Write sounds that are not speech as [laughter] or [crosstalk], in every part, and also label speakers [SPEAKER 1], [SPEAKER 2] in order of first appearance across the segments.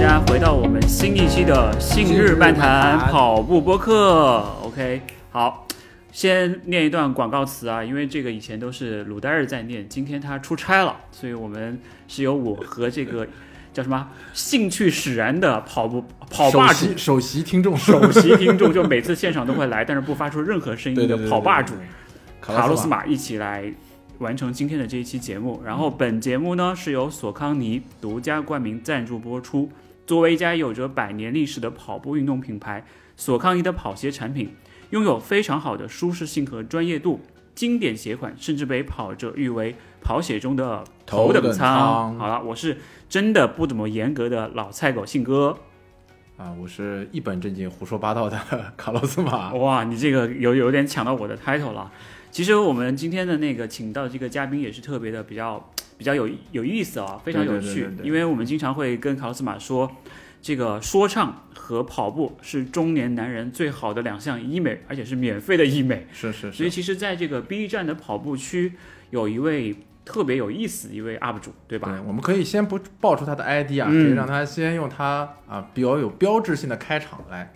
[SPEAKER 1] 家回到我们新一期的《信日漫谈
[SPEAKER 2] 信日漫谈
[SPEAKER 1] 跑步播客》。OK，好，先念一段广告词啊，因为这个以前都是鲁代尔在念，今天他出差了，所以我们是由我和这个叫什么兴趣使然的跑步跑
[SPEAKER 2] 首
[SPEAKER 1] 霸主
[SPEAKER 2] 席首席听众
[SPEAKER 1] 首席听众，就每次现场都会来，但是不发出任何声音
[SPEAKER 2] 对对
[SPEAKER 1] 的
[SPEAKER 2] 对对
[SPEAKER 1] 跑霸主卡
[SPEAKER 2] 洛
[SPEAKER 1] 洛斯马一起来完成今天的这一期节目。然后本节目呢是由索康尼独家冠名赞助播出。作为一家有着百年历史的跑步运动品牌，索康尼的跑鞋产品拥有非常好的舒适性和专业度，经典鞋款甚至被跑者誉为跑鞋中的头等
[SPEAKER 2] 头等舱
[SPEAKER 1] 好了，我是真的不怎么严格的老菜狗信哥。
[SPEAKER 2] 啊，我是一本正经胡说八道的 [laughs] 卡洛斯马。
[SPEAKER 1] 哇，你这个有有点抢到我的 title 了。其实我们今天的那个请到的这个嘉宾也是特别的比较比较有有意思啊，非常有趣。
[SPEAKER 2] 对对对对对
[SPEAKER 1] 因为我们经常会跟卡洛斯马说，这个说唱和跑步是中年男人最好的两项医美，而且是免费的医美。
[SPEAKER 2] 是是
[SPEAKER 1] 所以，其实在这个 B 站的跑步区，有一位特别有意思的一位 UP 主，对吧？
[SPEAKER 2] 对，我们可以先不报出他的 ID 啊，
[SPEAKER 1] 嗯
[SPEAKER 2] 可以让他先用他啊比较有标志性的开场来。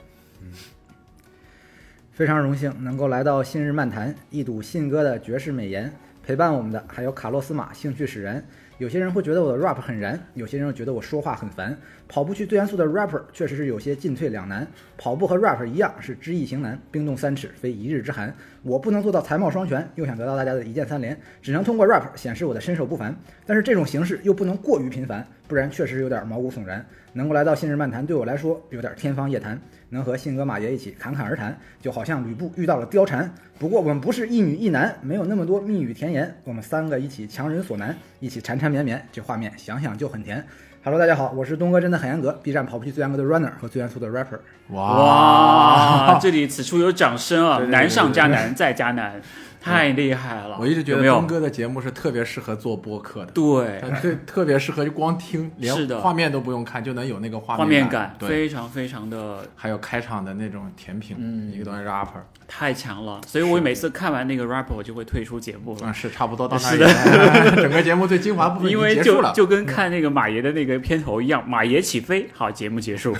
[SPEAKER 3] 非常荣幸能够来到《信日漫谈》，一睹信哥的绝世美颜。陪伴我们的还有卡洛斯马，兴趣使然。有些人会觉得我的 rap 很燃，有些人又觉得我说话很烦。跑步去最元素的 rapper 确实是有些进退两难。跑步和 rap 一样是知易行难，冰冻三尺非一日之寒。我不能做到才貌双全，又想得到大家的一键三连，只能通过 rap 显示我的身手不凡。但是这种形式又不能过于频繁，不然确实有点毛骨悚然。能够来到《信日漫谈》，对我来说有点天方夜谭。能和信哥马爷一起侃侃而谈，就好像吕布遇到了貂蝉。不过我们不是一女一男，没有那么多蜜语甜言，我们三个一起强人所难，一起缠缠绵绵，这画面想想就很甜。Hello，大家好，我是东哥，真的很严格，B 站跑步机最严格的 runner 和最严肃的 rapper。
[SPEAKER 1] 哇，这里此处有掌声啊！
[SPEAKER 2] 对对对对
[SPEAKER 1] 难上加难，再加难，太厉害了！
[SPEAKER 2] 我一直觉得
[SPEAKER 1] 有没有
[SPEAKER 2] 东哥的节目是特别适合做播客的，
[SPEAKER 1] 对，
[SPEAKER 2] 他特特别适合就光听，
[SPEAKER 1] 是
[SPEAKER 2] 连
[SPEAKER 1] 的
[SPEAKER 2] 画面都不用看就能有那个画
[SPEAKER 1] 画面
[SPEAKER 2] 感
[SPEAKER 1] 感。
[SPEAKER 2] 对，
[SPEAKER 1] 非常非常的
[SPEAKER 2] 还有开场的那种甜品，
[SPEAKER 1] 嗯
[SPEAKER 2] 一个东西 rapper
[SPEAKER 1] 太强了，所以我每次看完那个 rap 我就会退出节目了，
[SPEAKER 2] 啊，是差不多到那
[SPEAKER 1] 是
[SPEAKER 2] 里
[SPEAKER 1] 的
[SPEAKER 2] 了， [laughs] 哎整个节目最精华的部分已
[SPEAKER 1] 因
[SPEAKER 2] 经
[SPEAKER 1] 为
[SPEAKER 2] 结束
[SPEAKER 1] 就
[SPEAKER 2] 了，嗯
[SPEAKER 1] 就跟看那个马爷的那个片头一样，马爷起飞，好，节目结
[SPEAKER 2] [laughs]
[SPEAKER 1] 束。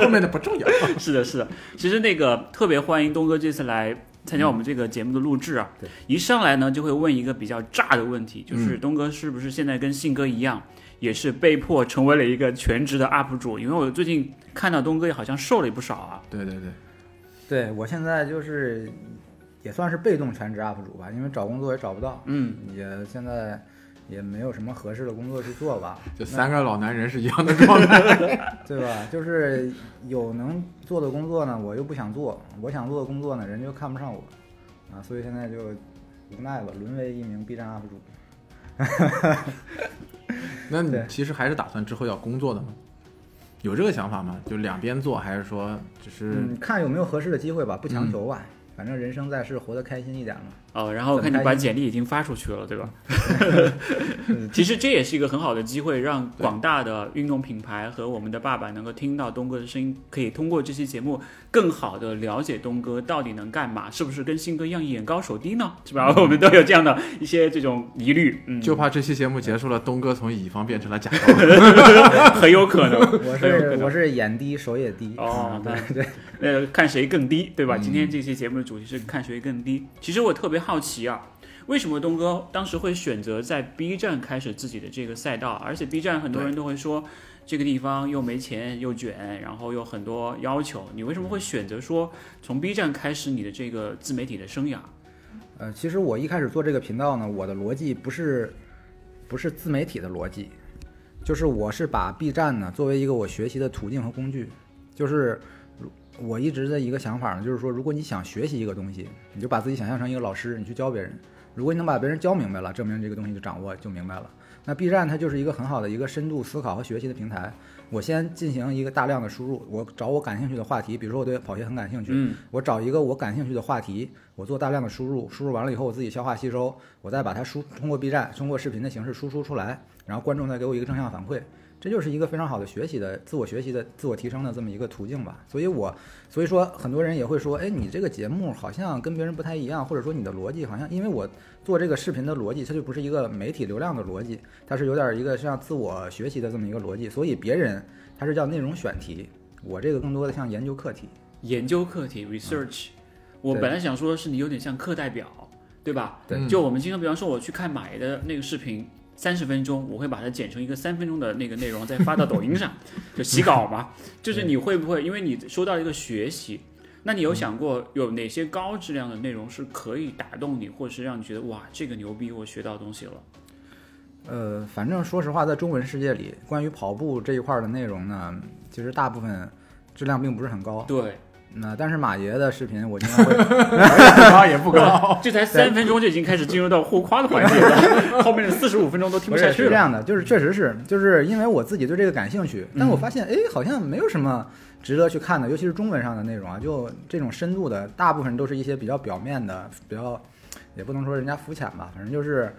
[SPEAKER 2] 后面的不重要。
[SPEAKER 1] 是的，是的。其实那个特别欢迎东哥这次来参加我们这个节目的录制
[SPEAKER 2] 嗯
[SPEAKER 1] 啊。
[SPEAKER 3] 对
[SPEAKER 1] 一上来呢就会问一个比较炸的问题，就是东哥是不是现在跟信哥一样，也是被迫成为了一个全职的 UP 主？因为我最近看到东哥好像瘦了不少啊。
[SPEAKER 2] [laughs] 对对对，
[SPEAKER 3] 对我现在就是也算是被动全职 UP 主吧，因为找工作也找不到，
[SPEAKER 1] 嗯，
[SPEAKER 3] 也现在也没有什么合适的工作去做吧。
[SPEAKER 2] 就三个老男人是一样的状 [laughs] 态。
[SPEAKER 3] 对吧？就是有能做的工作呢，我又不想做；我想做的工作呢，人家又看不上我，啊，所以现在就无奈吧，沦为一名 B 站 UP 主。嗯
[SPEAKER 2] 那你
[SPEAKER 3] 对
[SPEAKER 2] 其实还是打算之后要工作的吗？有这个想法吗？就两边做，还是说只是
[SPEAKER 3] 嗯，看有没有合适的机会吧，不
[SPEAKER 1] 嗯
[SPEAKER 3] 强求吧，反正人生在世，活得开心一点嘛。
[SPEAKER 1] 哦，然后看你把简历已经发出去了，对吧？ [laughs] 其实这也是一个很好的机会，让广大的运动品牌和我们的爸爸能够听到东哥的声音，可以通过这期节目更好的了解东哥到底能干嘛，是不是跟新哥一样眼高手低呢？是 [laughs] 吧？我们都有这样的一些这种疑虑，嗯，
[SPEAKER 2] 就怕这期节目结束了，东哥从乙方变成了甲方。
[SPEAKER 1] [laughs] 很有可能，
[SPEAKER 3] 我
[SPEAKER 1] 很有可
[SPEAKER 3] 是
[SPEAKER 1] 能
[SPEAKER 3] 我是眼低手也低，
[SPEAKER 1] 哦
[SPEAKER 3] 嗯对对，
[SPEAKER 1] 呃，看谁更低，对吧？今天这期节目的主题是看谁更低。其实我特别好奇啊，为什么东哥当时会选择在 B 站开始自己的这个赛道？而且 B 站很多人都会说，这个地方又没钱又卷，然后有很多要求。你为什么会选择说从 B 站开始你的这个自媒体的生涯？
[SPEAKER 3] 呃，其实我一开始做这个频道呢，我的逻辑不是不是自媒体的逻辑，就是我是把 B 站呢作为一个我学习的途径和工具，就是如我一直的一个想法呢，就是说，如果你想学习一个东西，你就把自己想象成一个老师，你去教别人。如果你能把别人教明白了，证明这个东西就掌握就明白了。那 B 站它就是一个很好的一个深度思考和学习的平台。我先进行一个大量的输入，我找我感兴趣的话题，比如说我对跑鞋很感兴趣，
[SPEAKER 1] 嗯
[SPEAKER 3] 我找一个我感兴趣的话题，我做大量的输入，输入完了以后我自己消化吸收，我再把它输通过 B 站通过视频的形式输出出来，然后观众再给我一个正向反馈，这就是一个非常好的学习的、自我学习的、自我提升的这么一个途径吧。所以我，所以说很多人也会说，哎，你这个节目好像跟别人不太一样，或者说你的逻辑好像，因为我做这个视频的逻辑，它就不是一个媒体流量的逻辑，它是有点一个像自我学习的这么一个逻辑。所以别人他是叫内容选题，我这个更多的像研究课题。
[SPEAKER 1] 研究课题 research，、我
[SPEAKER 3] 对
[SPEAKER 1] 本来想说是你有点像课代表，对吧？
[SPEAKER 2] [laughs] 对
[SPEAKER 1] 就我们经常，比方说我去看马爷的那个视频，三十分钟，我会把它剪成一个三分钟的那个内容，再发到抖音上，就洗稿嘛。就是你会不会，因为你说到一个学习，那你有想过有哪些高质量的内容是可以打动你，或是让你觉得哇，这个牛逼，我学到东西了？
[SPEAKER 3] 呃，反正说实话，在中文世界里，关于跑步这一块儿的内容呢，其实大部分质量并不是很高。
[SPEAKER 1] 对，
[SPEAKER 3] 那但是马爷的视频，我经常会
[SPEAKER 2] 高也不高，
[SPEAKER 1] 这才三分钟就已经开始进入到互夸的环节了，后面的四十五分钟都听
[SPEAKER 3] 不
[SPEAKER 1] 下
[SPEAKER 3] 是
[SPEAKER 1] 去
[SPEAKER 3] 是
[SPEAKER 1] 了。
[SPEAKER 3] 这
[SPEAKER 1] 嗯
[SPEAKER 3] 样的，就是确实是，就是因为我自己对这个感兴趣，但我发现哎，好像没有什么值得去看的，尤其是中文上的内容啊，就这种深度的，大部分都是一些比较表面的，比较也不能说人家肤浅吧，反正就是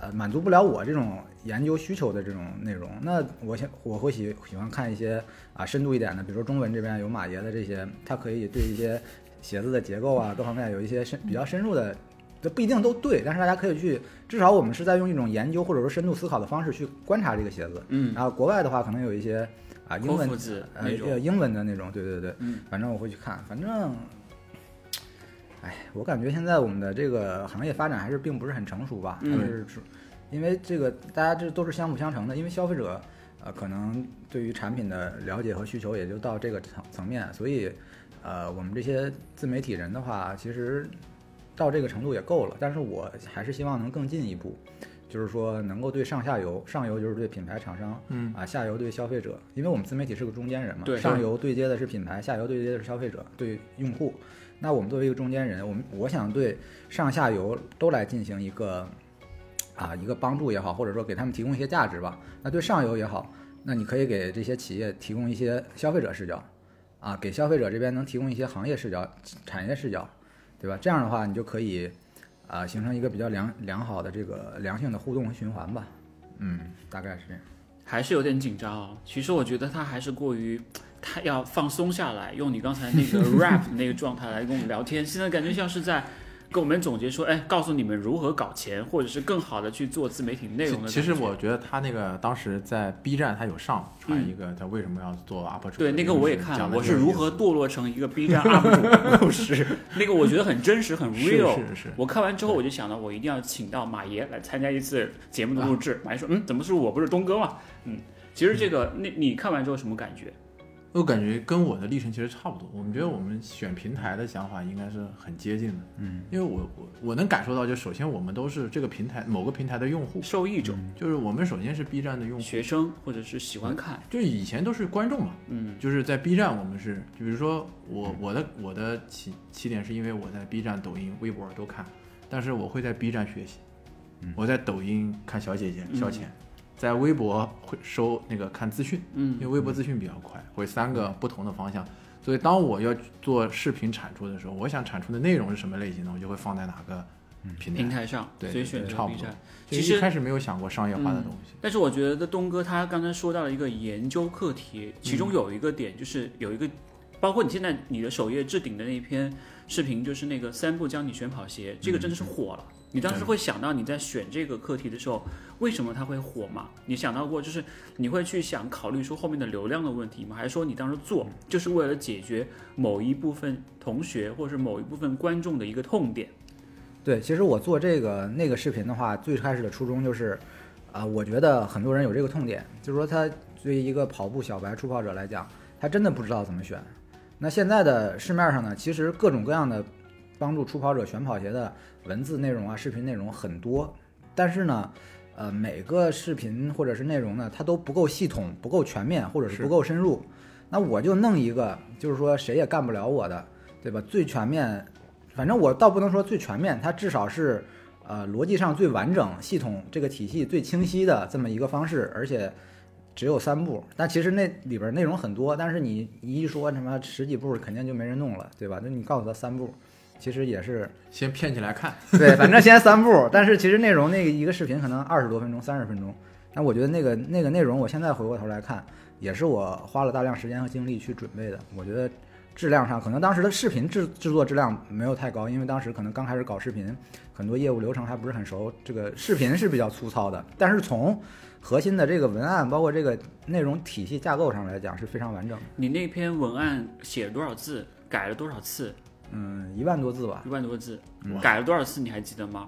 [SPEAKER 3] 呃满足不了我这种研究需求的这种内容。那我想我会喜喜欢看一些啊深度一点的，比如说中文这边有马爷的这些，他可以对一些鞋子的结构啊各方面有一些深比较深入的。这不一定都对，但是大家可以去，至少我们是在用一种研究或者说深度思考的方式去观察这个鞋子。
[SPEAKER 1] 嗯，
[SPEAKER 3] 然后国外的话，可能有一些啊英
[SPEAKER 1] 郭
[SPEAKER 3] 文
[SPEAKER 1] 夫子
[SPEAKER 3] 呃
[SPEAKER 1] 那种。
[SPEAKER 3] 英文的那种，对对对，
[SPEAKER 1] 嗯
[SPEAKER 3] 反正我会去看，反正，哎，我感觉现在我们的这个行业发展还是并不是很成熟吧，
[SPEAKER 1] 嗯
[SPEAKER 3] 还是主因为这个大家这都是相辅相成的，因为消费者呃可能对于产品的了解和需求也就到这个层层面，所以呃我们这些自媒体人的话，其实到这个程度也够了，但是我还是希望能更进一步。就是说，能够对上下游，上游就是对品牌厂商，
[SPEAKER 2] [laughs] 嗯
[SPEAKER 3] 啊，下游对消费者，因为我们自媒体是个中间人嘛，
[SPEAKER 1] 对
[SPEAKER 3] 上游对接的是品牌，下游对接的是消费者，对用户。那我们作为一个中间人，我们我想对上下游都来进行一个啊一个帮助也好，或者说给他们提供一些价值吧。那对上游也好，那你可以给这些企业提供一些消费者视角，啊，给消费者这边能提供一些行业视角、产业视角，对吧？这样的话，你就可以啊、形成一个比较良良好的这个良性的互动和循环吧。嗯，大概是这样。
[SPEAKER 1] 还是有点紧张哦。其实我觉得他还是过于，他要放松下来，用你刚才那个 [laughs] rap 那个状态来跟我们聊天。现在感觉像是在跟我们总结说，哎，告诉你们如何搞钱，或者是更好的去做自媒体内容的
[SPEAKER 2] 其其实我觉得他那个当时在 B 站，他有上传一个他为什么要做 UP 主的
[SPEAKER 1] 对
[SPEAKER 2] 一视频，
[SPEAKER 1] 那个我也看了
[SPEAKER 2] 讲，的
[SPEAKER 1] 我
[SPEAKER 2] 就是这个
[SPEAKER 1] 如
[SPEAKER 2] 意思
[SPEAKER 1] 何堕落成一个 B 站 UP 主，
[SPEAKER 2] [laughs]
[SPEAKER 1] 是那个我觉得很真实，很 real。
[SPEAKER 2] 是是是，
[SPEAKER 1] 我看完之后，我就想了，我一定要请到马爷来参加一次节目的录
[SPEAKER 2] 啊
[SPEAKER 1] 制。马爷说：“嗯，怎么是我不是东哥嘛？”嗯，其实这个，那你看完之后什么感觉？
[SPEAKER 2] 我感觉跟我的历程其实差不多。我们觉得我们选平台的想法应该是很接近的，
[SPEAKER 3] 嗯，
[SPEAKER 2] 因为我我我能感受到，就首先我们都是这个平台某个平台的用户，
[SPEAKER 1] 受益者、
[SPEAKER 2] 就是我们首先是 B 站的用户，
[SPEAKER 1] 学生或者是喜欢看，
[SPEAKER 2] 就是以前都是观众嘛，
[SPEAKER 1] 嗯，
[SPEAKER 2] 就是在 B 站我们是，就比如说我我的我的起起点是因为我在 B 站、抖音、微博都看，但是我会在 B 站学习，我在抖音看小姐姐
[SPEAKER 1] 嗯
[SPEAKER 2] 消遣，在微博会收那个看资讯，因
[SPEAKER 1] 嗯
[SPEAKER 2] 为微博资讯比较快，会三个不同的方向。所以当我要做视频产出的时候，我想产出的内容是什么类型的，我就会放在哪个平台。
[SPEAKER 1] 平台上，
[SPEAKER 2] 嗯对
[SPEAKER 1] 所以
[SPEAKER 2] 对
[SPEAKER 1] 选
[SPEAKER 2] 对
[SPEAKER 1] 择
[SPEAKER 2] 差不
[SPEAKER 1] B 站
[SPEAKER 2] 多。就
[SPEAKER 1] 其
[SPEAKER 2] 一
[SPEAKER 1] 实
[SPEAKER 2] 开始没有想过商业化的东西，
[SPEAKER 1] 但是我觉得东哥他刚才说到了一个研究课题，其中有一个点就是有一个，包括你现在你的首页置顶的那一篇视频，就是那个三步教你选跑鞋，
[SPEAKER 2] 嗯
[SPEAKER 1] 这个真的是火了。你当时会想到你在选这个课题的时候，为什么它会火吗？你想到过就是你会去想考虑说后面的流量的问题吗？还是说你当时做
[SPEAKER 2] 嗯
[SPEAKER 1] 就是为了解决某一部分同学或者是某一部分观众的一个痛点？
[SPEAKER 3] 对，其实我做这个那个视频的话，最开始的初衷就是，啊、我觉得很多人有这个痛点，就是说他对于一个跑步小白初跑者来讲，他真的不知道怎么选。那现在的市面上呢，其实各种各样的帮助初跑者选跑鞋的文字内容啊、视频内容很多，但是呢，呃，每个视频或者是内容呢，它都不够系统、不够全面，或者是
[SPEAKER 2] 是
[SPEAKER 3] 不够深入。那我就弄一个，就是说谁也干不了我的，对吧？最全面，反正我倒不能说最全面，它至少是呃逻辑上最完整、系统这个体系最清晰的这么一个方式，而且只有三步。但其实那里边内容很多，但是你你一说什么十几步，肯定就没人弄了，对吧？那你告诉他三步，其实也是
[SPEAKER 2] 先骗起来看。
[SPEAKER 3] 对，反正先三步，但是其实内容那个一个视频可能二十多分钟、三十分钟，但我觉得那个那个内容，我现在回过头来看，也是我花了大量时间和精力去准备的。我觉得质量上，可能当时的视频制制作质量没有太高，因为当时可能刚开始搞视频，很多业务流程还不是很熟，这个视频是比较粗糙的。但是从核心的这个文案，包括这个内容体系架构上来讲，是非常完整的。
[SPEAKER 1] 你那篇文案写了多少字？改了多少次？
[SPEAKER 3] 嗯，一万多字吧，
[SPEAKER 1] 一万多字
[SPEAKER 2] 嗯，
[SPEAKER 1] 改了多少次？你还记得吗？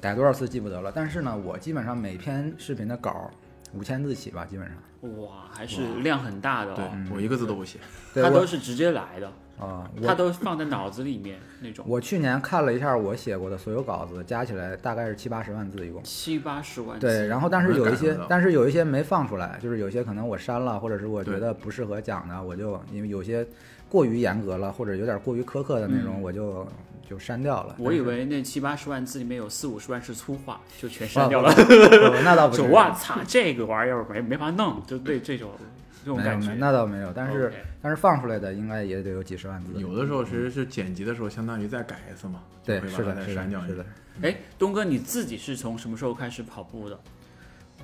[SPEAKER 3] 改多少次记不得了。但是呢，我基本上每篇视频的稿五千字起吧，基本上。
[SPEAKER 1] 哇，还是量很大的
[SPEAKER 2] 对
[SPEAKER 1] 哦。
[SPEAKER 2] 我一个字都不写，
[SPEAKER 3] 对
[SPEAKER 1] 他
[SPEAKER 3] 我
[SPEAKER 1] 都是直接来的，
[SPEAKER 3] 啊、我
[SPEAKER 1] 他都放在脑子里面那种。
[SPEAKER 3] 我去年看了一下我写过的所有稿子，加起来大概是七八十万字一共。
[SPEAKER 1] 七八十万字，
[SPEAKER 3] 对，然后但是
[SPEAKER 2] 能
[SPEAKER 3] 有一
[SPEAKER 2] 感受
[SPEAKER 3] 些
[SPEAKER 2] 到，
[SPEAKER 3] 但是有一些没放出来，就是有些可能我删了，或者是我觉
[SPEAKER 2] 对
[SPEAKER 3] 得不适合讲的，我就因为有些过于严格了，或者有点过于苛刻的内容，我就就删掉了。
[SPEAKER 1] 嗯我以
[SPEAKER 3] 但是
[SPEAKER 1] 为那七八十万字里面有四五十万是粗话，就全
[SPEAKER 3] 啊
[SPEAKER 1] 删掉
[SPEAKER 3] 不
[SPEAKER 1] 了。 [laughs]
[SPEAKER 3] 不 [laughs] 那倒不是
[SPEAKER 1] 就，哇操，这个玩意儿没没法弄，就对这种这种
[SPEAKER 3] 没有
[SPEAKER 1] 感
[SPEAKER 3] 没
[SPEAKER 1] 觉
[SPEAKER 3] 有，。那倒没有，但是
[SPEAKER 1] OK
[SPEAKER 3] 但是放出来的应该也得有几十万字。
[SPEAKER 2] 有的时候其实是剪辑的时候，相当于再改一次嘛，
[SPEAKER 3] 对，
[SPEAKER 2] 会把
[SPEAKER 3] 是
[SPEAKER 2] 它
[SPEAKER 3] 的，
[SPEAKER 2] 再
[SPEAKER 3] 是
[SPEAKER 2] 删
[SPEAKER 3] 的，
[SPEAKER 2] 掉一
[SPEAKER 3] 是
[SPEAKER 2] 遍
[SPEAKER 3] 的。
[SPEAKER 1] 哎，东哥，你自己是从什么时候开始跑步的？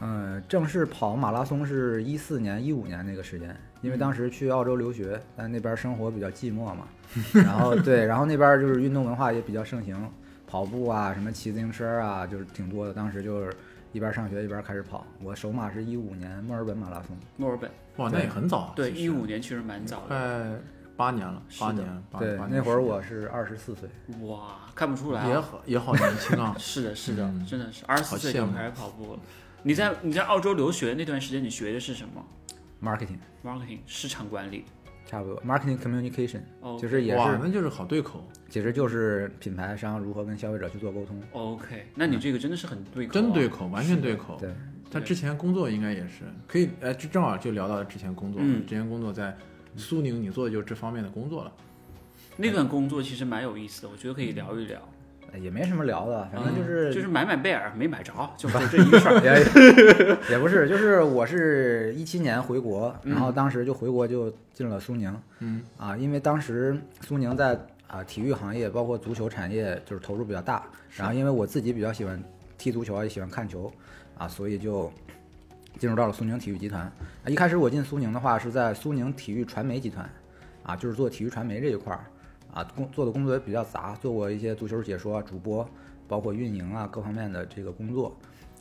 [SPEAKER 3] 嗯，正式跑马拉松是一四年、一五年那个时间，因为当时去澳洲留学，但那边生活比较寂寞嘛，然后对，然后那边就是运动文化也比较盛行，跑步啊，什么骑自行车啊，就是挺多的。当时就是一边上学一边开始跑。我首马是一五年墨尔本马拉松，
[SPEAKER 1] 墨尔本，
[SPEAKER 3] 哦
[SPEAKER 2] 哇，那也很早啊，
[SPEAKER 1] 对，
[SPEAKER 2] 其实
[SPEAKER 1] 一五年其实蛮早的。
[SPEAKER 2] 快八年了，
[SPEAKER 1] 是的
[SPEAKER 2] 八年，八
[SPEAKER 3] 对
[SPEAKER 2] 八，年
[SPEAKER 3] 那会儿我是二十四岁，
[SPEAKER 1] 哇，看不出来
[SPEAKER 2] 也
[SPEAKER 1] 啊。，
[SPEAKER 2] 好也好年轻啊
[SPEAKER 1] 是的，是的，
[SPEAKER 2] 嗯
[SPEAKER 1] 真的是二十四岁
[SPEAKER 2] 羡
[SPEAKER 1] 就
[SPEAKER 2] 慕
[SPEAKER 1] 开始跑步了。你在你在澳洲留学那段时间，你学的是什么
[SPEAKER 3] marketing
[SPEAKER 1] ？marketing 市场管理。
[SPEAKER 3] 差不多，marketing communication，
[SPEAKER 1] 哦，
[SPEAKER 3] [laughs] 就是也
[SPEAKER 2] 哇
[SPEAKER 3] 是，
[SPEAKER 2] 那就是好对口，
[SPEAKER 3] 其实就是品牌商如何跟消费者去做沟通。
[SPEAKER 1] OK，那
[SPEAKER 3] 嗯
[SPEAKER 1] 你这个真的是很对口、啊，
[SPEAKER 2] 真对口，完全对口。
[SPEAKER 3] 对，
[SPEAKER 2] 他之前工作应该也是可以，哎，就正好就聊到之前工作，
[SPEAKER 1] 嗯
[SPEAKER 2] 之前工作在苏宁，你做的就是这方面的工作了。
[SPEAKER 1] 那段工作其实蛮有意思的，我觉得可以聊一聊。
[SPEAKER 3] 哎也没什么聊的，嗯反正
[SPEAKER 1] 嗯
[SPEAKER 3] 就是
[SPEAKER 1] 就是买买贝尔没买着，就就
[SPEAKER 3] [laughs]
[SPEAKER 1] 这一个事儿。
[SPEAKER 3] 也哎也不是，就是我是一七年回国，然后当时就回国就进了苏宁，
[SPEAKER 2] 嗯，
[SPEAKER 3] 啊，因为当时苏宁在啊体育行业包括足球产业就是投入比较大，然后因为我自己比较喜欢踢足球啊，也喜欢看球啊，所以就进入到了苏宁体育集团。啊一开始我进苏宁的话是在苏宁体育传媒集团，啊，就是做体育传媒这一块儿啊，工做的工作也比较杂，做过一些足球解说、主播，包括运营啊各方面的这个工作。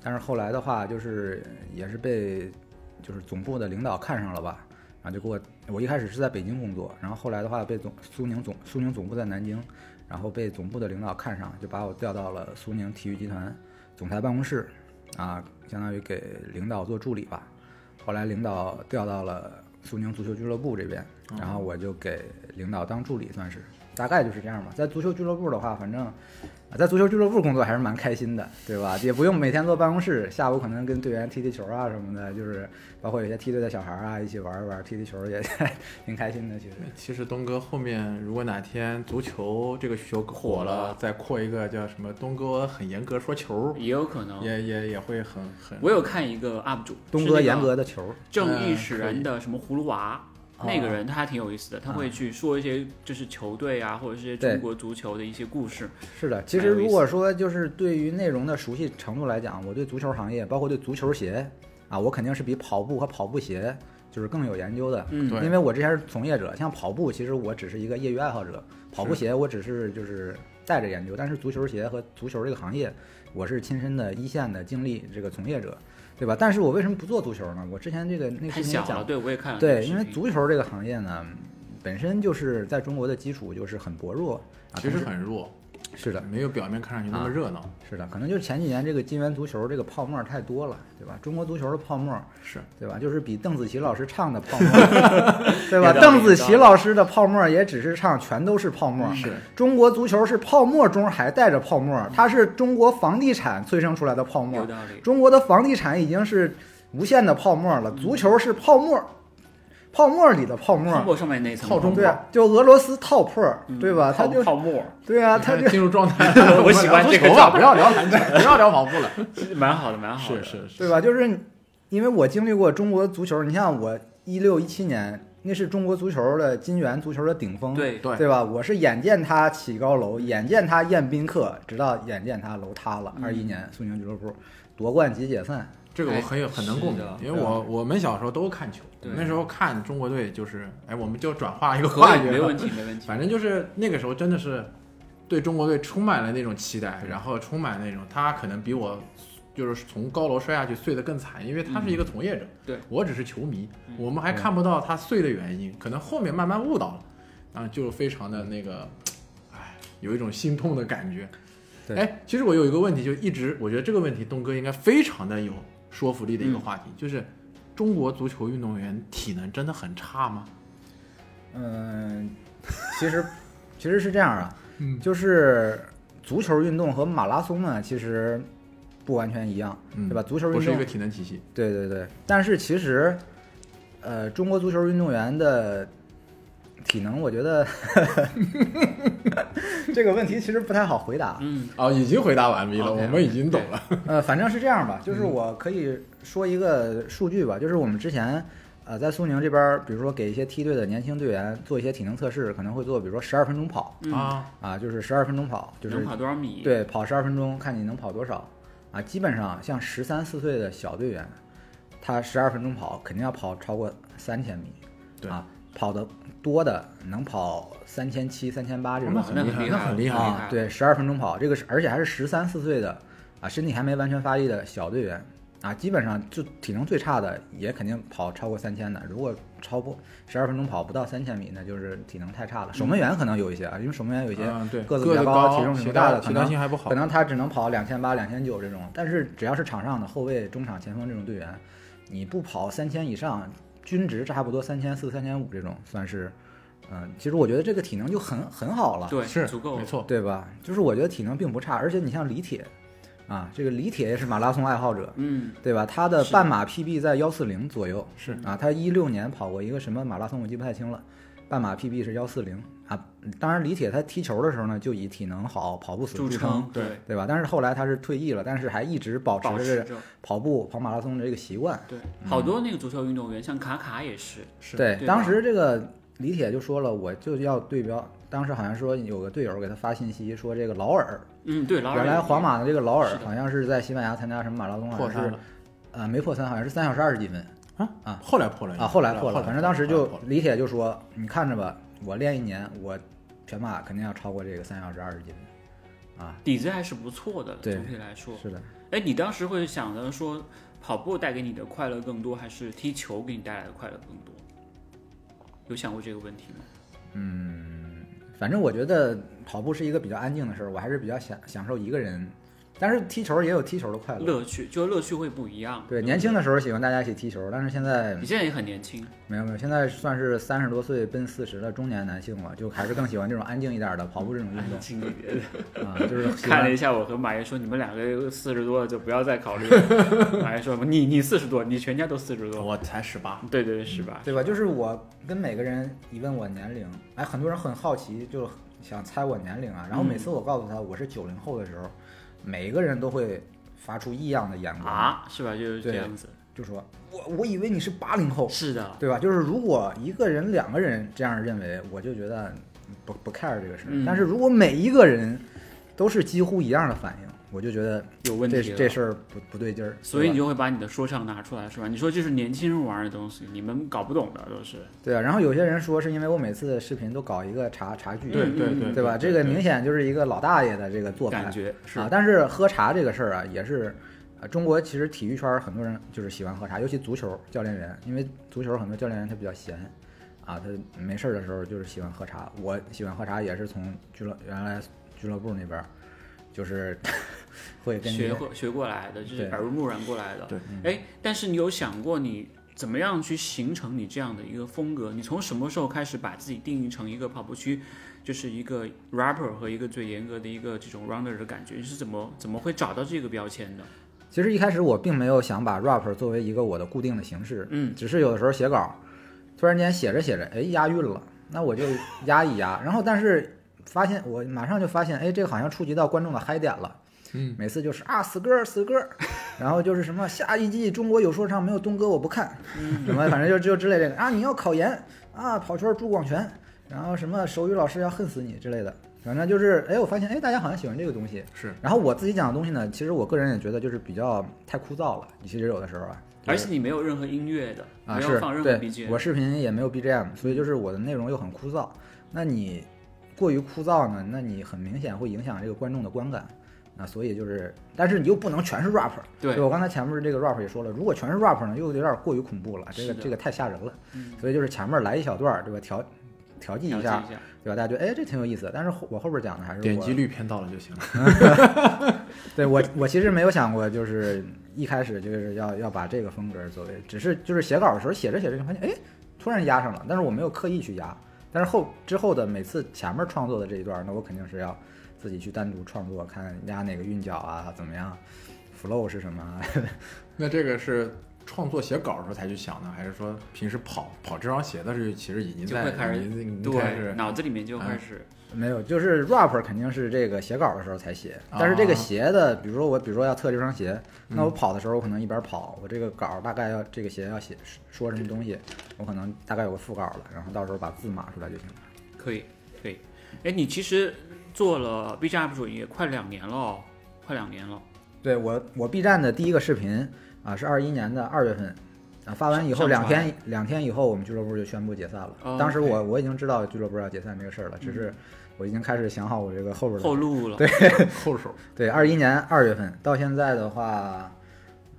[SPEAKER 3] 但是后来的话，就是也是被就是总部的领导看上了吧，然后就给我我一开始是在北京工作，然后后来的话被总苏宁总苏宁总部在南京，然后被总部的领导看上，就把我调到了苏宁体育集团总裁办公室，啊，相当于给领导做助理吧。后来领导调到了苏宁足球俱乐部这边，然后我就给领导当助理，算是大概就是这样吧。在足球俱乐部的话，反正啊在足球俱乐部工作还是蛮开心的，对吧？也不用每天坐办公室，下午可能跟队员踢踢球啊什么的，就是包括有些梯队的小孩儿啊，一起玩一玩，踢踢球也 [laughs] 挺开心的。其实
[SPEAKER 2] 其实东哥后面如果哪天足球这个需求
[SPEAKER 1] 火
[SPEAKER 2] 火
[SPEAKER 1] 了
[SPEAKER 2] 了，再扩一个叫什么东哥很严格说球，
[SPEAKER 1] 也有可能。
[SPEAKER 2] 也也也会很很。
[SPEAKER 1] 嗯我有看一个 UP 主，
[SPEAKER 3] 东
[SPEAKER 1] 是
[SPEAKER 3] 哥嗯
[SPEAKER 1] 那个
[SPEAKER 3] 严格的球，
[SPEAKER 1] 正义使人的什么葫芦娃。
[SPEAKER 3] 嗯
[SPEAKER 1] 那个人他还挺有意思的，他会去说一些就是球队啊，或者是一些
[SPEAKER 3] 对
[SPEAKER 1] 中国足球的一些故事。
[SPEAKER 3] 是的。其实如果说就是对于内容的熟悉程度来讲，我对足球行业，包括对足球鞋啊，我肯定是比跑步和跑步鞋就是更有研究的。
[SPEAKER 1] 嗯，
[SPEAKER 2] 对
[SPEAKER 3] 因为我之前是从业者，像跑步，其实我只是一个业余爱好者，跑步鞋我只是就是带着研究，但是足球鞋和足球这个行业，我是亲身的一线的经历这个从业者，对吧？但是我为什么不做足球呢？我之前这个那个
[SPEAKER 1] 太
[SPEAKER 3] 视频也
[SPEAKER 1] 小
[SPEAKER 3] 讲
[SPEAKER 1] 了，对我也看了。
[SPEAKER 3] 对，因为，足球这个行业呢，本身就是在中国的基础就是很薄弱啊，
[SPEAKER 2] 其实
[SPEAKER 3] 同时
[SPEAKER 2] 很弱，
[SPEAKER 3] 是的，
[SPEAKER 2] 没有表面看上去那
[SPEAKER 3] 啊
[SPEAKER 2] 么热闹。
[SPEAKER 3] 是的，可能就是前几年这个金元足球这个泡沫太多了，对吧？中国足球的泡沫，
[SPEAKER 2] 是，
[SPEAKER 3] 对吧？就是比邓紫棋老师唱的泡
[SPEAKER 1] [laughs]
[SPEAKER 3] 沫，对
[SPEAKER 1] 有道理
[SPEAKER 3] 吧？
[SPEAKER 1] 有道
[SPEAKER 3] 邓
[SPEAKER 1] 理
[SPEAKER 3] 紫棋老师的泡沫也只是唱，全都是泡沫。
[SPEAKER 2] 是
[SPEAKER 3] 中国足球是泡沫中还带着泡沫，它是中国房地产催生出来的泡沫
[SPEAKER 1] 有，道理。
[SPEAKER 3] 中国的房地产已经是无限的泡沫了，足球是泡沫，泡沫里的泡沫。
[SPEAKER 1] 泡沫上面那层
[SPEAKER 2] 套中
[SPEAKER 3] 对啊，就俄罗斯套破儿，对吧？他
[SPEAKER 1] 泡
[SPEAKER 3] 就
[SPEAKER 1] 泡沫。
[SPEAKER 3] 对啊，
[SPEAKER 2] 你
[SPEAKER 3] 他
[SPEAKER 2] 看
[SPEAKER 3] 就
[SPEAKER 2] 进入状态
[SPEAKER 1] 我喜欢这个啊
[SPEAKER 2] 头发，不要聊篮球，不要聊跑步了。
[SPEAKER 1] 蛮好的，蛮好
[SPEAKER 2] 是
[SPEAKER 1] 的。
[SPEAKER 2] 是是，
[SPEAKER 3] 对吧？就是你因为我经历过中国足球，你像我一六一七年，那是中国足球的金元足球的顶峰，
[SPEAKER 1] 对，
[SPEAKER 2] 对
[SPEAKER 3] 嗯对吧？我是眼见他起高楼，眼见
[SPEAKER 2] 嗯
[SPEAKER 3] 他宴宾客，直到眼见他楼塌了。二一年苏宁俱乐部夺冠集解散，
[SPEAKER 2] 这个我很有很能共鸣
[SPEAKER 4] 是的，
[SPEAKER 2] 因为我我们小时候都看球，
[SPEAKER 4] 对
[SPEAKER 2] 那时候看中国队就是，哎，我们就转化一个
[SPEAKER 4] 可
[SPEAKER 2] 话
[SPEAKER 4] 以，
[SPEAKER 2] 语
[SPEAKER 4] 没
[SPEAKER 2] 了
[SPEAKER 4] 问，题，没问题。
[SPEAKER 2] 反正就是那个时候真的是对中国队充满了那种期待，然后充满那种他可能比我就是从高楼摔下去碎得更惨，因为他是一个从业者，
[SPEAKER 4] 嗯对
[SPEAKER 2] 我只是球迷，
[SPEAKER 4] 嗯
[SPEAKER 2] 我们还看不到他碎的原因，可能后面慢慢悟到了，啊，就非常的那个，哎，有一种心痛的感觉。
[SPEAKER 3] 对
[SPEAKER 2] 哎，其实我有一个问题，就一直我觉得这个问题东哥应该非常的有说服力的一个
[SPEAKER 4] 嗯
[SPEAKER 2] 话题，就是中国足球运动员体能真的很差吗？
[SPEAKER 3] 嗯，其实 [laughs] 其实是这样啊，
[SPEAKER 2] 嗯
[SPEAKER 3] 就是足球运动和马拉松呢，其实不完全一样，
[SPEAKER 2] 嗯
[SPEAKER 3] 对吧？足球运
[SPEAKER 2] 不
[SPEAKER 3] 动
[SPEAKER 2] 是一个体能体系，
[SPEAKER 3] 对对对，但是其实，呃，中国足球运动员的体能，我觉得 [laughs] 这个问题其实不太好回答。啊
[SPEAKER 1] 嗯，
[SPEAKER 2] 哦，已经回答完毕了，
[SPEAKER 4] OK，
[SPEAKER 2] 我们已经懂了。
[SPEAKER 3] 呃，反正是这样吧，
[SPEAKER 1] 嗯
[SPEAKER 3] 就是我可以说一个数据吧，就是我们之前。呃，在苏宁这边，比如说给一些梯队的年轻队员做一些体能测试，可能会做，比如说十二分钟跑
[SPEAKER 1] 嗯
[SPEAKER 2] 啊，
[SPEAKER 3] 啊，就是十二分钟跑，就是
[SPEAKER 1] 能跑多少米？，啊
[SPEAKER 3] 对，跑十二分钟，看你能跑多少啊！基本上像十三四岁的小队员，他十二分钟跑肯定要跑超过三千米，
[SPEAKER 2] 对
[SPEAKER 3] 啊，跑得多的能跑三千七、三千八这种
[SPEAKER 2] 那很厉害，
[SPEAKER 4] 那
[SPEAKER 2] 那
[SPEAKER 4] 很
[SPEAKER 2] 很
[SPEAKER 4] 厉
[SPEAKER 2] 厉
[SPEAKER 4] 害
[SPEAKER 2] 害
[SPEAKER 3] 啊，对，十二分钟跑这个是，而且还是十三四岁的啊，身体还没完全发育的小队员啊，基本上就体能最差的也肯定跑超过三千的，如果超过十二分钟跑不到三千米，那就是体能太差了。守门员可能有一些啊，因为守门员有一些
[SPEAKER 2] 啊对
[SPEAKER 3] 个子
[SPEAKER 2] 个
[SPEAKER 3] 比较
[SPEAKER 2] 子
[SPEAKER 3] 高、
[SPEAKER 2] 高
[SPEAKER 3] 体重比
[SPEAKER 2] 协
[SPEAKER 3] 较大
[SPEAKER 2] 调
[SPEAKER 3] 的，可
[SPEAKER 2] 协调
[SPEAKER 3] 能
[SPEAKER 2] 性还不好
[SPEAKER 3] 可能他只能跑两千八、两千九这种。但是只要是场上的后卫、中场、前锋这种队员，你不跑三千以上，均值差不多三千四、三千五这种，算是，嗯、其实我觉得这个体能就很很好了，
[SPEAKER 1] 对，
[SPEAKER 2] 是
[SPEAKER 1] 足够
[SPEAKER 2] 没
[SPEAKER 1] 了。
[SPEAKER 2] 错。
[SPEAKER 3] 对吧？就是我觉得体能并不差，而且你像李铁，啊，这个李铁也是马拉松爱好者，
[SPEAKER 1] 嗯，
[SPEAKER 3] 对吧？他的
[SPEAKER 2] 是
[SPEAKER 3] 半马 PB 在幺四零左右，
[SPEAKER 2] 是
[SPEAKER 3] 啊，他一六年跑过一个什么马拉松，我记不太清了，半马 PB 是幺四零啊。当然，李铁他踢球的时候呢，就以体能好、跑步死
[SPEAKER 1] 著
[SPEAKER 3] 著称，
[SPEAKER 1] 称，对，
[SPEAKER 3] 对吧？但是后来他是退役了，但是还一直保
[SPEAKER 1] 保
[SPEAKER 3] 持
[SPEAKER 1] 持
[SPEAKER 3] 着
[SPEAKER 1] 着。
[SPEAKER 3] 跑步、跑马拉松的这个习惯。
[SPEAKER 1] 对，好多那个足球运动员，像卡卡也是，
[SPEAKER 2] 是
[SPEAKER 3] 对，
[SPEAKER 1] 对
[SPEAKER 3] 当
[SPEAKER 1] 吧
[SPEAKER 3] 时这个李铁就说了，我就要对标。当时好像说有个队友给他发信息说，这个劳尔，
[SPEAKER 1] 嗯，对，劳尔
[SPEAKER 3] 原来
[SPEAKER 1] 也
[SPEAKER 3] 皇马的这个劳
[SPEAKER 1] 是
[SPEAKER 3] 尔
[SPEAKER 1] 的
[SPEAKER 3] 好像是在西班牙参加什么马拉松，好
[SPEAKER 2] 破
[SPEAKER 3] 像
[SPEAKER 2] 三
[SPEAKER 3] 是
[SPEAKER 2] 了
[SPEAKER 3] 呃没破三，好像是三小时二十几分
[SPEAKER 2] 啊，后来破了
[SPEAKER 3] 啊，后来破了。反正当时
[SPEAKER 2] 后
[SPEAKER 3] 就
[SPEAKER 2] 来破了
[SPEAKER 3] 李铁就说，你看着吧，我练一年，我全马肯定要超过这个三小时二十几分啊。
[SPEAKER 1] 底子还是不错的，
[SPEAKER 3] 对
[SPEAKER 1] 总体来说。
[SPEAKER 3] 是的，
[SPEAKER 1] 哎，你当时会想着说，跑步带给你的快乐更多，还是踢球给你带来的快乐更多？有想过这个问题吗？
[SPEAKER 3] 反正我觉得跑步是一个比较安静的事儿，我还是比较享享受一个人。但是踢球也有踢球的快乐，
[SPEAKER 1] 乐趣，就乐趣会不一样。
[SPEAKER 3] 对，
[SPEAKER 1] 不
[SPEAKER 3] 年轻的时候喜欢大家一起踢球，但是现在
[SPEAKER 1] 你现在也很年轻，
[SPEAKER 3] 没有没有，现在算是三十多岁奔四十的中年男性了，就还是更喜欢这种安静一点的跑步这种运动
[SPEAKER 1] 轻一点。
[SPEAKER 3] 啊，就是喜
[SPEAKER 1] [laughs] 看了
[SPEAKER 3] 欢
[SPEAKER 1] 一下我和马爷说，你们两个四十多了就不要再考虑了。
[SPEAKER 3] [laughs]
[SPEAKER 1] 马爷说，你你四十多，你全家都四十多。
[SPEAKER 2] 我才十八，
[SPEAKER 1] 对对对，啊是吧？
[SPEAKER 3] 对吧？就是我跟每个人一问我年龄，哎，很多人很好奇，就想猜我年龄啊。然后每
[SPEAKER 1] 嗯
[SPEAKER 3] 次我告诉他我是九零后的时候，每一个人都会发出异样的眼光，
[SPEAKER 1] 啊，是吧？就是这
[SPEAKER 3] 对
[SPEAKER 1] 样子。
[SPEAKER 3] 就说我我以为你是八零后，
[SPEAKER 1] 是的，
[SPEAKER 3] 对吧？就是如果一个人、两个人这样认为，我就觉得不不 care 这个事儿。
[SPEAKER 1] 嗯
[SPEAKER 3] 但是如果每一个人都是几乎一样的反应，我就觉得
[SPEAKER 1] 有问
[SPEAKER 3] 这
[SPEAKER 1] 题了。
[SPEAKER 3] 这事儿不不对劲儿。
[SPEAKER 1] 所以你
[SPEAKER 3] 对吧
[SPEAKER 1] 就会把你的说唱拿出来，是吧？你说这是年轻人玩的东西，你们搞不懂的都是。
[SPEAKER 3] 对啊，然后有些人说是因为我每次的视频都搞一个茶茶具，
[SPEAKER 2] 对
[SPEAKER 1] 嗯
[SPEAKER 2] 对
[SPEAKER 1] 嗯
[SPEAKER 2] 对，
[SPEAKER 3] 对吧？这个明显就是一个老大爷的这个做派
[SPEAKER 1] 感觉
[SPEAKER 3] 啊。但是喝茶这个事儿啊，也是。呃，中国其实体育圈儿很多人就是喜欢喝茶，尤其足球教练员，因为足球很多教练员他比较闲，啊，他没事儿的时候就是喜欢喝茶。我喜欢喝茶也是从俱乐原来俱乐部那边儿，就是 [laughs] 会跟
[SPEAKER 1] 学过学过来的，就是
[SPEAKER 3] 对嗯
[SPEAKER 1] 耳濡目染过来的。
[SPEAKER 2] 对，
[SPEAKER 1] 哎，但是你有想过你怎么样去形成你这样的一个风格？你从什么时候开始把自己定义成一个跑步区，就是一个 rapper 和一个最严格的一个这种 runner 的感觉？你是怎么怎么会找到这个标签的？
[SPEAKER 3] 其实一开始我并没有想把 rap 作为一个我的固定的形式，
[SPEAKER 1] 嗯，
[SPEAKER 3] 只是有的时候写稿，突然间写着写着，哎，押韵了，那我就押一押。然后但是发现我马上就发现，哎，这个好像触及到观众的嗨点了。
[SPEAKER 2] 嗯，
[SPEAKER 3] 每次就是啊，死歌死歌，然后就是什么下一季中国有说唱没有东哥我不看，什么反正就就之类这个啊，你要考研啊，跑圈儿朱广权，然后什么手语老师要恨死你之类的，反正就是，哎，我发现，哎，大家好像喜欢这个东西。
[SPEAKER 2] 是
[SPEAKER 3] 然后我自己讲的东西呢，其实我个人也觉得就是比较太枯燥了。其实有的时候啊，
[SPEAKER 1] 而且你没有任何音乐的，
[SPEAKER 3] 啊
[SPEAKER 1] 没
[SPEAKER 3] 是
[SPEAKER 1] 有放任何
[SPEAKER 3] 对
[SPEAKER 1] BGM，，
[SPEAKER 3] 我视频也没有 BGM，所以就是我的内容又很枯燥。那你过于枯燥呢，那你很明显会影响这个观众的观感。啊，所以就是，但是你又不能全是 rap，
[SPEAKER 1] 对
[SPEAKER 3] 我刚才前面这个 rap 也说了，如果全是 rap 呢，又有点过于恐怖了，这
[SPEAKER 1] 是
[SPEAKER 3] 个
[SPEAKER 1] 的
[SPEAKER 3] 这个太吓人了，
[SPEAKER 1] 嗯
[SPEAKER 3] 所以就是前面来一小段儿，对吧？调调剂
[SPEAKER 1] 了解
[SPEAKER 3] 一
[SPEAKER 1] 一
[SPEAKER 3] 下，
[SPEAKER 1] 下，
[SPEAKER 3] 对吧？大家觉得哎这挺有意思，但是后我后边讲的还是我
[SPEAKER 2] 点击率偏到了就行
[SPEAKER 3] [laughs]
[SPEAKER 2] 了。
[SPEAKER 3] 对我，我其实没有想过，就是一开始就是要要把这个风格作为，只是就是写稿的时候写着写着就发现，哎，突然压上了，但是我没有刻意去压，但是后之后的每次前面创作的这一段，那我肯定是要自己去单独创作，看压哪个韵脚啊，怎么样，flow 是什么啊，
[SPEAKER 2] 那这个是创作写稿的时候才去想呢，还是说平时跑跑这双鞋的时候，其实已经
[SPEAKER 1] 就
[SPEAKER 2] 在
[SPEAKER 1] 会开始
[SPEAKER 2] 已经已经开
[SPEAKER 1] 对，
[SPEAKER 2] 始
[SPEAKER 1] 脑子里面就
[SPEAKER 2] 啊
[SPEAKER 3] 嗯
[SPEAKER 1] 开始，
[SPEAKER 3] 没有，就是 rap 肯定是这个写稿的时候才写，但是这个鞋的，比如说我，比如说要测这双鞋，那我跑的时候，我可能一边跑，我这个稿大概要这个鞋要写说什么东西，我可能大概有个副稿了，然后到时候把字码出来就行了。
[SPEAKER 1] 可以，可以。哎，你其实做了 B 站 UP 主也快两年了哦，快两年了。
[SPEAKER 3] 对我，我 B 站的第一个视频啊是二一年的二月份，啊发完以后
[SPEAKER 1] 上
[SPEAKER 3] 两
[SPEAKER 1] 上传
[SPEAKER 3] 天两天以后，我们俱乐部就宣布解散了。
[SPEAKER 1] 哦
[SPEAKER 3] 当时
[SPEAKER 1] OK
[SPEAKER 3] 我我已经知道俱乐部要解散这个事儿了，只是我已经开始想好我这个后边的
[SPEAKER 1] 后路了，
[SPEAKER 3] 对
[SPEAKER 2] 后手。
[SPEAKER 3] 对，二一年二月份到现在的话，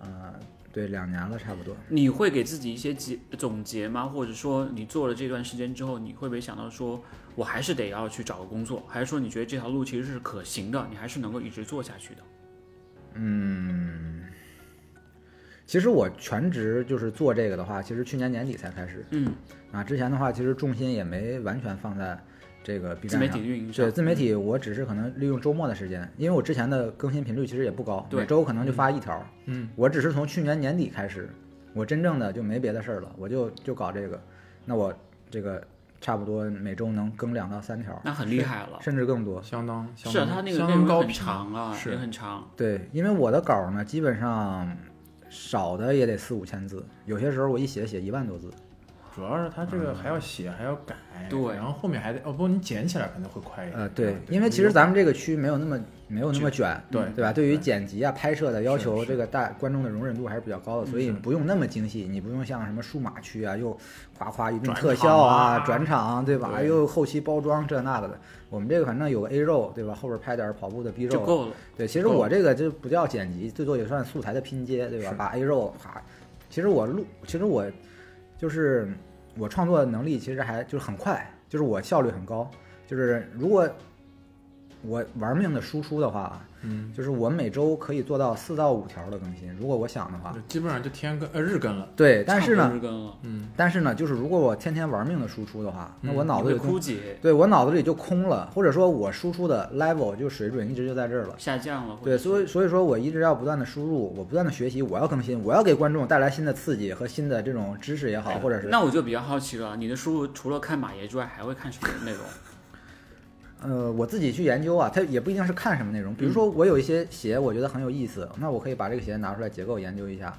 [SPEAKER 3] 呃，对，两年了差不多。
[SPEAKER 1] 你会给自己一些结总结吗？或者说你做了这段时间之后，你会不会想到说，我还是得要去找个工作？还是说你觉得这条路其实是可行的，你还是能够一直做下去的？
[SPEAKER 3] 其实我全职就是做这个的话，其实去年年底才开始
[SPEAKER 1] 嗯，
[SPEAKER 3] 啊。之前的话，其实重心也没完全放在这个 B
[SPEAKER 1] 自
[SPEAKER 3] 站
[SPEAKER 1] 媒
[SPEAKER 3] 上。
[SPEAKER 1] 体运营上，
[SPEAKER 3] 啊
[SPEAKER 1] 嗯
[SPEAKER 3] 对自媒体，我只是可能利用周末的时间，因为我之前的更新频率其实也不高，
[SPEAKER 1] 对
[SPEAKER 3] 每周可能就发一条。
[SPEAKER 2] 嗯，
[SPEAKER 3] 我只是从去年年底开始，我真正的就没别的事儿了，我就就搞这个。那我这个差不多每周能更两到三条，
[SPEAKER 1] 那很厉害了。
[SPEAKER 3] 甚至更多。
[SPEAKER 2] 相当相
[SPEAKER 1] 是啊，
[SPEAKER 2] 当
[SPEAKER 1] 它那个
[SPEAKER 2] 相
[SPEAKER 1] 内
[SPEAKER 2] 当
[SPEAKER 1] 容
[SPEAKER 2] 高
[SPEAKER 1] 很
[SPEAKER 2] 频
[SPEAKER 1] 长啊，
[SPEAKER 2] 是
[SPEAKER 1] 也很长。
[SPEAKER 3] 对，因为我的稿呢，基本上少的也得四五千字，有些时候我一写写一万多字。
[SPEAKER 2] 主要是它这个还要写，还要改，
[SPEAKER 1] 嗯对
[SPEAKER 2] 然后后面还得哦，不过你剪起来可能会快一点。
[SPEAKER 3] 呃，对，因为其实咱们这个区没有那么没有那么卷，
[SPEAKER 2] 对
[SPEAKER 1] 嗯
[SPEAKER 3] 对吧？对于剪辑啊、拍摄的要
[SPEAKER 2] 是
[SPEAKER 3] 求，
[SPEAKER 2] 是
[SPEAKER 3] 这个大观众的容忍度还是比较高的，所以不用那么精细，你不用像什么数码区啊，又夸夸一顿
[SPEAKER 2] 转
[SPEAKER 3] 特效
[SPEAKER 2] 场啊
[SPEAKER 3] 啊、转场，对吧？
[SPEAKER 2] 对
[SPEAKER 3] 又后期包装这那个的，我们这个反正有个 A 肉，对吧？后边拍点跑步的 B
[SPEAKER 1] 就
[SPEAKER 3] 肉，
[SPEAKER 1] 够了，
[SPEAKER 3] 对，其实
[SPEAKER 2] 够
[SPEAKER 3] 我这个就不叫剪辑，最多也算素材的拼接，对吧
[SPEAKER 2] 是？
[SPEAKER 3] 把 A 肉哈，其实我录，其实我就是我创作能力其实还就是很快，就是我效率很高，就是如果我玩命的输出的话，
[SPEAKER 2] 嗯，
[SPEAKER 3] 就是我每周可以做到四到五条的更新，如果我想的话
[SPEAKER 1] 啊
[SPEAKER 2] 就。基本上就天更呃日更了。
[SPEAKER 3] 对，但是
[SPEAKER 1] 差不多日
[SPEAKER 3] 呢，
[SPEAKER 1] 更了，
[SPEAKER 2] 嗯，
[SPEAKER 3] 但是呢，就是如果我天天玩命的输出的话，那我
[SPEAKER 2] 嗯
[SPEAKER 3] 脑子
[SPEAKER 1] 你
[SPEAKER 3] 里
[SPEAKER 1] 会
[SPEAKER 3] 空，
[SPEAKER 1] 枯竭
[SPEAKER 3] 对我脑子里就空了，或者说我输出的 level 就水准一直就在这儿了。
[SPEAKER 1] 下降了，或
[SPEAKER 3] 对，
[SPEAKER 1] 者
[SPEAKER 3] 所以所以说我一直要不断的输入，我不断的学习，我要更新，我要给观众带来新的刺激和新的这种知识也好，或者是
[SPEAKER 1] 那我就比较好奇了，你的输入除了看马爷之外，还会看什么内容？
[SPEAKER 3] 呃我自己去研究啊，它也不一定是看什么内容。比
[SPEAKER 1] 嗯
[SPEAKER 3] 如说我有一些鞋，我觉得很有意思，那我可以把这个鞋拿出来结构研究一下，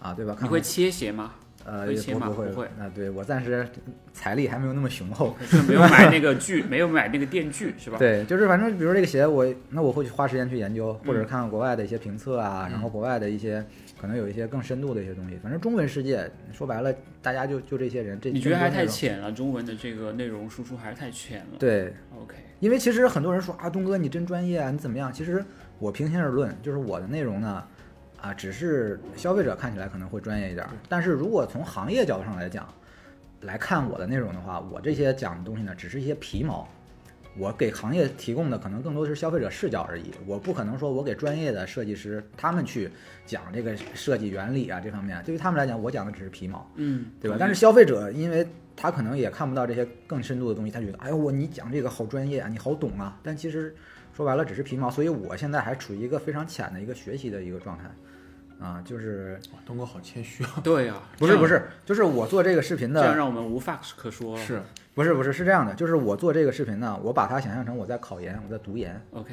[SPEAKER 3] 啊，对吧？
[SPEAKER 1] 你
[SPEAKER 3] 看看
[SPEAKER 1] 会切鞋吗？ [laughs]
[SPEAKER 3] 呃
[SPEAKER 1] 会
[SPEAKER 3] 也
[SPEAKER 1] 切
[SPEAKER 3] 不
[SPEAKER 1] 吗
[SPEAKER 3] 不会
[SPEAKER 1] 不会
[SPEAKER 3] 啊，对我暂时财力还没有那么雄厚。
[SPEAKER 1] 就是没有买那个锯，没有买那个电锯，是吧？
[SPEAKER 3] 对，就是反正比如这个鞋我，那我会去花时间去研究，
[SPEAKER 1] 嗯
[SPEAKER 3] 或者看看国外的一些评测啊，然后国外的一些可能有一些更深度的一些东西。反正中文世界说白了，大家就就这些人，这
[SPEAKER 1] 你觉得还
[SPEAKER 3] 这
[SPEAKER 1] 太
[SPEAKER 3] 么多内容
[SPEAKER 1] 浅了，中文的这个内容输出还是太浅了。
[SPEAKER 3] 对，
[SPEAKER 1] ，OK，
[SPEAKER 3] 因为其实很多人说啊，东哥你真专业啊，你怎么样？其实我平心而论，就是我的内容呢，啊，只是消费者看起来可能会专业一点儿，但是如果从行业角度上来讲，来看我的内容的话，我这些讲的东西呢，只是一些皮毛。我给行业提供的可能更多的是消费者视角而已，我不可能说我给专业的设计师他们去讲这个设计原理啊这方面，对于他们来讲，我讲的只是皮毛。
[SPEAKER 1] 嗯，
[SPEAKER 3] 对吧
[SPEAKER 1] 同意？
[SPEAKER 3] 但是消费者，因为他可能也看不到这些更深度的东西，他觉得，哎呦我你讲这个好专业啊，你好懂啊。但其实说白了只是皮毛，所以我现在还处于一个非常浅的一个学习的一个状态，啊，就是
[SPEAKER 2] 哇东哥好谦虚
[SPEAKER 1] [laughs]
[SPEAKER 2] 啊。
[SPEAKER 1] 对啊，
[SPEAKER 3] 不是
[SPEAKER 1] 这样
[SPEAKER 3] 不，是，就是我做这个视频
[SPEAKER 1] 这样
[SPEAKER 3] 的，
[SPEAKER 1] 让我们无话可说了。
[SPEAKER 2] [laughs] 是，
[SPEAKER 3] 不是不是是这样的，就是我做这个视频呢，我把它想象成我在考研，我在读研，
[SPEAKER 1] OK，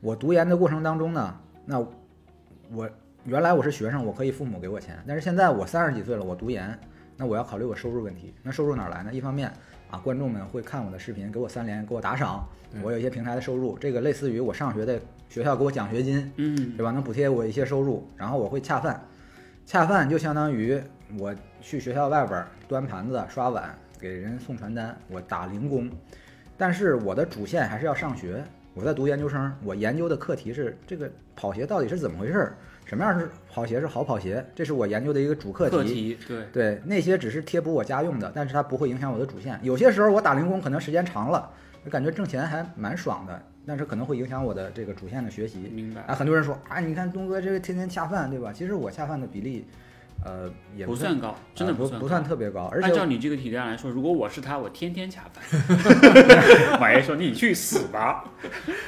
[SPEAKER 3] 我读研的过程当中呢，那我原来我是学生，我可以父母给我钱，但是现在我三十几岁了，我读研，那我要考虑我收入问题。那收入哪儿来呢？一方面啊，观众们会看我的视频，给我三连，给我打赏
[SPEAKER 2] 对，
[SPEAKER 3] 我有一些平台的收入，这个类似于我上学的学校给我奖学金，
[SPEAKER 1] 嗯，
[SPEAKER 3] 对吧？能补贴我一些收入，然后我会恰饭，恰饭就相当于我去学校外边儿端盘子、刷碗，给人送传单，我打零工。但是我的主线还是要上学，我在读研究生，我研究的课题是这个跑鞋到底是怎么回事儿，什么样是跑鞋是好跑鞋，这是我研究的一个主课题。
[SPEAKER 1] 课题对，
[SPEAKER 3] 对，那些只是贴补我家用的，但是它不会影响我的主线。有些时候我打零工，可能时间长了，我感觉挣钱还蛮爽的，但是可能会影响我的这个主线的学习。
[SPEAKER 1] 明白，
[SPEAKER 3] 啊，很多人说啊，你看东哥这个天天恰饭，对吧？其实我恰饭的比例，呃，也
[SPEAKER 1] 不
[SPEAKER 3] 算
[SPEAKER 1] 算高，真的
[SPEAKER 3] 呃不
[SPEAKER 1] 算
[SPEAKER 3] 不
[SPEAKER 1] 高。
[SPEAKER 3] 算特别高，而且
[SPEAKER 1] 按照
[SPEAKER 3] 我
[SPEAKER 1] 你这个体量来说，如果我是他，我天天恰饭。
[SPEAKER 3] [laughs]
[SPEAKER 1] 马爷说：“你去死吧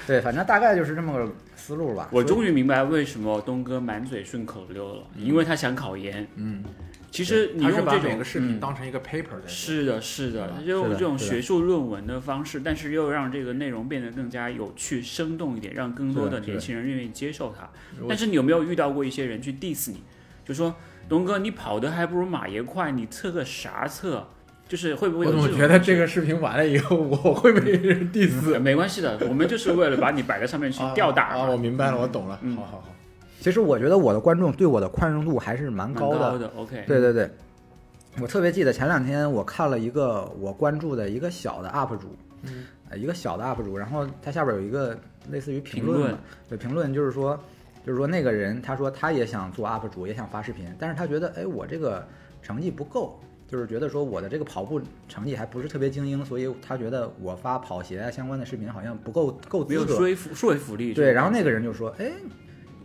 [SPEAKER 3] 对，反正大概就是这么个思路吧！”。
[SPEAKER 1] 我
[SPEAKER 3] 所以嗯
[SPEAKER 1] 终于明白为什么东哥满嘴顺口溜了，因为他想考研。
[SPEAKER 2] 嗯，
[SPEAKER 1] 其实你
[SPEAKER 2] 他是
[SPEAKER 1] 用
[SPEAKER 2] 把
[SPEAKER 1] 这
[SPEAKER 2] 每
[SPEAKER 1] 种
[SPEAKER 2] 个视频
[SPEAKER 1] 嗯
[SPEAKER 2] 当成一个 paper 在写，
[SPEAKER 1] 是的，是的
[SPEAKER 2] 对吧，
[SPEAKER 1] 就是
[SPEAKER 3] 的
[SPEAKER 1] 这种
[SPEAKER 3] 是的
[SPEAKER 1] 学术论文的方式，但是又让这个内容变得更加有趣、生动一点，让更多
[SPEAKER 3] 是的
[SPEAKER 1] 的
[SPEAKER 3] 是的
[SPEAKER 1] 年轻人愿意接受它。
[SPEAKER 2] 如果
[SPEAKER 1] 但是你有没有遇到过一些人去 diss 你，就说东哥你跑得还不如马爷快，你测个啥测？就是会不会
[SPEAKER 2] 我
[SPEAKER 1] 有
[SPEAKER 2] 总
[SPEAKER 1] 这种
[SPEAKER 2] 觉得这个视频完了以后，我会被人 diss
[SPEAKER 1] 呃没关系的，我们就是为了把你摆在上面去
[SPEAKER 2] 啊
[SPEAKER 1] 吊打
[SPEAKER 2] 啊！
[SPEAKER 1] 嘛
[SPEAKER 2] 我明白了，我懂了，
[SPEAKER 1] 嗯
[SPEAKER 2] 好好好，
[SPEAKER 3] 其实我觉得我的观众对我的宽容度还是蛮
[SPEAKER 1] 蛮
[SPEAKER 3] 高的，
[SPEAKER 1] 高的。OK，嗯
[SPEAKER 3] 对对对，我特别记得前两天我看了一个我关注的一个小的 UP 主，
[SPEAKER 2] 嗯
[SPEAKER 3] 呃，一个小的 UP 主，然后他下边有一个类似于评
[SPEAKER 1] 评论
[SPEAKER 3] 吧，对，评论就是说，就是说那个人他说他也想做 UP 主，也想发视频，但是他觉得哎我这个成绩不够，就是觉得说我的这个跑步成绩还不是特别精英，所以他觉得我发跑鞋啊相关的视频好像不够够
[SPEAKER 1] 没
[SPEAKER 3] 资
[SPEAKER 1] 有
[SPEAKER 3] 格，
[SPEAKER 1] 说服说服力。
[SPEAKER 3] 对，然后那
[SPEAKER 1] 个
[SPEAKER 3] 个人就说：“哎，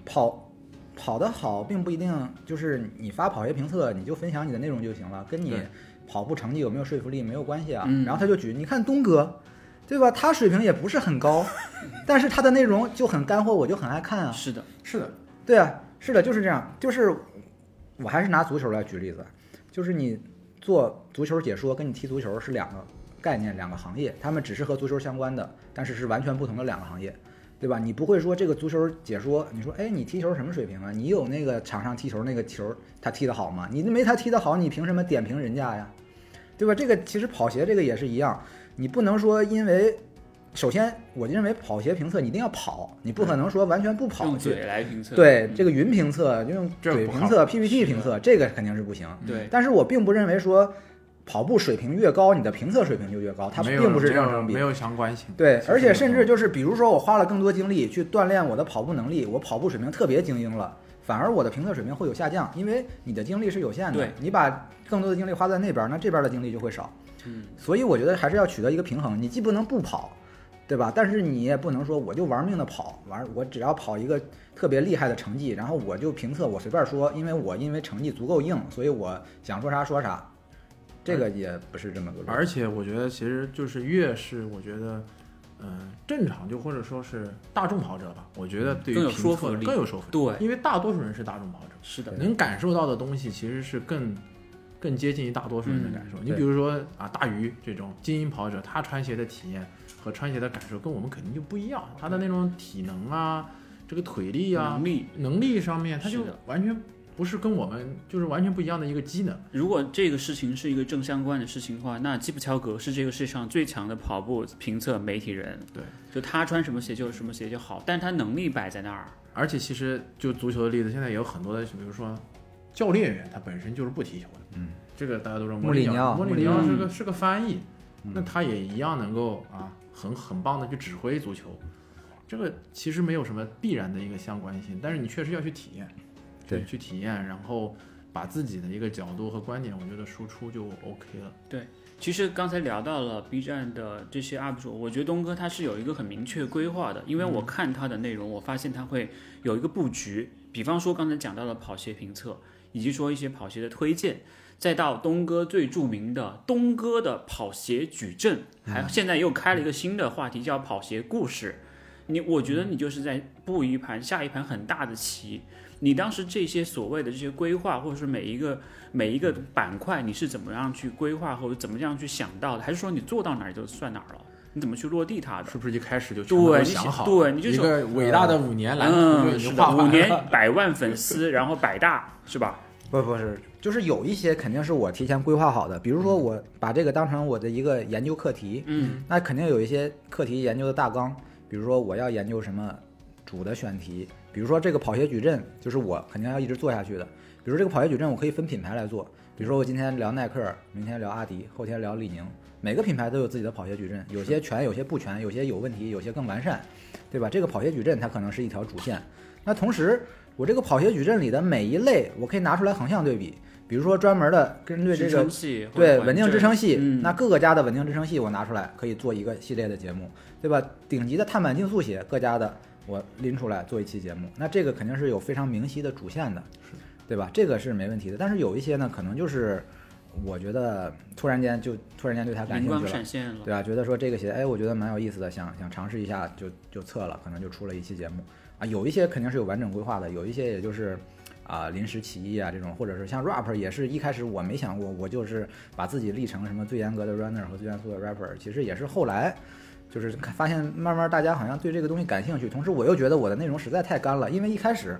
[SPEAKER 3] 跑跑得好，并不一定就是你发跑鞋评测，你就分享你的内容就行了，跟你
[SPEAKER 2] 对
[SPEAKER 3] 跑步成绩有没有说服力没有关系啊。
[SPEAKER 1] 嗯
[SPEAKER 3] 然后他就举，你看东哥，对吧？他水平也不是
[SPEAKER 1] [laughs]
[SPEAKER 3] 很高，但是他的内容就很干货，我就很爱看啊。
[SPEAKER 1] 是的，
[SPEAKER 2] 是的，
[SPEAKER 3] 对啊，是的，就是这样。就是我还是拿足球来举例子，就是你做足球解说跟你踢足球是两个概念、两个行业，他们只是和足球相关的，但是是完全不同的两个行业，对吧？你不会说这个足球解说，你说哎，你踢球什么水平啊？你有那个场上踢球那个球他踢得好吗？你没他踢得好，你凭什么点评人家呀？对吧？这个其实跑鞋这个也是一样，你不能说因为。首先，我认为跑鞋评测你一定要跑，你不可能说完全不跑
[SPEAKER 1] 用
[SPEAKER 3] 去。
[SPEAKER 1] 嘴来评测。
[SPEAKER 3] 对
[SPEAKER 1] 嗯
[SPEAKER 3] 这个云评测，用
[SPEAKER 2] 这
[SPEAKER 3] 嘴
[SPEAKER 2] 不
[SPEAKER 3] 评
[SPEAKER 2] 靠
[SPEAKER 3] 测、PPT 评测，这个肯定是不行。
[SPEAKER 1] 对，
[SPEAKER 3] 但是我并不认为说跑步水平越高，你的评测水平就越高，它
[SPEAKER 2] 没有
[SPEAKER 3] 并不是这
[SPEAKER 2] 没
[SPEAKER 3] 样
[SPEAKER 2] 有
[SPEAKER 3] 相比
[SPEAKER 2] 没。有相关性，
[SPEAKER 3] 对
[SPEAKER 2] 其，实
[SPEAKER 3] 而且
[SPEAKER 2] 没
[SPEAKER 3] 甚
[SPEAKER 2] 有
[SPEAKER 3] 至就是，比如说我花了更多精力去锻炼我的跑步能力，我跑步水平特别精英了，反而我的评测水平会有下降，因为你的精力是有限的
[SPEAKER 1] 对，
[SPEAKER 3] 你把更多的精力花在那边儿，那这边儿的精力就会少。
[SPEAKER 1] 嗯，
[SPEAKER 3] 所以我觉得还是要取得一个平衡，你既不能不跑，对吧？但是你也不能说我就玩命的跑，玩我只要跑一个特别厉害的成绩，然后我就评测我随便说，因为我因为成绩足够硬，所以我想说啥说啥，这个也不是这么个路。
[SPEAKER 2] 而且我觉得其实就是越是我觉得，嗯、正常就或者说是大众跑者吧，我觉得对
[SPEAKER 1] 嗯
[SPEAKER 2] 于
[SPEAKER 1] 更有
[SPEAKER 2] 评
[SPEAKER 1] 说
[SPEAKER 2] 测
[SPEAKER 1] 服力
[SPEAKER 2] 更有说服力，
[SPEAKER 1] 对，
[SPEAKER 2] 因为大多数人是大众跑者，
[SPEAKER 1] 是的，
[SPEAKER 2] 能感受到的东西其实是更更接近于大多数人的感受。
[SPEAKER 1] 嗯
[SPEAKER 2] 你
[SPEAKER 3] 对
[SPEAKER 2] 比如说啊，大鱼这种精英跑者，他穿鞋的体验和穿鞋的感受跟我们肯定就不一样，他的那种体能啊，这个腿力啊
[SPEAKER 1] 能，力。
[SPEAKER 2] 能力上面，他就是
[SPEAKER 1] 嗯的
[SPEAKER 2] 完全不是跟我们就是完全不一样的一个机能。
[SPEAKER 1] 如果这个事情是一个正相关的事情的话，那基普乔格是这个世界上最强的跑步评测媒体人。
[SPEAKER 2] 对，
[SPEAKER 1] 就他穿什么鞋就什么鞋就好，但他能力摆在那儿。
[SPEAKER 2] 而且其实就足球的例子，现在也有很多的，比如说教练员他本身就是不踢球的，
[SPEAKER 3] 嗯，
[SPEAKER 2] 这个大家都知道。
[SPEAKER 3] 穆
[SPEAKER 2] 莫
[SPEAKER 3] 里
[SPEAKER 2] 里
[SPEAKER 3] 尼奥
[SPEAKER 2] 莫
[SPEAKER 3] 穆
[SPEAKER 2] 里
[SPEAKER 1] 里
[SPEAKER 2] 尼奥
[SPEAKER 1] 尼奥
[SPEAKER 2] 是个是个翻译，
[SPEAKER 3] 嗯
[SPEAKER 2] 那他也一样能够啊，很很棒的去指挥足球。这个其实没有什么必然的一个相关性，但是你确实要去体验，
[SPEAKER 3] 对
[SPEAKER 2] 去去体验，然后把自己的一个角度和观点，我觉得输出就 OK 了。
[SPEAKER 1] 其实刚才聊到了 B 站的这些 UP 主，我觉得东哥他是有一个很明确规划的，因为我看他的内容，我发现他会有一个布局，比方说刚才讲到了跑鞋评测，以及说一些跑鞋的推荐，再到东哥最著名的东哥的跑鞋矩阵，还现在又开了一个新的话题叫跑鞋故事。你我觉得你就是在布一盘下一盘很大的棋。你当时这些所谓的这些规划，或者是每一个每一个板块你是怎么样去规划或者怎么样去想到的，还是说你做到哪儿就算哪儿了？你怎么去落地它的？
[SPEAKER 2] 是不是一开始就
[SPEAKER 1] 啊对
[SPEAKER 2] 全部都
[SPEAKER 1] 你
[SPEAKER 2] 想
[SPEAKER 1] 想
[SPEAKER 2] 好了？
[SPEAKER 1] 对你就
[SPEAKER 2] 一
[SPEAKER 1] 是
[SPEAKER 2] 个伟大的五年蓝图就
[SPEAKER 1] 嗯，
[SPEAKER 2] 已
[SPEAKER 1] 是
[SPEAKER 2] 经
[SPEAKER 1] 的， [laughs]
[SPEAKER 2] 画
[SPEAKER 1] 五
[SPEAKER 2] 完
[SPEAKER 1] 年
[SPEAKER 2] 了。
[SPEAKER 1] 百万粉丝，然后百大是吧？
[SPEAKER 3] 不不是，嗯就是有一些肯定是我提前规划好的，比如说我把这个当成我的一个研究课题，
[SPEAKER 1] 嗯
[SPEAKER 3] 那肯定有一些课题研究的大纲，比如说我要研究什么主的选题，比如说这个跑鞋矩阵，就是我肯定要一直做下去的。比如这个跑鞋矩阵，我可以分品牌来做，比如说我今天聊耐克，明天聊阿迪，后天聊李宁，每个品牌都有自己的跑鞋矩阵，有些全，有些不全，有些有问题，有些更完善，对吧？这个跑鞋矩阵它可能是一条主线，那同时我这个跑鞋矩阵里的每一类，我可以拿出来横向对比。比如说专门的针对这
[SPEAKER 1] 支
[SPEAKER 3] 个
[SPEAKER 1] 撑系或者
[SPEAKER 3] 对
[SPEAKER 1] 环
[SPEAKER 3] 稳定支撑系，
[SPEAKER 1] 嗯
[SPEAKER 3] 那各个家的稳定支撑系我拿出来可以做一个系列的节目，对吧？顶级的碳板竞速鞋，各家的我拎出来做一期节目，那这个肯定是有非常明晰的主线的，
[SPEAKER 2] 是
[SPEAKER 3] 对吧？这个是没问题的。但是有一些呢，可能就是我觉得突然间就突然间对它啊感
[SPEAKER 1] 灵
[SPEAKER 3] 兴
[SPEAKER 1] 光
[SPEAKER 3] 趣了
[SPEAKER 1] 闪。现了。
[SPEAKER 3] 对吧？觉得说这个鞋，哎，我觉得蛮有意思的，想想尝试一下就，就测了，可能就出了一期节目啊。有一些肯定是有完整规划的，有一些也就是啊、临时起意啊这种，或者是像 rapper 也是一开始我没想过，我就是把自己立成什么最严格的 runner 和最严肃的 rapper，其实也是后来。就是看发现慢慢大家好像对这个东西感兴趣，同时我又觉得我的内容实在太干了，因为一开始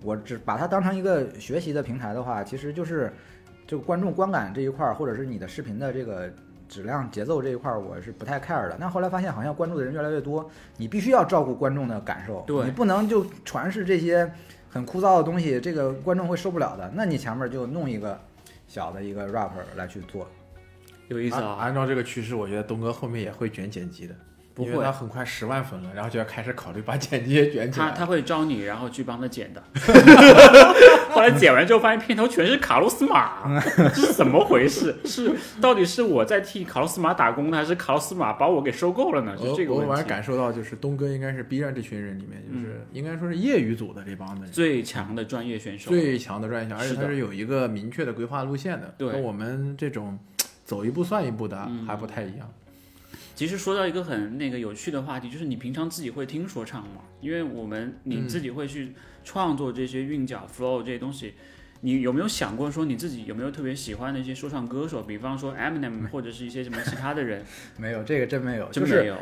[SPEAKER 3] 我只把它当成一个学习的平台的话，其实就是这个观众观感这一块儿，或者是你的视频的这个质量、节奏这一块儿，我是不太 care 的。但后来发现，好像关注的人越来越多，你必须要照顾观众的感受，
[SPEAKER 1] 对
[SPEAKER 3] 你不能就传是这些很枯燥的东西，这个观众会受不了的。那你前面就弄一个小的一个 rapper 来去做，
[SPEAKER 1] 有意思
[SPEAKER 2] 按
[SPEAKER 1] 啊，
[SPEAKER 2] 按照这个趋势，我觉得东哥后面也会卷剪辑的，
[SPEAKER 1] 不会
[SPEAKER 2] 因为他很快十万粉了，然后就要开始考虑把剪辑也卷起
[SPEAKER 1] 他
[SPEAKER 3] 啊
[SPEAKER 2] 来。
[SPEAKER 1] 他会招你，然后去帮他剪
[SPEAKER 3] [laughs]
[SPEAKER 1] 的。后来剪完之后，发现片头全是卡洛斯
[SPEAKER 3] [laughs]
[SPEAKER 1] 马，这是怎么回事？是到底是我在替卡洛斯马打工呢，还是卡洛斯马把我给收购了呢？就
[SPEAKER 3] 哦
[SPEAKER 2] 我
[SPEAKER 1] 这个
[SPEAKER 2] 我偶尔
[SPEAKER 1] 问题。嗯
[SPEAKER 2] 感受到，就是东哥应该是 B 站这群人里面，就是应该说是业余组的这帮子人
[SPEAKER 1] 最强的专业选手，
[SPEAKER 2] 最强的专业项，而且
[SPEAKER 1] 是的
[SPEAKER 2] 它是有一个明确的规划路线的，
[SPEAKER 1] 对
[SPEAKER 2] 跟我们这种走一步算一步的
[SPEAKER 1] 嗯
[SPEAKER 2] 还不太一样。
[SPEAKER 1] 其实说到一个很那个有趣的话题，就是你平常自己会听说唱吗？因为我们你
[SPEAKER 3] 嗯
[SPEAKER 1] 自己会去创作这些韵脚、flow 这些东西，你有没有想过说你自己有没有特别喜欢的一些说唱歌手？比方说 Eminem 或者是一些什么其他的人，
[SPEAKER 3] 没有这个真没有，
[SPEAKER 1] 真
[SPEAKER 3] 嗯就是
[SPEAKER 1] 没有。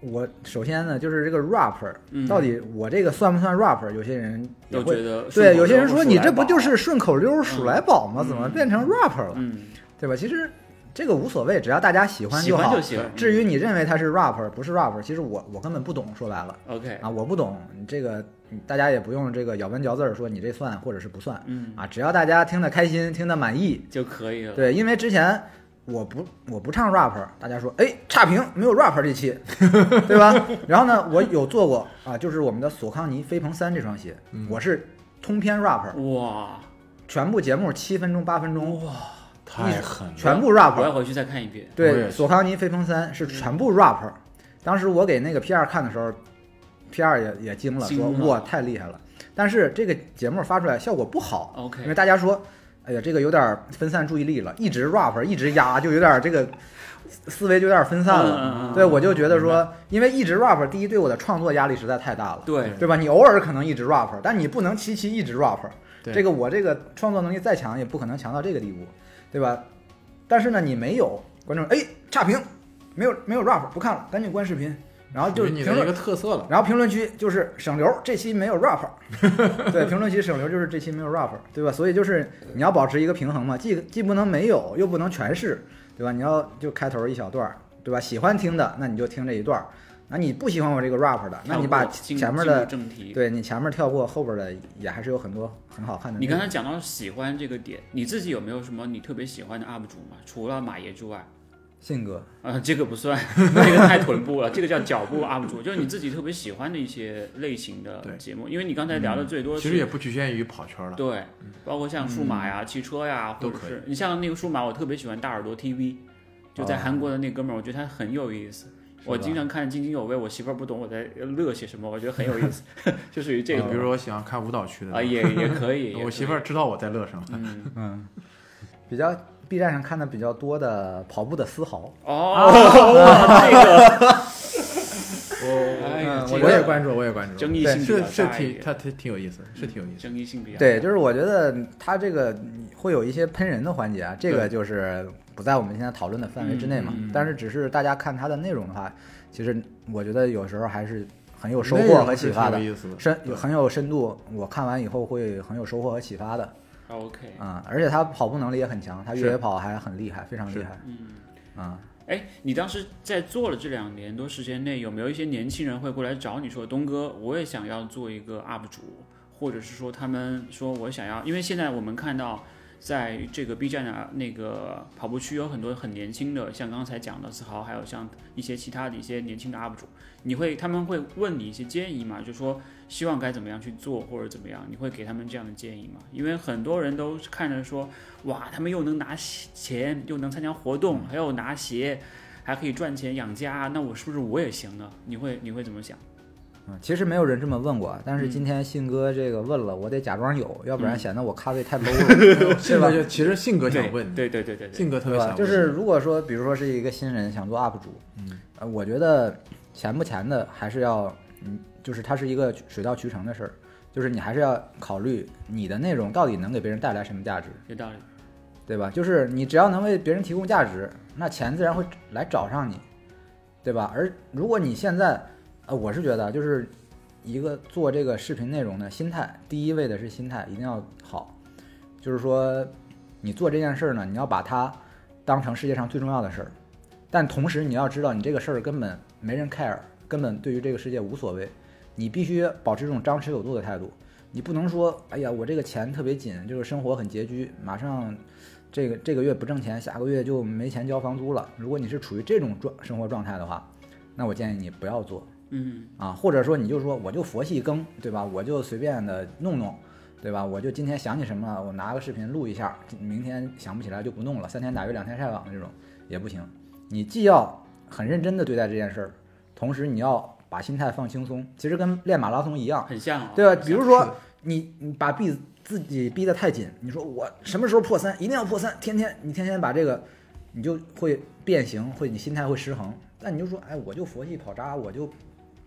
[SPEAKER 3] 我首先呢，就是这个 rapper，、
[SPEAKER 1] 嗯
[SPEAKER 3] 到底我这个算不算 rapper？有些人也
[SPEAKER 1] 都
[SPEAKER 3] 会
[SPEAKER 1] 觉得顺
[SPEAKER 3] 对，
[SPEAKER 1] 口
[SPEAKER 3] 有些人
[SPEAKER 1] 溜
[SPEAKER 3] 说
[SPEAKER 1] 数
[SPEAKER 3] 你
[SPEAKER 1] 来
[SPEAKER 3] 这不
[SPEAKER 1] 宝
[SPEAKER 3] 就是顺口溜数来宝吗？怎么变成 rapper 了？
[SPEAKER 1] 嗯
[SPEAKER 3] 对吧？其实这个无所谓，只要大家喜欢
[SPEAKER 1] 喜欢
[SPEAKER 3] 好。
[SPEAKER 1] 就行。嗯
[SPEAKER 3] 至于你认为他是 rapper 不是 rapper，其实我我根本不懂。说白了
[SPEAKER 1] OK，
[SPEAKER 3] 啊，我不懂你这个，大家也不用这个咬文嚼字儿说你这算或者是不算
[SPEAKER 1] 嗯
[SPEAKER 3] 啊，只要大家听得开心，听得满意，
[SPEAKER 1] 就可以了。
[SPEAKER 3] 对，因为之前我不我不唱 rap，大家说哎差评没有 rap 这期，对吧？然后呢，我有做过啊，就是我们的索康尼飞鹏三这双鞋，
[SPEAKER 2] 嗯
[SPEAKER 3] 我是通篇 rap，
[SPEAKER 1] 哇，
[SPEAKER 3] 全部节目七分钟八分钟，
[SPEAKER 2] 太狠了！
[SPEAKER 3] 全部
[SPEAKER 1] 我
[SPEAKER 3] rap。
[SPEAKER 1] 要回去再看一遍。
[SPEAKER 2] 我也
[SPEAKER 3] 对，
[SPEAKER 2] 是
[SPEAKER 3] 索康尼飞鹏三
[SPEAKER 1] 嗯
[SPEAKER 3] 是全部 rap。当时我给那个 P 二看的时候，P 二也也惊了，
[SPEAKER 1] 惊
[SPEAKER 3] 说
[SPEAKER 1] 了
[SPEAKER 3] 哇太厉害了。但是这个节目发出来效果不好，因
[SPEAKER 1] OK，
[SPEAKER 3] 为大家说，哎呀，这个有点分散注意力了，一直 rap 一直压，就有点这个思维就有点分散了。
[SPEAKER 1] 嗯嗯嗯
[SPEAKER 3] 对，我就觉得说，因为一直 rap，第一对我的创作压力实在太大了，
[SPEAKER 1] 嗯对
[SPEAKER 3] 对吧？你偶尔可能一直 rap，但你不能期期一直 rap。
[SPEAKER 2] 对
[SPEAKER 3] 这个我这个创作能力再强，也不可能强到这个地步，对吧？但是呢，你没有观众，哎，差评，没有没有 rap，不看了，赶紧关视频，然后就
[SPEAKER 2] 就是是你的
[SPEAKER 3] 评
[SPEAKER 2] 一
[SPEAKER 3] 论
[SPEAKER 2] 个特色了。
[SPEAKER 3] 然后评论区就是省流，这期没有 rap，对，评论区省流就是这期没有 rap，对吧？所以就是你要保持一个平衡嘛，既既不能没有，又不能全是，对吧？你要就开头一小段儿，对吧？喜欢听的，那你就听这一段儿；那你不喜欢我这个 rap 的，那你把
[SPEAKER 1] 跳过进
[SPEAKER 3] 前面
[SPEAKER 1] 进入
[SPEAKER 3] 的，
[SPEAKER 1] 正题。
[SPEAKER 3] 对你前面跳过，后边的也还是有很多很好
[SPEAKER 2] 嗯
[SPEAKER 3] 看的内
[SPEAKER 1] 你
[SPEAKER 3] 容。
[SPEAKER 1] 刚才讲到喜欢这个点，你自己有没有什么你特别喜欢的 UP 主吗？除了马爷之外，
[SPEAKER 3] 信哥，
[SPEAKER 1] 呃，这个不
[SPEAKER 2] [laughs]
[SPEAKER 1] 算，这个太臀部了，这个叫脚部 UP 主，就是你自己特别喜欢的一些类型的
[SPEAKER 2] 对嗯
[SPEAKER 1] 节目。因为你刚才聊的最多
[SPEAKER 2] 其
[SPEAKER 1] 是、
[SPEAKER 2] 实也不局限于跑圈了，
[SPEAKER 1] 对，包括像数码呀、汽车呀，或
[SPEAKER 2] 都
[SPEAKER 1] 者
[SPEAKER 2] 可
[SPEAKER 1] 是你像那个数码，我特别喜欢大耳朵 TV，就在
[SPEAKER 3] 哦
[SPEAKER 1] 韩国的那哥
[SPEAKER 2] 嗯
[SPEAKER 1] 们儿，我觉得他很有意思。我
[SPEAKER 3] 吧
[SPEAKER 1] 经常看津津有味，我媳妇儿不懂我在乐些什么，我觉得很有意思， [laughs] 就属于这
[SPEAKER 2] 就
[SPEAKER 1] 种。
[SPEAKER 2] 啊比如说我喜欢看舞蹈区的
[SPEAKER 1] 啊，也也可以，也可以
[SPEAKER 2] [laughs] 我媳妇儿知道我在乐什么，
[SPEAKER 1] 嗯，
[SPEAKER 3] 嗯，比较 B 站上看的比较多的跑步的丝毫，
[SPEAKER 2] 啊
[SPEAKER 1] 哦，哇这个。
[SPEAKER 2] [laughs]
[SPEAKER 1] 哎呀
[SPEAKER 2] 我
[SPEAKER 1] 这
[SPEAKER 2] 嗯我
[SPEAKER 1] 个
[SPEAKER 2] 也关注，我也关注，
[SPEAKER 1] 争议性比较
[SPEAKER 2] 是是
[SPEAKER 1] 大一
[SPEAKER 2] 挺，
[SPEAKER 1] 点，
[SPEAKER 2] 他挺挺有意思，是挺有意思。
[SPEAKER 1] 争议性比较大
[SPEAKER 3] 对，就是我觉得他这个会有一些喷人的环节啊，这个就是不在我们现在讨论的范围之内嘛。
[SPEAKER 1] 嗯嗯
[SPEAKER 3] 但是只是大家看它的内容的话，其实我觉得有时候还是很有收
[SPEAKER 2] 内容
[SPEAKER 3] 获和
[SPEAKER 2] 是
[SPEAKER 3] 启发的
[SPEAKER 2] 挺，有意思的，
[SPEAKER 3] 深
[SPEAKER 2] 对
[SPEAKER 3] 很有深度。我看完以后会很有收获和启发的。
[SPEAKER 1] OK，
[SPEAKER 3] 啊、而且他跑步能力也很强，他
[SPEAKER 2] 是
[SPEAKER 3] 越野跑还很厉害，非常厉害
[SPEAKER 1] 嗯，
[SPEAKER 3] 啊、
[SPEAKER 1] 哎，你当时在做了这两年多时间内，有没有一些年轻人会过来找你说，东哥，我也想要做一个 UP 主，或者是说他们说我想要，因为现在我们看到。在这个 B 站的那个跑步区有很多很年轻的，像刚才讲的思豪，还有像一些其他的一些年轻的 UP 主，你会他们会问你一些建议吗？就说希望该怎么样去做或者怎么样，你会给他们这样的建议吗？因为很多人都看着说，哇，他们又能拿钱，又能参加活动，还有拿鞋，还可以赚钱养家，那我是不是我也行呢？你会你会怎么想？
[SPEAKER 3] 嗯，其实没有人这么问过，但是
[SPEAKER 2] 嗯
[SPEAKER 3] 今天信哥这个问了，我得假装有，要不然显得我咖
[SPEAKER 2] [laughs]
[SPEAKER 3] 位太 low 了，
[SPEAKER 2] 性
[SPEAKER 3] 吧
[SPEAKER 2] 格嗯就其实性格想问你，
[SPEAKER 1] 对对对对对，
[SPEAKER 2] 性格特
[SPEAKER 3] 对
[SPEAKER 2] 别想
[SPEAKER 3] 吧？
[SPEAKER 2] 问，
[SPEAKER 3] 就是如果说，比如说是一个新人想做 UP 主，
[SPEAKER 2] 嗯，
[SPEAKER 3] 呃，我觉得钱不钱的还是要，嗯，就是它是一个水到渠成的事儿，就是你还是要考虑你的内容到底能给别人带来什么价值，
[SPEAKER 1] 有道理。
[SPEAKER 3] 对吧？就是你只要能为别人提供价值，那钱自然会来找上你，对吧？而如果你现在，呃，我是觉得就是一个做这个视频内容的心态，第一位的是心态一定要好，就是说你做这件事儿呢，你要把它当成世界上最重要的事儿，但同时你要知道你这个事儿根本没人 care，根本对于这个世界无所谓，你必须保持这种张弛有度的态度。你不能说，哎呀，我这个钱特别紧，就是生活很拮据，马上这个这个月不挣钱，下个月就没钱交房租了。如果你是处于这种状生活状态的话，那我建议你不要做
[SPEAKER 1] 嗯，
[SPEAKER 3] 啊，或者说你就说我就佛系更，对吧？我就随便的弄弄，对吧？我就今天想起什么了，我拿个视频录一下，明天想不起来就不弄了，三天打鱼两天晒网这种也不行。你既要很认真的对待这件事儿，同时你要把心态放轻松，其实跟练马拉松一样，
[SPEAKER 1] 很像、哦，
[SPEAKER 3] 对
[SPEAKER 2] 啊
[SPEAKER 3] 吧？比如说
[SPEAKER 2] 是的
[SPEAKER 3] 你你把逼自己逼得太紧，你说我什么时候破三，一定要破三，天天你天天把这个，你就会变形，会你心态会失衡。但你就说，哎，我就佛系跑渣，我就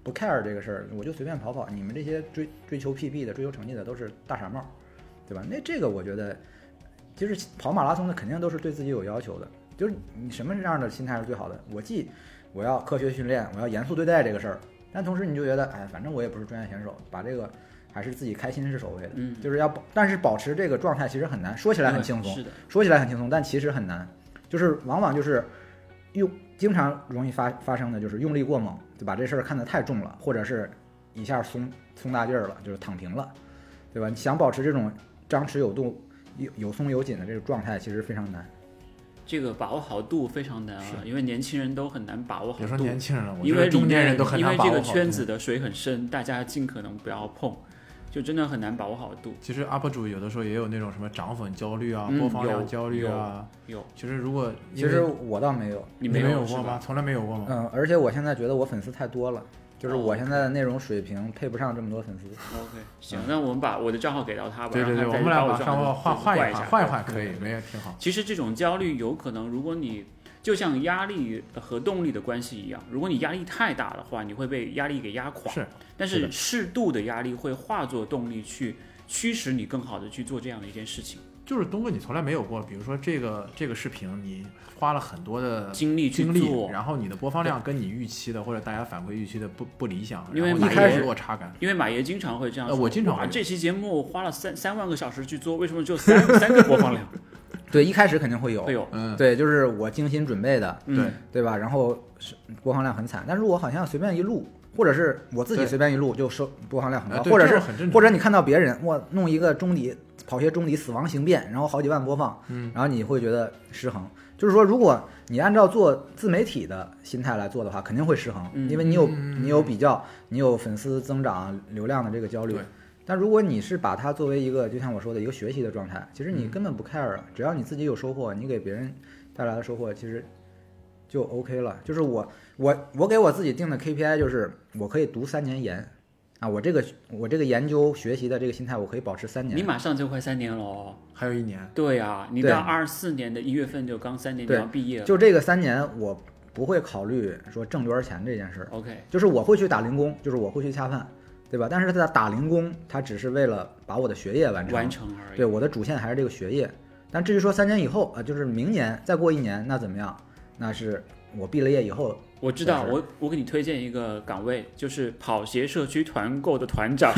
[SPEAKER 3] 不 care 这个事儿，我就随便跑跑。你们这些追追求 PB 的、追求成绩的都是大傻帽，对吧？那这个我觉得，就是跑马拉松的肯定都是对自己有要求的，就是你什么样的心态是最好的？我既我要科学训练，我要严肃对待这个事儿，但同时你就觉得，哎，反正我也不是专业选手，把这个还是自己开心是首位的，
[SPEAKER 1] 嗯
[SPEAKER 3] 就是要保，但是保持这个状态其实很难，说起来很轻松，
[SPEAKER 1] 是的，
[SPEAKER 3] 说起来很轻松，但其实很难，就是往往就是用经常容易发发生的就是用力过猛，就把这事儿看得太重了，或者是一下松松大劲儿了，就是躺平了，对吧？你想保持这种张弛有度、有有松有紧的这个状态，其实非常难。
[SPEAKER 1] 这个把握好度非常难啊，因为年轻人都很难把握好
[SPEAKER 2] 别说
[SPEAKER 1] 度。
[SPEAKER 2] 年轻人了，我
[SPEAKER 1] 因为
[SPEAKER 2] 觉得
[SPEAKER 1] 里
[SPEAKER 2] 中年
[SPEAKER 1] 面
[SPEAKER 2] 人都很
[SPEAKER 1] 因
[SPEAKER 2] 难
[SPEAKER 1] 为
[SPEAKER 2] 把
[SPEAKER 1] 这
[SPEAKER 2] 握
[SPEAKER 1] 个
[SPEAKER 2] 好。嗯
[SPEAKER 1] 圈子的水很深，大家尽可能不要碰，就真的很难把握好度。
[SPEAKER 2] 其实 UP 主有的时候也有那种什么涨粉焦虑啊、
[SPEAKER 1] 嗯
[SPEAKER 2] 播放
[SPEAKER 1] 有
[SPEAKER 2] 量焦虑啊。
[SPEAKER 1] 有
[SPEAKER 2] 其实如果
[SPEAKER 3] 其
[SPEAKER 2] 因为
[SPEAKER 3] 实我倒没有，
[SPEAKER 1] 你
[SPEAKER 2] 没
[SPEAKER 1] 有
[SPEAKER 2] 有
[SPEAKER 1] 是
[SPEAKER 2] 过
[SPEAKER 1] 吧
[SPEAKER 2] 吗？？从来没有过吗？
[SPEAKER 3] 嗯，而且我现在觉得我粉丝太多了，就是
[SPEAKER 1] 哦
[SPEAKER 3] 我现在的内容水平配不上这么多粉丝。
[SPEAKER 1] OK，行，那我们把我的账号给到他吧。
[SPEAKER 2] 嗯对对对，
[SPEAKER 1] 让他
[SPEAKER 2] 我
[SPEAKER 1] 再
[SPEAKER 2] 们俩
[SPEAKER 1] 啊把
[SPEAKER 2] 把
[SPEAKER 1] 账
[SPEAKER 2] 上号换换
[SPEAKER 1] 换
[SPEAKER 2] 一
[SPEAKER 1] 下嗯
[SPEAKER 2] 换，。换一换可以，没有挺好。
[SPEAKER 1] 其实这种焦虑有可能，如果你就像压力和动力的关系一样，如果你压力太大的话，你会被压力给压垮。
[SPEAKER 2] 是，
[SPEAKER 1] 但
[SPEAKER 2] 是
[SPEAKER 1] 是
[SPEAKER 2] 的
[SPEAKER 1] 适度的压力会化作动力，去驱使你更好的去做这样的一件事情，
[SPEAKER 2] 就是东哥，你从来没有过，比如说这个这个视频，你花了很多的
[SPEAKER 1] 精力去
[SPEAKER 2] 精力，
[SPEAKER 1] 做。
[SPEAKER 2] 然后你的播放量跟你预期的或者大家反馈预期的不不理想，
[SPEAKER 1] 因为
[SPEAKER 2] 然后
[SPEAKER 3] 一
[SPEAKER 2] 你
[SPEAKER 3] 开
[SPEAKER 2] 有
[SPEAKER 3] 始
[SPEAKER 2] 落差感。
[SPEAKER 1] 因为马爷经常会这样
[SPEAKER 2] 呃
[SPEAKER 1] 说，
[SPEAKER 2] 我经常
[SPEAKER 1] 哇
[SPEAKER 2] 会
[SPEAKER 1] 这期节目花了三三万个小时去做，为什么只有三三个播
[SPEAKER 2] [laughs]
[SPEAKER 1] 放量？
[SPEAKER 3] 对，一开始肯定会有，
[SPEAKER 1] 会有，
[SPEAKER 2] 嗯，
[SPEAKER 3] 对，就是我精心准备的，
[SPEAKER 1] 嗯
[SPEAKER 2] 对，
[SPEAKER 3] 对吧？然后是播放量很惨，但是我好像随便一录，或者是我自己
[SPEAKER 2] 对
[SPEAKER 3] 随便一录就收播放量很
[SPEAKER 2] 呃
[SPEAKER 3] 高，
[SPEAKER 2] 对
[SPEAKER 3] 或者
[SPEAKER 2] 这
[SPEAKER 3] 是
[SPEAKER 2] 个很正常
[SPEAKER 3] 或者你看到别人我弄一个中底跑些中底死亡形变，然后好几万播放，
[SPEAKER 2] 嗯，
[SPEAKER 3] 然后你会觉得失衡。就是说，如果你按照做自媒体的心态来做的话，肯定会失衡，
[SPEAKER 1] 嗯
[SPEAKER 3] 因为你有
[SPEAKER 2] 嗯
[SPEAKER 3] 你有比较，你有粉丝增长、流量的这个焦虑
[SPEAKER 2] 对。
[SPEAKER 3] 但如果你是把它作为一个，就像我说的一个学习的状态，其实
[SPEAKER 2] 嗯
[SPEAKER 3] 你根本不 care 啊，只要你自己有收获，你给别人带来的收获其实就 OK 了。就是我我我给我自己定的 KPI 就是我可以读三年研啊，我这个我这个研究学习的这个心态，我可以保持三年。
[SPEAKER 1] 你马上就快三年了哦。
[SPEAKER 2] 还有一年，
[SPEAKER 1] 对啊，你
[SPEAKER 3] 对
[SPEAKER 1] 到二四年的一月份就刚三年，你
[SPEAKER 3] 对
[SPEAKER 1] 要毕业了。
[SPEAKER 3] 就这个三年，我不会考虑说挣多少钱这件事儿，
[SPEAKER 1] OK，
[SPEAKER 3] 就是我会去打零工，就是我会去恰饭，对吧？但是他打零工，他只是为了把我的学业完成，
[SPEAKER 1] 完成而已。
[SPEAKER 3] 对我的主线还是这个学业。但至于说三年以后啊、呃就是明年再过一年，那怎么样？那是我毕了业以后
[SPEAKER 1] 我知道，
[SPEAKER 3] 是
[SPEAKER 1] 我我给你推荐一个岗位，就是跑鞋社区团购的团
[SPEAKER 3] [laughs]
[SPEAKER 1] 长，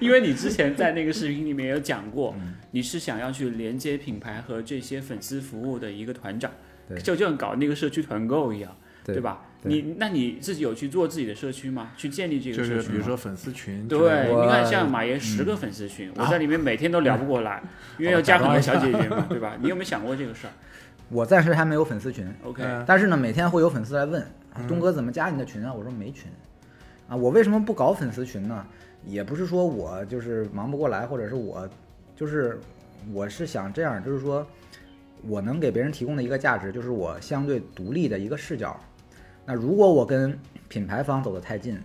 [SPEAKER 1] 因为你之前在那个视频里面有讲过，
[SPEAKER 3] 嗯
[SPEAKER 1] 你是想要去连接品牌和这些粉丝服务的一个团长
[SPEAKER 3] 对，
[SPEAKER 1] 就就像搞那个社区团购一样，
[SPEAKER 3] 对
[SPEAKER 1] 对吧？
[SPEAKER 3] 对
[SPEAKER 1] 你那你自己有去做自己的社区吗？去建立这
[SPEAKER 2] 就
[SPEAKER 1] 个社
[SPEAKER 2] 是
[SPEAKER 1] 区
[SPEAKER 2] 比如
[SPEAKER 1] 吗？
[SPEAKER 2] 说粉丝群之类的，
[SPEAKER 1] 对，
[SPEAKER 3] 我嗯啊
[SPEAKER 1] 你看像马爷十个粉丝群，我在里面每天都聊不过
[SPEAKER 3] [laughs]
[SPEAKER 1] 来，因为要加很
[SPEAKER 3] 哦
[SPEAKER 1] 多小姐姐嘛，对吧？你有没有想过这个事儿
[SPEAKER 3] 我暂时还没有粉丝群，
[SPEAKER 1] ？OK，
[SPEAKER 2] 嗯
[SPEAKER 3] 但是呢，每天会有粉丝来问啊
[SPEAKER 1] 嗯
[SPEAKER 3] 东哥怎么加你的群啊？我说没群，啊，我为什么不搞粉丝群呢？也不是说我就是忙不过来，或者是我就是我是想这样，就是说我能给别人提供的一个价值，就是我相对独立的一个视角。那如果我跟品牌方走得太近，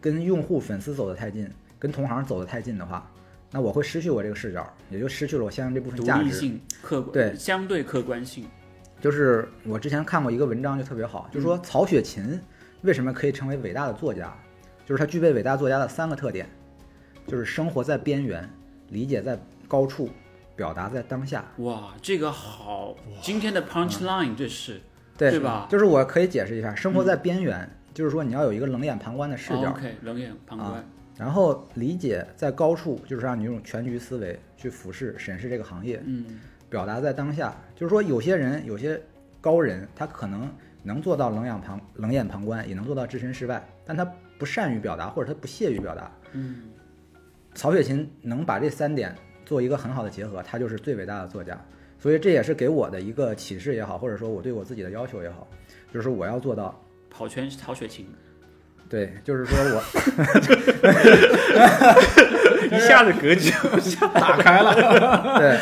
[SPEAKER 3] 跟用户粉丝走得太近，跟同行走得太近的话，那我会失去我这个视角，也就失去了我相应这部分
[SPEAKER 1] 独
[SPEAKER 3] 价值。
[SPEAKER 1] 立性、客观，
[SPEAKER 3] 对
[SPEAKER 1] 相对客观性，
[SPEAKER 3] 就是我之前看过一个文章就特别好，就说
[SPEAKER 1] 嗯
[SPEAKER 3] 曹雪芹为什么可以成为伟大的作家，就是他具备伟大作家的三个特点，就是生活在边缘，理解在高处，表达在当下。
[SPEAKER 1] 哇，这个好，今天的 punch line 这是
[SPEAKER 3] 对，
[SPEAKER 1] 对吧嗯
[SPEAKER 3] 就是我可以解释一下，生活在边缘，就是说你要有一个冷眼旁观的视角，
[SPEAKER 1] 哦 OK，冷眼旁观，
[SPEAKER 3] 然后理解在高处，就是让你用全局思维去俯视、审视这个行业。
[SPEAKER 1] 嗯，
[SPEAKER 3] 表达在当下，就是说有些人有些高人，他可能能做到冷眼旁冷眼旁观，也能做到置身事外，但他不善于表达，或者他不屑于表达。
[SPEAKER 1] 嗯，
[SPEAKER 3] 曹雪芹能把这三点做一个很好的结合，他就是最伟大的作家。所以这也是给我的一个启示也好，或者说我对我自己的要求也好，就是我要做到
[SPEAKER 1] 跑圈是曹雪芹，
[SPEAKER 3] 对，就是说我
[SPEAKER 1] [laughs]
[SPEAKER 3] [laughs]
[SPEAKER 1] 一下子格局
[SPEAKER 2] 打开了，
[SPEAKER 3] 对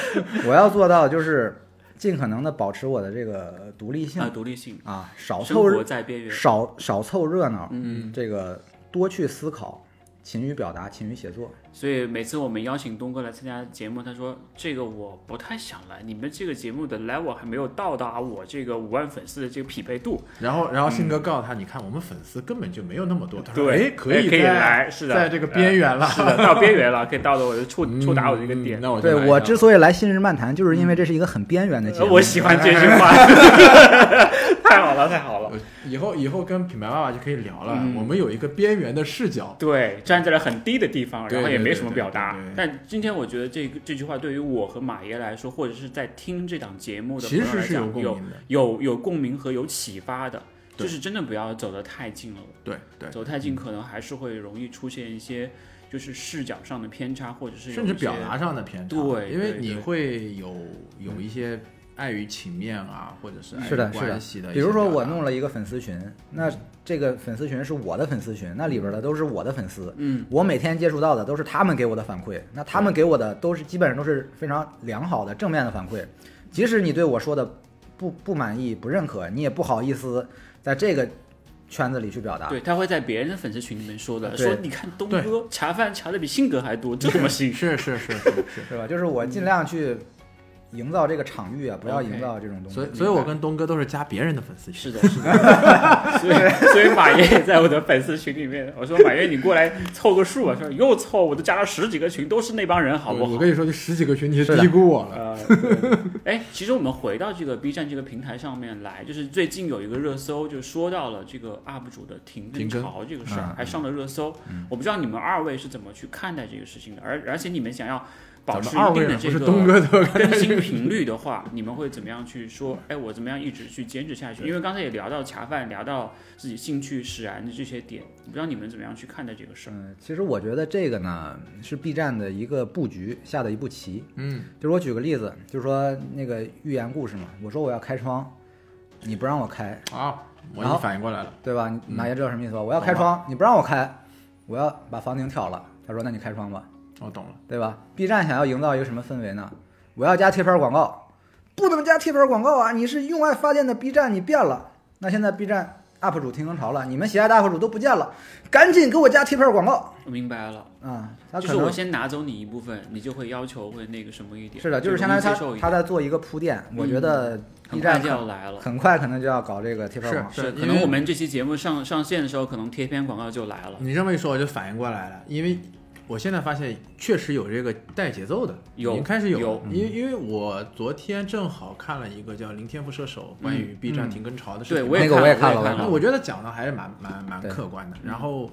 [SPEAKER 3] 我要做到就是尽可能的保持我的这个独立性
[SPEAKER 1] 啊，独立性，
[SPEAKER 3] 啊，少
[SPEAKER 1] 生
[SPEAKER 3] 凑
[SPEAKER 1] 活在边缘，
[SPEAKER 3] 少少凑热闹，
[SPEAKER 1] 嗯，
[SPEAKER 3] 这个多去思考，勤于表达，勤于写作。
[SPEAKER 1] 所以每次我们邀请东哥来参加节目，他说这个我不太想来，你们这个节目的 level 还没有到达我这个五万粉丝的这个匹配 [laughs] 度，
[SPEAKER 2] 然后，然后信哥告诉他，你看我们粉丝根本就没有那么多，他说，
[SPEAKER 1] 嗯对
[SPEAKER 2] 哎，可以
[SPEAKER 1] 可以
[SPEAKER 2] 在
[SPEAKER 1] 来是的哎
[SPEAKER 2] 在这个边缘了，
[SPEAKER 1] 是的，到边缘了，可以到了我的触
[SPEAKER 2] 嗯
[SPEAKER 1] 触达我的一个点。
[SPEAKER 2] 那我就
[SPEAKER 3] 对
[SPEAKER 2] 来一
[SPEAKER 3] 我
[SPEAKER 2] 下
[SPEAKER 3] 之所以来《新日漫谈》，就是因为这是一个很边缘的节
[SPEAKER 1] 呃
[SPEAKER 3] 目。
[SPEAKER 1] 我喜欢这句话， [laughs] 太好了，太好了。
[SPEAKER 2] 我呃以后以后跟品牌爸爸就可以聊了，
[SPEAKER 1] 嗯
[SPEAKER 2] 我们有一个边缘的视角，
[SPEAKER 1] 对，站在了很低的地方，
[SPEAKER 2] 对
[SPEAKER 1] 然后也没什么表达
[SPEAKER 2] 对对对。对
[SPEAKER 1] 但今天我觉得这个这句话对于我和马爷来说，或者是在听这档节目的朋
[SPEAKER 2] 其
[SPEAKER 1] 友
[SPEAKER 2] 实
[SPEAKER 1] 来
[SPEAKER 2] 是有
[SPEAKER 1] 讲，
[SPEAKER 2] 共
[SPEAKER 1] 有
[SPEAKER 2] 鸣的。
[SPEAKER 1] 有有共鸣和有启发的。
[SPEAKER 2] 对
[SPEAKER 1] 就是真的不要走得太近了，
[SPEAKER 2] 对对，
[SPEAKER 1] 走太近可能还是会容易出现一些就是视角上的偏差，或者是有
[SPEAKER 2] 甚至
[SPEAKER 1] 一些
[SPEAKER 2] 表达上的偏差，
[SPEAKER 1] 对
[SPEAKER 2] 因为
[SPEAKER 1] 对
[SPEAKER 2] 你
[SPEAKER 1] 对
[SPEAKER 2] 会有有一些碍于情面啊，或者是碍于
[SPEAKER 3] 是的是的
[SPEAKER 2] 关系的一些表达，啊
[SPEAKER 3] [laughs] 比如说我弄了一个粉丝群，那这个粉丝群是我的粉丝群，那里边的都是我的粉丝。
[SPEAKER 1] 嗯，
[SPEAKER 3] 我每天接触到的都是他们给我的反馈，那他们给我的都是基本上都是非常良好的正面的反馈。即使你对我说的不不满意、不认可，你也不好意思在这个圈子里去表达。
[SPEAKER 1] 对，他会在别人的粉丝群里面说的，
[SPEAKER 3] 对
[SPEAKER 1] 说你看东
[SPEAKER 2] 啊对
[SPEAKER 1] 哥茶饭茶的比性格还多，这
[SPEAKER 2] [laughs]
[SPEAKER 1] 怎么行？
[SPEAKER 2] 是是是是是。
[SPEAKER 1] [laughs]
[SPEAKER 3] 是吧？就是我尽量去营造这个场域啊，不要
[SPEAKER 1] OK
[SPEAKER 3] 营造这种东西。
[SPEAKER 2] 所以，所以我跟东哥都是加别人的粉丝
[SPEAKER 1] 是
[SPEAKER 2] 群。
[SPEAKER 1] 的，是的。 [laughs] 所以，所以马爷也在我的粉丝群里面。我说马爷，你过来凑个数啊！说又凑，我都加了十几个群，都是那帮人，好不
[SPEAKER 2] 我
[SPEAKER 1] 好？
[SPEAKER 2] 跟你说，这十几个群你
[SPEAKER 3] 是的
[SPEAKER 2] 低估我了。
[SPEAKER 1] 呃，对 [laughs] 哎，其实我们回到这个 B 站这个平台上面来，就是最近有一个热搜，就说到了这个 UP 主的停
[SPEAKER 2] 停
[SPEAKER 1] 更
[SPEAKER 2] 更啊嗯
[SPEAKER 1] 潮这个事儿
[SPEAKER 3] 嗯，
[SPEAKER 1] 还上了热搜。我不知道你们二位是怎么去看待这个事情的，而而且你们想要保
[SPEAKER 2] 咱
[SPEAKER 1] 持
[SPEAKER 2] 们
[SPEAKER 1] 一
[SPEAKER 2] 二位
[SPEAKER 1] 定
[SPEAKER 2] 呢
[SPEAKER 1] 的
[SPEAKER 2] 不
[SPEAKER 1] 这
[SPEAKER 2] 是
[SPEAKER 1] 个
[SPEAKER 2] 东哥的，
[SPEAKER 1] 更新频率的话，你们会怎么样去说？哎，我怎么样一直去坚持下去？因为刚才也聊到茶饭，聊到自己兴趣使然的这些点，不知道你们怎么样去看待这个事儿？
[SPEAKER 3] 嗯，其实我觉得这个呢是 B 站的一个布局下的一步棋。
[SPEAKER 2] [laughs] 嗯，
[SPEAKER 3] 就是我举个例子，就是说那个寓言故事嘛，我说我要开窗，你不让我开，
[SPEAKER 2] 啊，我已
[SPEAKER 3] 然后
[SPEAKER 2] 经反应过来了。
[SPEAKER 3] 对吧？你
[SPEAKER 2] 嗯
[SPEAKER 3] 马爷知道什么意思吧？我要开窗，你不让我开，我要把房顶挑了。他说那你开窗吧，
[SPEAKER 2] 我懂了，
[SPEAKER 3] 对吧？B 站想要营造一个什么氛围呢？我要加贴片广告，不能加贴片广告啊！你是用爱发电的 B 站，你变了。那现在 B 站 UP 主停更潮了，你们喜爱的 UP 主都不见了，赶紧给我加贴片广告
[SPEAKER 1] 我明白了，
[SPEAKER 3] 啊！他
[SPEAKER 1] 就
[SPEAKER 3] 可
[SPEAKER 1] 是我
[SPEAKER 3] 能
[SPEAKER 1] 先拿走你一部分，你就会要求会那个什么一点。
[SPEAKER 3] 是的，就是
[SPEAKER 1] 容
[SPEAKER 3] 相
[SPEAKER 1] 易
[SPEAKER 3] 当于
[SPEAKER 1] 接
[SPEAKER 3] 他
[SPEAKER 1] 受一点嗯
[SPEAKER 3] 他在做一个铺垫，我觉得 B
[SPEAKER 1] 很快
[SPEAKER 3] 站
[SPEAKER 1] 就
[SPEAKER 3] 可
[SPEAKER 1] 要来了。
[SPEAKER 3] 很快可能就要搞这个贴片广告。
[SPEAKER 2] 是
[SPEAKER 1] 可
[SPEAKER 2] 因
[SPEAKER 1] 能
[SPEAKER 2] 为
[SPEAKER 1] 我
[SPEAKER 3] 嗯
[SPEAKER 1] 们这期节目上上线的时候，可能贴片广告就来了。
[SPEAKER 2] 你这么一说我就反应过来了，因为我现在发现确实有这个带节奏的，
[SPEAKER 1] 有
[SPEAKER 2] 已经开始有了，
[SPEAKER 1] 有
[SPEAKER 2] 因为因为我昨天正好看了一个叫《零天赋射手》关于 B 站停更潮的视
[SPEAKER 1] 对，
[SPEAKER 2] 频，
[SPEAKER 1] 我也
[SPEAKER 3] 那个
[SPEAKER 1] 看
[SPEAKER 3] 我也
[SPEAKER 1] 看
[SPEAKER 3] 看了
[SPEAKER 1] 看
[SPEAKER 3] 我也
[SPEAKER 2] 那
[SPEAKER 1] 了，
[SPEAKER 2] 我觉得讲的还是蛮蛮蛮
[SPEAKER 3] 对
[SPEAKER 2] 客观的。然后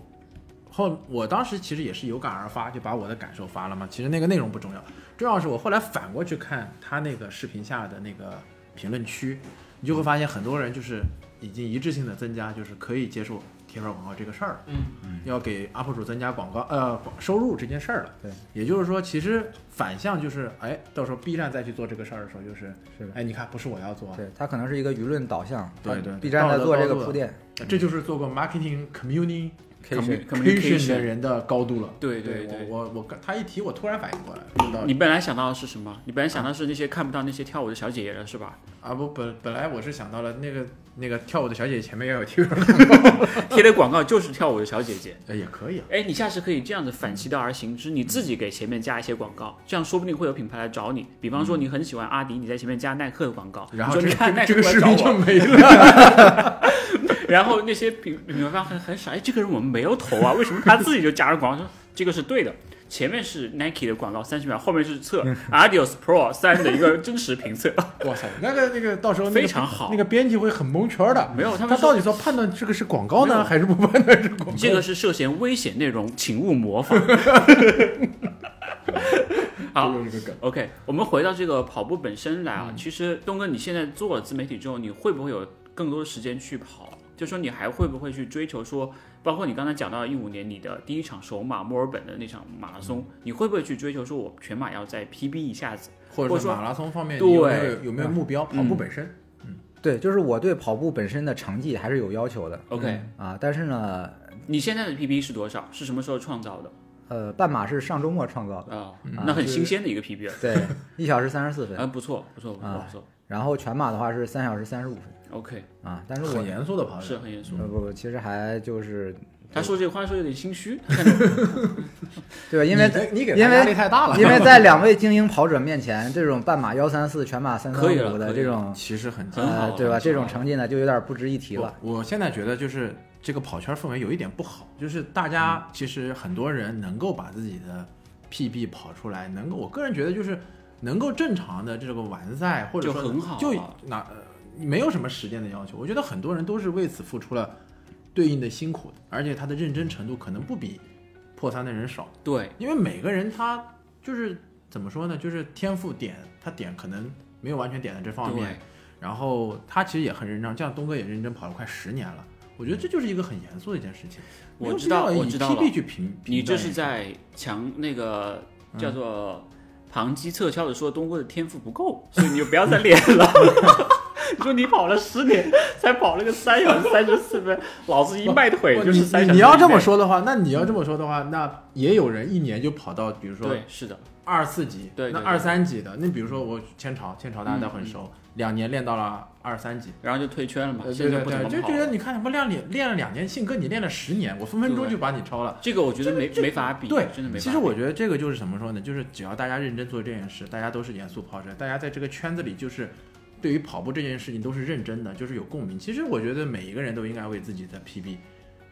[SPEAKER 2] 后我当时其实也是有感而发，就把我的感受发了嘛。其实那个内容不重要，重要的是我后来反过去看他那个视频下的那个评论区，你就会发现很多人就是已经一致性的增加，就是可以接受贴片广告这个事儿了，嗯，要给 UP 主增加广告呃广收入这件事儿了。
[SPEAKER 3] 对，
[SPEAKER 2] 也就是说，其实反向就是，哎，到时候 B 站再去做这个事儿的时候，就是
[SPEAKER 3] 是的，
[SPEAKER 2] 哎，你看不是我要做啊，
[SPEAKER 3] 对，它可能是一个舆论导向。
[SPEAKER 2] 对对对
[SPEAKER 3] B 站在做这个铺垫
[SPEAKER 2] 这就是做过 marketing community。
[SPEAKER 1] Commu-
[SPEAKER 2] communication
[SPEAKER 1] communication
[SPEAKER 2] 的人的高度了。
[SPEAKER 1] 对
[SPEAKER 2] 对
[SPEAKER 1] 对对嗯
[SPEAKER 2] 我我我刚他一提，我突然反应过来，不知道
[SPEAKER 1] 你本来想到的是什么？你本来
[SPEAKER 3] 啊
[SPEAKER 1] 想到是那些看不到那些跳舞的小姐姐了，是吧？
[SPEAKER 2] 啊不本本来我是想到了那个那个跳舞的小姐姐前面要有贴片，
[SPEAKER 1] 贴的广告就是跳舞的小姐姐。
[SPEAKER 2] 哎也可以啊。
[SPEAKER 1] 哎，你下次可以这样子反其道而行之，你自己给前面加一些广告，这样说不定会有品牌来找你。比方说你很喜欢阿迪，你在前面加耐克的广告，
[SPEAKER 2] 嗯然后
[SPEAKER 1] 你
[SPEAKER 2] 这
[SPEAKER 1] 说你看
[SPEAKER 2] 个
[SPEAKER 1] 耐
[SPEAKER 2] 这
[SPEAKER 1] 克
[SPEAKER 2] 个
[SPEAKER 1] 来
[SPEAKER 2] 视
[SPEAKER 1] 找
[SPEAKER 2] 频
[SPEAKER 1] 我
[SPEAKER 2] 就，没了。
[SPEAKER 1] [laughs] 然后那些品品牌方很很傻，哎，这个人我们没有投啊，为什么他自己就加入广告？说 [laughs] 这个是对的，前面是 Nike 的广告三十秒，后面是
[SPEAKER 2] [laughs]
[SPEAKER 1] 测 Adios Pro 三的一个真实评测，
[SPEAKER 2] 哇塞，那个那个到时候那个
[SPEAKER 1] 非常好
[SPEAKER 2] 那个编辑会很蒙圈的。
[SPEAKER 1] 没有他
[SPEAKER 2] 他
[SPEAKER 1] 们
[SPEAKER 2] 到
[SPEAKER 1] 说
[SPEAKER 2] 底说判断这个是广告
[SPEAKER 1] 没有
[SPEAKER 2] 呢，还是不判断是广告？
[SPEAKER 1] 这个是涉嫌危险内容，请勿模仿。好
[SPEAKER 2] 就用这个梗。
[SPEAKER 1] OK，我们回到这个跑步本身来啊，其实东哥，你现在做了自媒体之后，你会不会有更多的时间去跑？就说你还会不会去追求说，包括你刚才讲到一五年你的第一场首马墨尔本的那场马拉松，你会不会去追求说我全马要在 PB 一下子？
[SPEAKER 2] 或
[SPEAKER 1] 或
[SPEAKER 2] 者
[SPEAKER 1] 者
[SPEAKER 2] 说
[SPEAKER 1] 说
[SPEAKER 2] 嗯马拉松方面，你有没有
[SPEAKER 1] 对
[SPEAKER 2] 有没有目标？跑步本身，
[SPEAKER 3] 对，就是我对跑步本身的成绩还是有要求的
[SPEAKER 1] OK，、
[SPEAKER 3] 啊。但是呢，
[SPEAKER 1] 你现在的 PB 是多少？是什么时候创造的？
[SPEAKER 3] 呃，半马是上周末创造的，
[SPEAKER 1] 啊、那很新鲜的一个 PB，了
[SPEAKER 3] 对，一小时三十四
[SPEAKER 1] 啊，
[SPEAKER 3] 分。
[SPEAKER 1] 不错，不错，不错，不错。
[SPEAKER 3] 然后全马的话是三小时三十五分
[SPEAKER 1] OK，
[SPEAKER 3] 啊。但是我
[SPEAKER 2] 很严肃的跑者。
[SPEAKER 1] 是很严肃。
[SPEAKER 3] 呃不不，其实还就是
[SPEAKER 1] 他说这话的时候有点心 [laughs] 虚，
[SPEAKER 3] 对吧？因为
[SPEAKER 2] 你给你给他
[SPEAKER 3] 因为
[SPEAKER 2] 压力太大了 [laughs]
[SPEAKER 3] 因为在两位精英跑者面前，这种半马幺三四、全马三三
[SPEAKER 1] 可以了
[SPEAKER 3] 五的
[SPEAKER 1] 可以
[SPEAKER 3] 这
[SPEAKER 1] 了
[SPEAKER 3] 种
[SPEAKER 2] 其实很
[SPEAKER 1] 很好
[SPEAKER 3] 呃，对吧？
[SPEAKER 1] 很
[SPEAKER 3] 这种
[SPEAKER 1] 好
[SPEAKER 3] 成绩呢，就有点不值一提了。
[SPEAKER 2] 我我现在觉得就是这个跑圈氛围有一点不好，就是大
[SPEAKER 1] 嗯
[SPEAKER 2] 家其实很多人能够把自己的 PB 跑出来，能够我个人觉得就是能够正常的这个完赛，或者说
[SPEAKER 1] 就很好啊
[SPEAKER 2] 就
[SPEAKER 1] 了
[SPEAKER 2] 哪呃没有什么时间的要求。我觉得很多人都是为此付出了对应的辛苦的，而且他的认真程度可能不比破三的人少。
[SPEAKER 1] 对，
[SPEAKER 2] 因为每个人他就是怎么说呢，就是天赋点，他点可能没有完全点在这方面
[SPEAKER 1] 对，
[SPEAKER 2] 然后他其实也很认真，这样东哥也认真跑了快十年了，我觉得这就是一个很严肃的一件事情。
[SPEAKER 1] 我知道
[SPEAKER 2] 没有
[SPEAKER 1] 我
[SPEAKER 2] 必
[SPEAKER 1] 知
[SPEAKER 2] 要
[SPEAKER 1] 道
[SPEAKER 2] 以
[SPEAKER 1] 了
[SPEAKER 2] PB 去评，
[SPEAKER 1] 你
[SPEAKER 2] 评断
[SPEAKER 1] 这是在强那个
[SPEAKER 2] 嗯
[SPEAKER 1] 叫做旁击侧敲的说东哥的天赋不够，所以你就不要再练
[SPEAKER 2] [laughs]
[SPEAKER 1] 了。你说你跑了十年，才跑了个三小时三十四分，老子一迈腿
[SPEAKER 2] 不
[SPEAKER 1] 就是三
[SPEAKER 2] 哦你
[SPEAKER 1] 小时。
[SPEAKER 2] 你要这么，说的话，那你要这么说的话，那也有人一年就跑到，比如说
[SPEAKER 1] 对，是的，
[SPEAKER 2] 二四级，
[SPEAKER 1] 对对
[SPEAKER 2] 那
[SPEAKER 1] 对
[SPEAKER 2] 二三级的，那比如说我千朝，千朝大家都
[SPEAKER 1] 嗯
[SPEAKER 2] 很
[SPEAKER 1] 嗯
[SPEAKER 2] 熟，两年练到了二三级，
[SPEAKER 1] 然后就退圈了嘛，
[SPEAKER 2] 呃
[SPEAKER 1] 现
[SPEAKER 2] 对
[SPEAKER 1] 在
[SPEAKER 2] 对
[SPEAKER 1] 不怎么
[SPEAKER 2] 对，就
[SPEAKER 1] 跑
[SPEAKER 2] 觉
[SPEAKER 1] 了。
[SPEAKER 2] 得你看什么练练练了两年，信哥你练了十年，我分分钟
[SPEAKER 1] 对
[SPEAKER 2] 就把你超了。
[SPEAKER 1] 这个我觉得没没法比，
[SPEAKER 2] 对，
[SPEAKER 1] 真的没法比。
[SPEAKER 2] 其实我觉得这个就是怎么说呢？就是只要大家认真做这件事，大家都是严肃跑者，大家在这个圈子里就是对于跑步这件事情都是认真的，就是有共鸣。其实我觉得每一个人都应该为自己的 PB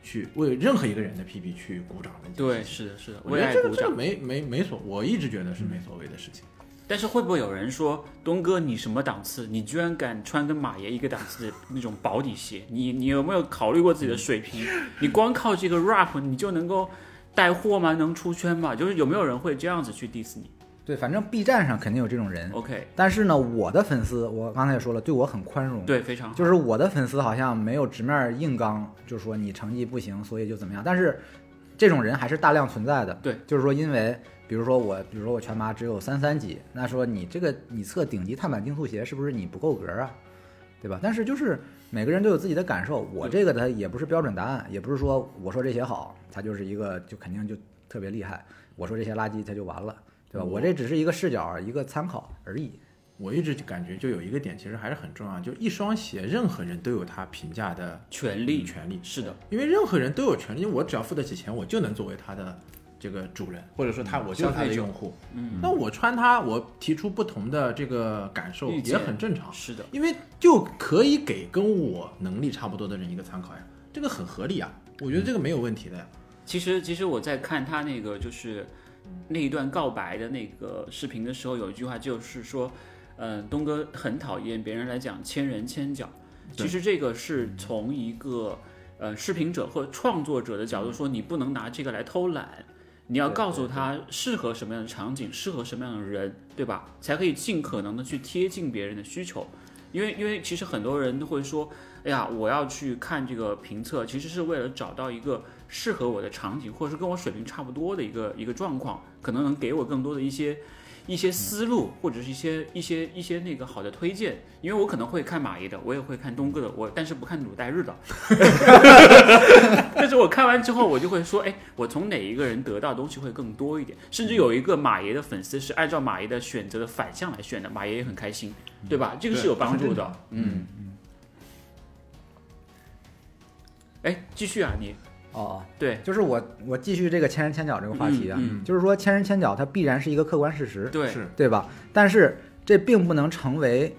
[SPEAKER 2] 去为任何一个人的 PB 去鼓掌的一件
[SPEAKER 1] 对，是
[SPEAKER 2] 事情。
[SPEAKER 1] 的，是的，
[SPEAKER 2] 我
[SPEAKER 1] 为
[SPEAKER 2] 觉得
[SPEAKER 1] 爱
[SPEAKER 2] 这
[SPEAKER 1] 鼓
[SPEAKER 2] 个这
[SPEAKER 1] 掌嗯
[SPEAKER 2] 个。没没没所，我一直觉得是没所谓的事情。
[SPEAKER 1] 但是会不会有人说，东哥你什么档次？你居然敢穿跟马爷一个档次的那种薄底鞋？你你有没有考虑过自己的水平？你光靠这个 rap 你就能够带货吗？能出圈吗？就是有没有人会这样子去 diss 你
[SPEAKER 3] 对，反正 B 站上肯定有这种人。
[SPEAKER 1] ？OK，
[SPEAKER 3] 但是呢，我的粉丝，我刚才也说了，对我很宽容。，
[SPEAKER 1] 对，非常好。
[SPEAKER 3] 就是我的粉丝好像没有直面硬刚，就说你成绩不行，所以就怎么样。但是这种人还是大量存在的。
[SPEAKER 1] 对，
[SPEAKER 3] 就是说，因为比如说我，比如说我全麻只有三三级，那说你这个你测顶级碳板竞速鞋是不是你不够格啊？对吧？但是就是每个人都有自己的感受，我这个它也不是标准答案，也不是说我说这鞋好，它就是一个就肯定就特别厉害；我说这些垃圾，它就完了，对吧？
[SPEAKER 2] 我
[SPEAKER 3] 我这只是一个视角，一个参考而已。
[SPEAKER 2] 我一直感觉就有一个点，其实还是很重要，就一双鞋，任何人都有他评价的
[SPEAKER 1] 权利，
[SPEAKER 2] 权利。
[SPEAKER 1] 是的，
[SPEAKER 2] 因为任何人都有权利，我只要付得起钱，我就能作为他的这个主人，或者说他我就是他的用户。嗯，那我穿它，我提出不同的这个感受
[SPEAKER 1] 意见
[SPEAKER 2] 也很正常，
[SPEAKER 1] 是的。
[SPEAKER 2] 因为就可以给跟我能力差不多的人一个参考呀，这个很合理啊，我觉得这个没有问题的呀。
[SPEAKER 1] 其实，其实我在看他那个就是那一段告白的那个视频的时候，有一句话就是说，呃，东哥很讨厌别人来讲千人千脚。
[SPEAKER 2] 对
[SPEAKER 1] 其实这个是从一个呃视频者或创作者的角度说，你不能拿这个来偷懒，你要
[SPEAKER 3] 嗯对
[SPEAKER 1] 告诉
[SPEAKER 3] 对
[SPEAKER 1] 他适合什么样的场景，适合什么样的人，对吧？才可以尽可能的去贴近别人的需求。因为，因为其实很多人都会说，哎呀，我要去看这个评测，其实是为了找到一个适合我的场景，或者是跟我水平差不多的一个一个状况，可能能给我更多的一些一些思路，或者是一些一些一些那个好的推荐。因为我可能会看马爷的，我也会看东哥的，我但是不看鲁代日的。 [laughs] 但是我看完之后，我就会说，哎，我从哪一个人得到的东西会更多一点？甚至有一个马爷的粉丝是按照马爷的选择的反向来选的，马爷也很开心，嗯对吧？这个是有帮助的。嗯。哎，继续啊，你
[SPEAKER 3] 哦，
[SPEAKER 1] 对
[SPEAKER 3] 就是我我继续这个千人千脚这个话题啊，
[SPEAKER 1] 嗯
[SPEAKER 3] 就是说千人千脚它必然是一个客观事实，
[SPEAKER 1] 对
[SPEAKER 2] 嗯是
[SPEAKER 3] 对吧？但是这并不能成为，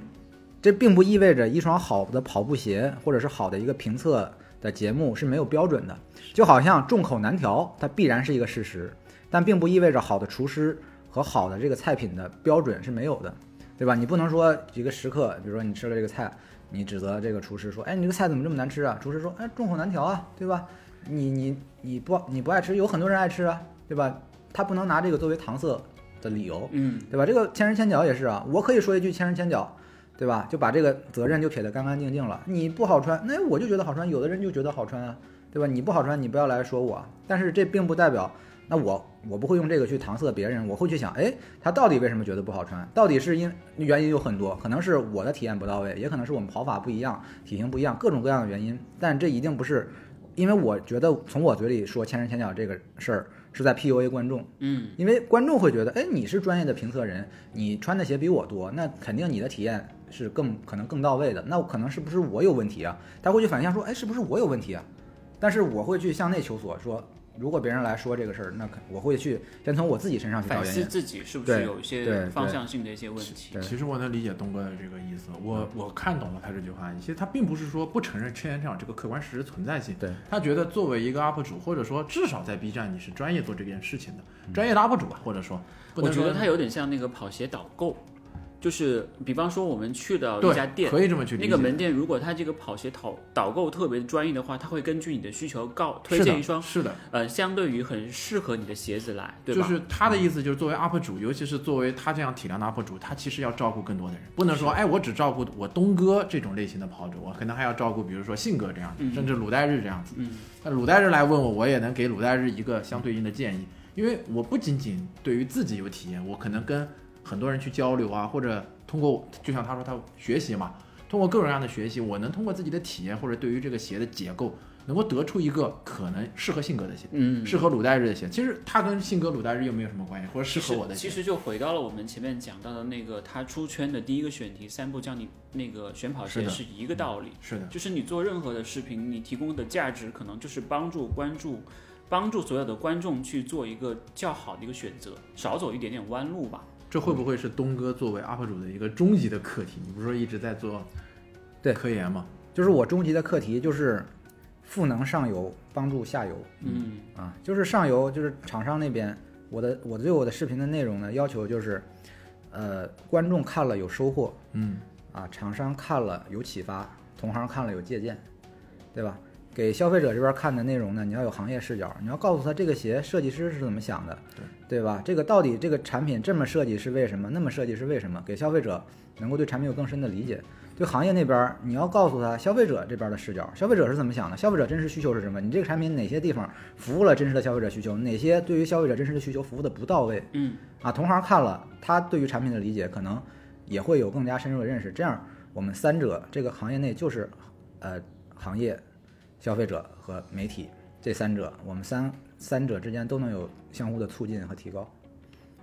[SPEAKER 3] 这并不意味着一双好的跑步鞋或者是好的一个评测的节目是没有标准的。就好像众口难调，它必然是一个事实，但并不意味着好的厨师和好的这个菜品的标准是没有的，对吧？你不能说一个食客，比如说你吃了这个菜，你指责这个厨师说：“哎，你这个菜怎么这么难吃啊？”厨师说：“哎，众口难调啊，对吧？你你你不你不爱吃，有很多人爱吃啊，对吧？”他不能拿这个作为搪塞的理由，
[SPEAKER 1] 嗯，
[SPEAKER 3] 对吧？这个千人千脚也是啊，我可以说一句千人千脚，对吧？就把这个责任就撇得干干净净了。你不好穿，那我就觉得好穿，有的人就觉得好穿啊，对吧？你不好穿，你不要来说我啊。但是这并不代表，那我我不会用这个去搪塞别人，我会去想，哎，他到底为什么觉得不好穿？到底是因原因有很多，可能是我的体验不到位，也可能是我们跑法不一样，体型不一样，各种各样的原因。但这一定不是，因为我觉得从我嘴里说千人千脚这个事儿是在 PUA 观众。
[SPEAKER 1] 嗯，
[SPEAKER 3] 因为观众会觉得，哎，你是专业的评测人，你穿的鞋比我多，那肯定你的体验是更可能更到位的。那我可能是不是我有问题啊？他会去反向说，哎，是不是我有问题啊？但是我会去向内求索，说如果别人来说这个事儿，那肯我会去先从我自己身上去找
[SPEAKER 1] 反
[SPEAKER 3] 原
[SPEAKER 1] 思
[SPEAKER 3] 因。
[SPEAKER 1] 自己是不是
[SPEAKER 3] 对
[SPEAKER 1] 有一
[SPEAKER 3] 对
[SPEAKER 1] 些
[SPEAKER 3] 对
[SPEAKER 1] 方向性的一些问题
[SPEAKER 3] 对？嗯
[SPEAKER 2] 其实我能理解东哥的这个意思，我我看懂了他这句话。其实他并不是说不承认千人千脚这个客观事实存在性，
[SPEAKER 3] 对
[SPEAKER 2] 他觉得作为一个 UP 主，或者说至少在 B 站你是专业做这件事情的，
[SPEAKER 3] 嗯
[SPEAKER 2] 专业的 UP 主吧，或者说，不
[SPEAKER 1] 我
[SPEAKER 2] 能
[SPEAKER 1] 觉
[SPEAKER 2] 说
[SPEAKER 1] 得它有点像那个跑鞋导购，就是比方说我们去到一家
[SPEAKER 2] 对，
[SPEAKER 1] 店，
[SPEAKER 2] 可以这么去理
[SPEAKER 1] 那
[SPEAKER 2] 解。
[SPEAKER 1] 个门店如果它这个跑鞋导导购特别专业的话，它会根据你的需求告推
[SPEAKER 2] 是的
[SPEAKER 1] 荐一双
[SPEAKER 2] 是的，
[SPEAKER 1] 呃相对于很适合你的鞋子来，对
[SPEAKER 2] 就
[SPEAKER 1] 吧？
[SPEAKER 2] 是他的意思就是作为 UP 主，尤其是作为他这样体量的 UP 主，他其实要照顾更多的人，不能说哎我只照顾我东哥这种类型的跑者，我可能还要照顾比如说信哥这样的，
[SPEAKER 1] 嗯
[SPEAKER 2] 甚至鲁代日这样子。
[SPEAKER 1] 嗯，
[SPEAKER 2] 那鲁代日来问我，我也能给鲁代日一个相对应的建议，因为我不仅仅对于自己有体验，我可能跟很多人去交流啊，或者通过就像他说他学习嘛，通过各种各样的学习，我能通过自己的体验或者对于这个鞋的结构，能够得出一个可能适合性格的鞋。
[SPEAKER 1] 嗯，
[SPEAKER 2] 适合鲁代日的鞋。其实它跟性格鲁代日又没有什么关系，或者适
[SPEAKER 1] 其
[SPEAKER 2] 合
[SPEAKER 1] 实
[SPEAKER 2] 我的
[SPEAKER 1] 其
[SPEAKER 2] 鞋。
[SPEAKER 1] 实就回到了我们前面讲到的那个他出圈的第一个选题，三步教你那个选跑
[SPEAKER 2] 是
[SPEAKER 1] 鞋
[SPEAKER 2] 的
[SPEAKER 1] 是一个道理。
[SPEAKER 2] 是的，
[SPEAKER 1] 就是你做任何的视频，你提供的价值可能就是帮助关注，帮助所有的观众去做一个较好的一个选择，少走一点点弯路吧。
[SPEAKER 2] 这会不会是东哥作为 UP 主的一个终极的课题？你不是说一直在做
[SPEAKER 3] 对
[SPEAKER 2] 科研吗？
[SPEAKER 3] 就是我终极的课题就是，赋能上游，帮助下游。
[SPEAKER 1] 嗯
[SPEAKER 3] 啊，就是上游就是厂商那边，我的我对我的视频的内容呢要求就是，呃，观众看了有收获，
[SPEAKER 2] 嗯，
[SPEAKER 3] 啊，厂商看了有启发，同行看了有借鉴，对吧？给消费者这边看的内容呢，你要有行业视角，你要告诉他这个鞋设计师是怎么想的，对吧？这个到底这个产品这么设计是为什么，那么设计是为什么？给消费者能够对产品有更深的理解。对行业那边儿，你要告诉他消费者这边的视角，消费者是怎么想的，消费者真实需求是什么？你这个产品哪些地方服务了真实的消费者需求，哪些对于消费者真实的需求服务的不到位，
[SPEAKER 1] 嗯，
[SPEAKER 3] 啊，同行看了，他对于产品的理解可能也会有更加深入的认识。这样，我们三者这个行业内就是，呃，行业、消费者和媒体这三者，我们三三者之间都能有相互的促进和提高。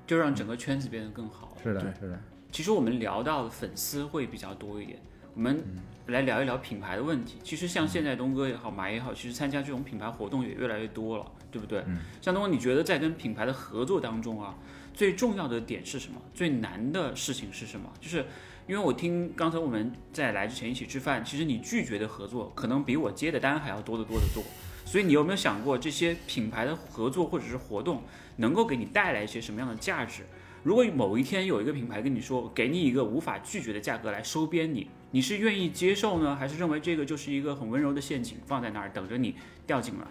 [SPEAKER 1] 就让整个圈子变得更好。
[SPEAKER 3] 是
[SPEAKER 2] 的
[SPEAKER 3] 对，是的，
[SPEAKER 1] 其实我们聊到的粉丝会比较多一点，我们来聊一聊品牌的问题。其实像现在东哥也好，马也好，其实参加这种品牌活动也越来越多了，对不对？像东哥，你觉得在跟品牌的合作当中啊，最重要的点是什么？最难的事情是什么？就是因为我听刚才我们在来之前一起吃饭，其实你拒绝的合作可能比我接的单还要多得多得多。所以你有没有想过这些品牌的合作或者是活动能够给你带来一些什么样的价值？如果某一天有一个品牌跟你说，给你一个无法拒绝的价格来收编你，你是愿意接受呢，还是认为这个就是一个很温柔的陷阱放在那儿等着你掉进来？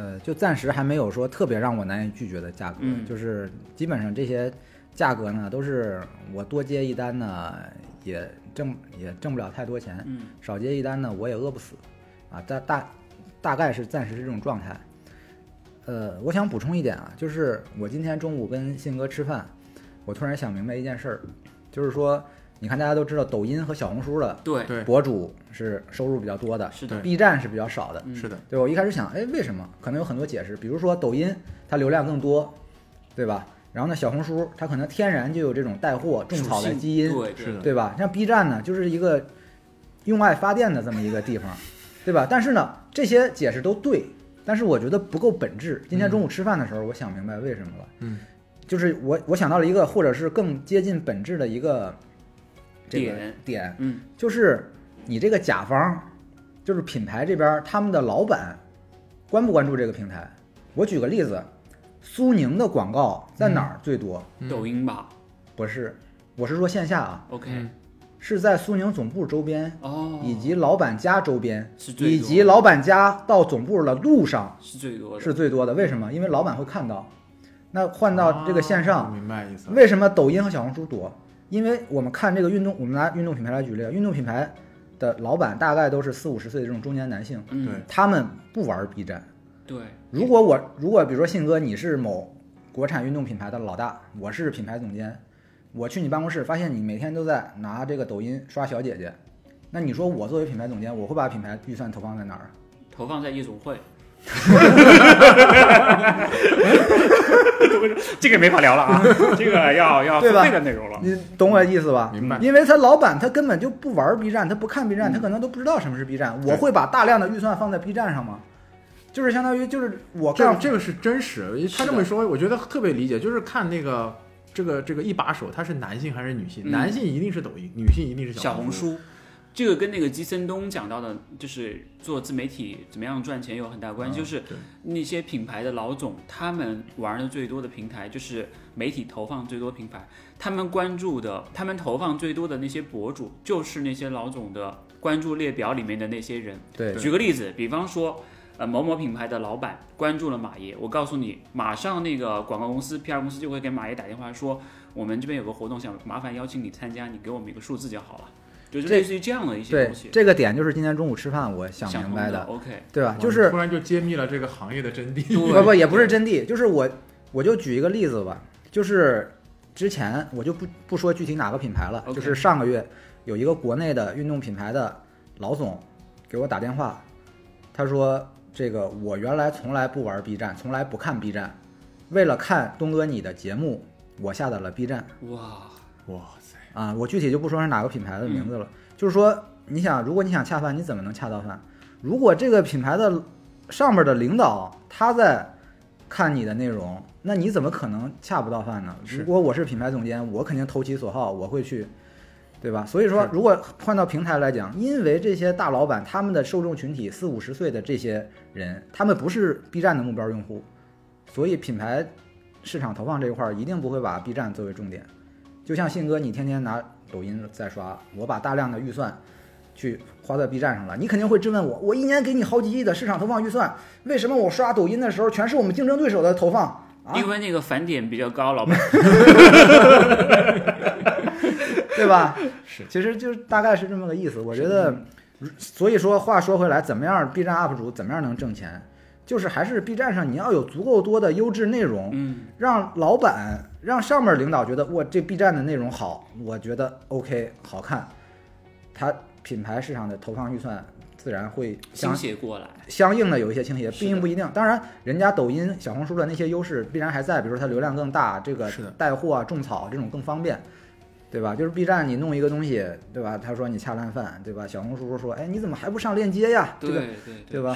[SPEAKER 3] 呃，就暂时还没有说特别让我难以拒绝的价格，
[SPEAKER 1] 嗯
[SPEAKER 3] 就是基本上这些价格呢，都是我多接一单呢，也挣也挣不了太多钱，
[SPEAKER 1] 嗯
[SPEAKER 3] 少接一单呢，我也饿不死，啊，大大大概是暂时这种状态。呃，我想补充一点啊，就是我今天中午跟信哥吃饭，我突然想明白一件事儿，就是说，你看大家都知道抖音和小红书的
[SPEAKER 1] 嗯对，
[SPEAKER 2] 对，
[SPEAKER 3] 博主是收入比较多的
[SPEAKER 1] 是的，
[SPEAKER 3] ，B 站是比较少的。
[SPEAKER 1] 嗯
[SPEAKER 2] 是的，
[SPEAKER 3] 对，我一开始想，哎，为什么？可能有很多解释，比如说抖音它流量更多，对吧？然后呢，小红书它可能天然就有这种带货种草的
[SPEAKER 1] 属性
[SPEAKER 3] 基因，
[SPEAKER 1] 对，
[SPEAKER 2] 是的
[SPEAKER 3] 对吧？像 B 站呢，就是一个用爱发电的这么一个地方，对吧？但是呢，这些解释都对，但是我觉得不够本质。今天中午吃饭的时候，我想明白为什么了。
[SPEAKER 2] 嗯，
[SPEAKER 3] 就是我我想到了一个，或者是更接近本质的一个这个
[SPEAKER 1] 点
[SPEAKER 3] 点，
[SPEAKER 1] 嗯，
[SPEAKER 3] 就是你这个甲方，就是品牌这边儿他们的老板关不关注这个平台？我举个例子，苏宁的广告在哪儿最多？
[SPEAKER 2] 嗯
[SPEAKER 1] 抖音吧
[SPEAKER 3] 不是，我是说线下啊，
[SPEAKER 1] ，OK，、
[SPEAKER 2] 嗯
[SPEAKER 3] 是在苏宁总部周边
[SPEAKER 1] 哦，
[SPEAKER 3] 以及老板家周边，
[SPEAKER 1] 是最
[SPEAKER 3] 以
[SPEAKER 1] 多
[SPEAKER 3] 及老板家到总部的路上
[SPEAKER 1] 是最多的，
[SPEAKER 3] 是最多的。为什么？因为老板会看到。那换到这个线
[SPEAKER 2] 啊
[SPEAKER 3] 上，
[SPEAKER 2] 明白意思了。
[SPEAKER 3] 为什么抖音和小红书多？因为我们看这个运动，我们拿运动品牌来举例，啊运动品牌的老板大概都是四五十岁的这种中年男性，
[SPEAKER 1] 嗯
[SPEAKER 2] 对，
[SPEAKER 3] 他们不玩 B 站。
[SPEAKER 1] 对，
[SPEAKER 3] 如果我如果比如说信哥你是某国产运动品牌的老大，我是品牌总监，我去你办公室发现你每天都在拿这个抖音刷小姐姐，那你说我作为品牌总监，我会把品牌预算投放在哪儿？
[SPEAKER 1] 投放在夜总会， [laughs] 这个没法聊了啊，这个要要
[SPEAKER 3] 对吧
[SPEAKER 1] 付费的内容了，
[SPEAKER 3] 你懂我意思吧？
[SPEAKER 2] 明白
[SPEAKER 3] 因为他老板他根本就不玩 B 站，他不看 B
[SPEAKER 1] 嗯
[SPEAKER 3] 站，他可能都不知道什么是 B 站。我会把大量的预算放在 B 站上吗？就是相当于就是我
[SPEAKER 2] 哦这
[SPEAKER 3] 干
[SPEAKER 2] 这个是真实，
[SPEAKER 3] 是
[SPEAKER 2] 他
[SPEAKER 3] 的
[SPEAKER 2] 这么说，我觉得特别理解，就是看那个这个这个一把手他是男性还是女性，
[SPEAKER 1] 嗯
[SPEAKER 2] 男性一定是抖音，女性一定是
[SPEAKER 1] 小
[SPEAKER 2] 红
[SPEAKER 1] 红。书。这个跟那个基森东讲到的，就是做自媒体怎么样赚钱有很大关系。就是
[SPEAKER 2] 啊对
[SPEAKER 1] 那些品牌的老总，他们玩的最多的平台就是媒体投放最多平台，他们关注的、他们投放最多的那些博主，就是那些老总的关注列表里面的那些人。
[SPEAKER 3] 对
[SPEAKER 1] 举个例子，比方说，呃，某某品牌的老板关注了马爷，我告诉你，马上那个广告公司、PR 公司就会给马爷打电话说，我们这边有个活动，想麻烦邀请你参加，你给我们一个数字就好了，就是
[SPEAKER 3] 这
[SPEAKER 1] 类似于这样的一些
[SPEAKER 3] 对
[SPEAKER 1] 东西。
[SPEAKER 3] 这个点，就是今天中午吃饭我想
[SPEAKER 1] 想
[SPEAKER 3] 明白
[SPEAKER 1] 的
[SPEAKER 3] 的，
[SPEAKER 1] ，OK，
[SPEAKER 3] 对吧
[SPEAKER 2] 哇？
[SPEAKER 3] 就
[SPEAKER 2] 你
[SPEAKER 3] 是
[SPEAKER 2] 突然就揭秘了这个行业的真谛。
[SPEAKER 1] 对
[SPEAKER 3] 不不也不是真谛，就是我我就举一个例子吧，就是之前我就不不说具体哪个品牌了
[SPEAKER 1] OK
[SPEAKER 3] 就是上个月有一个国内的运动品牌的老总给我打电话，他说这个我原来从来不玩 B 站，从来不看 B 站，为了看东哥你的节目，我下载了 B 站
[SPEAKER 1] 哇，
[SPEAKER 2] 哇塞，
[SPEAKER 3] 啊，我具体就不说是哪个品牌的名字了，
[SPEAKER 2] 嗯
[SPEAKER 3] 就是说你想，如果你想恰饭，你怎么能恰到饭？如果这个品牌的上面的领导他在看你的内容，那你怎么可能恰不到饭呢？
[SPEAKER 2] 是
[SPEAKER 3] 如果我是品牌总监，我肯定投其所好，我会去，对吧？所以说
[SPEAKER 2] 是，
[SPEAKER 3] 如果换到平台来讲，因为这些大老板他们的受众群体四五十岁的这些人，他们不是 B 站的目标用户，所以品牌市场投放这一块儿一定不会把 B 站作为重点。就像信哥，你天天拿抖音在刷，我把大量的预算去花在 B 站上了，你肯定会质问我，我一年给你好几亿的市场投放预算，为什么我刷抖音的时候全是我们竞争对手的投放啊？
[SPEAKER 1] 因为那个返点比较高，老板，[laughs]
[SPEAKER 3] 对吧？
[SPEAKER 2] 是，
[SPEAKER 3] 其实就是大概是这么个意思。我觉得，所以说话说回来，怎么样 B 站 UP 主怎么样能挣钱，就是还是 B 站上你要有足够多的优质内容，
[SPEAKER 1] 嗯，
[SPEAKER 3] 让老板让上面领导觉得哇，这 B 站的内容好，我觉得 OK 好看，它品牌市场的投放预算自然会
[SPEAKER 1] 倾
[SPEAKER 3] 相
[SPEAKER 1] 斜过来，
[SPEAKER 3] 相应的有一些倾斜，
[SPEAKER 1] 是的
[SPEAKER 3] 并不一定。当然，人家抖音、小红书的那些优势必然还在，比如说它流量更大，这个
[SPEAKER 2] 是的
[SPEAKER 3] 带货啊、种草这种更方便，对吧？就是 B 站你弄一个东西，对吧？他说你恰烂饭，对吧？小红书说，哎，你怎么还不上链接呀？
[SPEAKER 1] 对
[SPEAKER 3] 这个
[SPEAKER 1] 对对
[SPEAKER 3] [laughs] 对吧？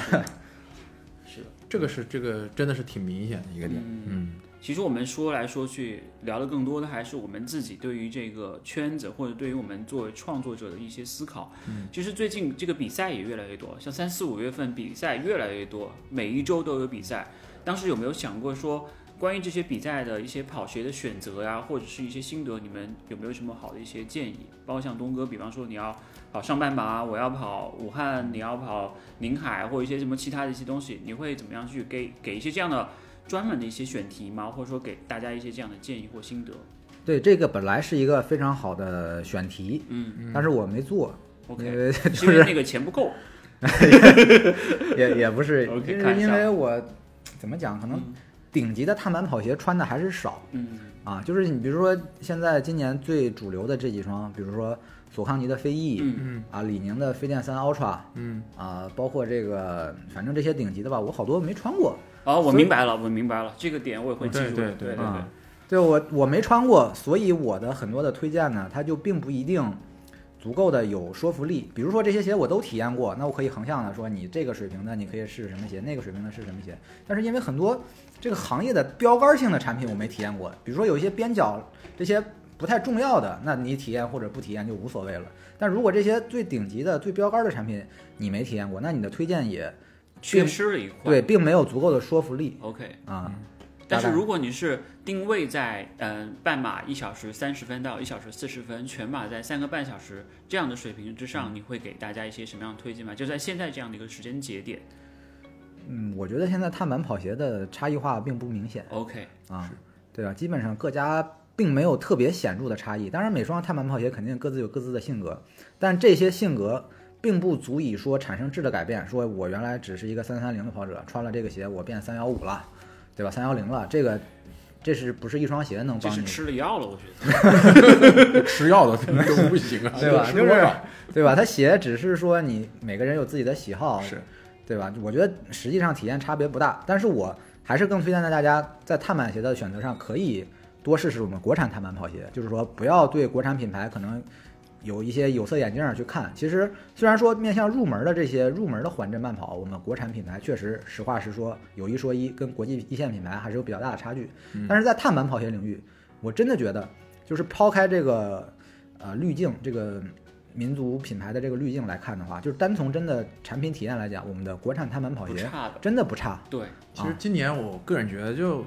[SPEAKER 1] 是的，
[SPEAKER 2] 这个是这个真的是挺明显的一个点。
[SPEAKER 1] 嗯
[SPEAKER 2] 嗯，
[SPEAKER 1] 其实我们说来说去，聊的更多的还是我们自己对于这个圈子，或者对于我们作为创作者的一些思考。嗯，其实最近这个比赛也越来越多，像三四五月份比赛越来越多，每一周都有比赛。当时有没有想过说，关于这些比赛的一些跑鞋的选择呀、或者是一些心得，你们有没有什么好的一些建议？包括像东哥，比方说你要跑上半马，我要跑武汉，你要跑宁海，或者一些什么其他的一些东西，你会怎么样去给给一些这样的专门的一些选题吗？或者说给大家一些这样的建议或心得
[SPEAKER 3] 对，这个本来是一个非常好的选题，
[SPEAKER 1] 嗯
[SPEAKER 3] 嗯，但是我没做，因
[SPEAKER 1] ？OK，
[SPEAKER 3] 为
[SPEAKER 1] 是 [laughs]
[SPEAKER 3] 就
[SPEAKER 1] 因
[SPEAKER 3] 是
[SPEAKER 1] 为那个钱不够。
[SPEAKER 3] [laughs] 也也不是，
[SPEAKER 1] [laughs] OK，
[SPEAKER 3] 就
[SPEAKER 1] 看
[SPEAKER 3] 是
[SPEAKER 1] 一
[SPEAKER 3] 因
[SPEAKER 1] 下
[SPEAKER 3] 为我怎么讲，可能顶级的碳板跑鞋穿的还是少
[SPEAKER 1] 嗯
[SPEAKER 3] 啊。就是你比如说现在今年最主流的这几双，比如说索康尼的飞翼、
[SPEAKER 1] 嗯
[SPEAKER 2] 嗯
[SPEAKER 3] 啊，李宁的飞电三 Ultra
[SPEAKER 2] 嗯，
[SPEAKER 3] 啊，包括这个反正这些顶级的吧，我好多没穿过。
[SPEAKER 1] 哦，我
[SPEAKER 3] 所以
[SPEAKER 1] 明白了，我明白了，这个点我也会记住的。
[SPEAKER 2] 对对
[SPEAKER 1] 对
[SPEAKER 2] 对
[SPEAKER 1] 对
[SPEAKER 3] 啊对我我没穿过，所以我的很多的推荐呢，它就并不一定足够的有说服力。比如说这些鞋我都体验过，那我可以横向的说，你这个水平的你可以试什么鞋，那个水平的试什么鞋。但是因为很多这个行业的标杆性的产品我没体验过，比如说有一些边角这些不太重要的，那你体验或者不体验就无所谓了。但如果这些最顶级的、最标杆的产品你没体验过，那你的推荐也
[SPEAKER 1] 缺失了一块。
[SPEAKER 3] 对，并没有足够的说服力
[SPEAKER 1] ，OK。
[SPEAKER 3] 啊。
[SPEAKER 1] 但是
[SPEAKER 3] 大概
[SPEAKER 1] 如果你是定位在嗯、呃半马一小时三十分到一小时四十分，全马在三个半小时这样的水平之
[SPEAKER 3] 嗯
[SPEAKER 1] 上，你会给大家一些什么样的推荐吗？就在现在这样的一个时间节点
[SPEAKER 3] 嗯，我觉得现在碳板跑鞋的差异化并不明显。
[SPEAKER 1] ，OK，
[SPEAKER 3] 啊
[SPEAKER 2] 是，
[SPEAKER 3] 对啊，基本上各家并没有特别显著的差异。当然，每双碳板跑鞋肯定各自有各自的性格，但这些性格并不足以说产生质的改变。说我原来只是一个三三零的跑者，穿了这个鞋我变三幺五了，对吧？三幺零了，这个这是不是一双鞋能
[SPEAKER 1] 这
[SPEAKER 3] 帮
[SPEAKER 1] 是
[SPEAKER 3] 你？
[SPEAKER 1] 吃了药了，我觉得。
[SPEAKER 2] 吃药的都不行啊，
[SPEAKER 3] 对吧？
[SPEAKER 2] 吃
[SPEAKER 3] 就
[SPEAKER 2] 多
[SPEAKER 3] 是
[SPEAKER 2] 药
[SPEAKER 3] 对吧？它鞋只是说你每个人有自己的喜好，
[SPEAKER 2] 是
[SPEAKER 3] 对吧？我觉得实际上体验差别不大，但是我还是更推荐大家在碳板鞋的选择上可以多试试我们国产碳板跑鞋，就是说不要对国产品牌可能有一些有色眼镜儿去看。其实虽然说面向入门的这些入门的缓震慢跑，我们国产品牌确实实话实说有一说一，跟国际一线品牌还是有比较大的差距。
[SPEAKER 1] 嗯
[SPEAKER 3] 但是在碳板跑鞋领域，我真的觉得就是抛开这个呃滤镜这个民族品牌的这个滤镜来看的话，就是单从真的产品体验来讲，我们的国产碳板跑
[SPEAKER 1] 不
[SPEAKER 3] 鞋
[SPEAKER 1] 差的，
[SPEAKER 3] 真的不差。
[SPEAKER 1] 对，
[SPEAKER 2] 其实今年我个人觉得，就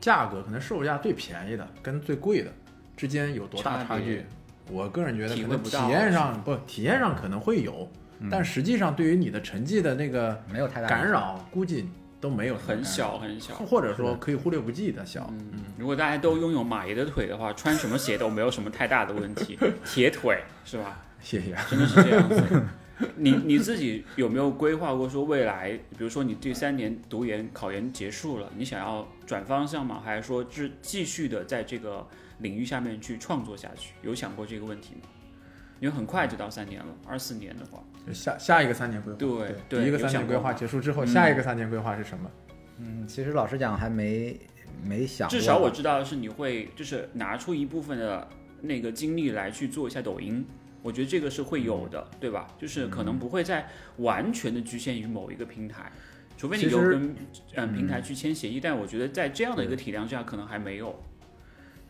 [SPEAKER 2] 价格可能售价最便宜的跟最贵的之间有多大
[SPEAKER 1] 差
[SPEAKER 2] 差
[SPEAKER 1] 别
[SPEAKER 2] 距？我个人觉得，
[SPEAKER 1] 体
[SPEAKER 2] 可
[SPEAKER 1] 会
[SPEAKER 2] 能
[SPEAKER 1] 不
[SPEAKER 2] 体
[SPEAKER 1] 到嗯
[SPEAKER 2] 验上不体验上可能会有，但实际上对于你的成绩的那个
[SPEAKER 3] 没有太大
[SPEAKER 2] 干扰，估计都没有什么干
[SPEAKER 1] 很
[SPEAKER 2] 扰，
[SPEAKER 1] 小很小。
[SPEAKER 2] 或者说可以忽略不计的小。
[SPEAKER 1] 嗯，如果大家都拥有马爷的腿的话，穿什么鞋都没有什么太大的问
[SPEAKER 2] [laughs]
[SPEAKER 1] 题。铁腿是吧？
[SPEAKER 2] 谢谢。啊
[SPEAKER 1] 真的是这样子。你你自己有没有规划过说未来，比如说你这三年读研考研结束了，你想要转方向吗？还是说是继续的在这个领域下面去创作下去？有想过这个问题吗？因为很快就到三年了，二四年的话，
[SPEAKER 2] 就 [laughs] 下下一个三年规划，
[SPEAKER 1] 对对
[SPEAKER 2] 第一个
[SPEAKER 1] 有
[SPEAKER 2] 三
[SPEAKER 1] 想
[SPEAKER 2] 年规
[SPEAKER 1] 过
[SPEAKER 2] 划
[SPEAKER 1] 吗
[SPEAKER 2] 结束之后，
[SPEAKER 1] 嗯
[SPEAKER 2] 下一个三年规划是什么？
[SPEAKER 3] 嗯，其实老实讲还没没想过，
[SPEAKER 1] 至少我知道的是你会就是拿出一部分的那个精力来去做一下抖音，我觉得这个是会有的，对吧？就是可
[SPEAKER 3] 嗯
[SPEAKER 1] 能不会再完全的局限于某一个平台，除非你
[SPEAKER 3] 其实
[SPEAKER 1] 有跟嗯平台去签协议，但我觉得在这样的一个体量之下，可能还没有。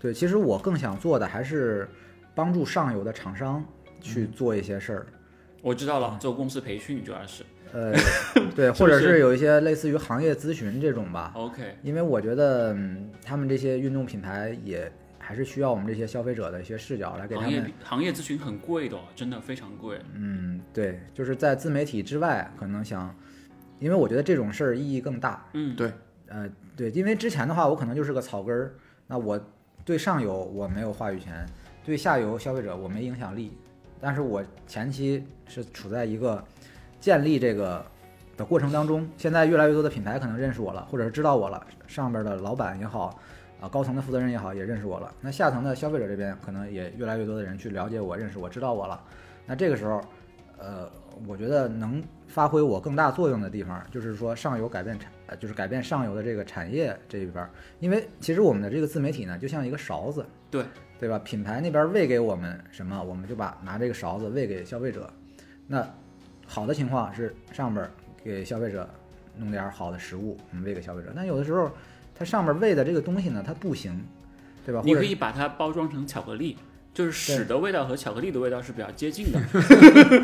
[SPEAKER 3] 对，其实我更想做的还是帮助上游的厂商去
[SPEAKER 1] 嗯
[SPEAKER 3] 做一些事儿。
[SPEAKER 1] 我知道了，做公司培训主要是 [laughs]
[SPEAKER 3] 呃，对，
[SPEAKER 1] 是
[SPEAKER 3] 或
[SPEAKER 1] 不
[SPEAKER 3] 者
[SPEAKER 1] 是
[SPEAKER 3] 是有一些类似于行业咨询这种吧，
[SPEAKER 1] OK，
[SPEAKER 3] 因为我觉得、嗯、他们这些运动品牌也还是需要我们这些消费者的一些视角来给他
[SPEAKER 1] 行业
[SPEAKER 3] 们。
[SPEAKER 1] 行业咨询很贵的、哦，真的非常贵。
[SPEAKER 3] 嗯，对，就是在自媒体之外，可能想，因为我觉得这种事儿意义更大。
[SPEAKER 1] 嗯，
[SPEAKER 2] 对，
[SPEAKER 3] 呃，对，因为之前的话，我可能就是个草根儿，那我对上游我没有话语权，对下游消费者我没影响力，但是我前期是处在一个建立这个的过程当中，现在越来越多的品牌可能认识我了，或者是知道我了，上边的老板也好，啊、高层的负责人也好，也认识我了，那下层的消费者这边可能也越来越多的人去了解我、认识我、知道我了，那这个时候，呃，我觉得能发挥我更大作用的地方，就是说上游改变产，呃就是改变上游的这个产业这一边儿，因为其实我们的这个自媒体呢，就像一个勺子，
[SPEAKER 1] 对
[SPEAKER 3] 对吧？品牌那边喂给我们什么，我们就把拿这个勺子喂给消费者。那好的情况是上边儿给消费者弄点儿好的食物，我们喂给消费者，但有的时候它上面喂的这个东西呢，它不行，对吧？
[SPEAKER 1] 你
[SPEAKER 3] 或
[SPEAKER 1] 可
[SPEAKER 3] 者
[SPEAKER 1] 以把它包装成巧克力，就是屎的味道和巧克力的味道是比较接近
[SPEAKER 3] [laughs]
[SPEAKER 1] 的。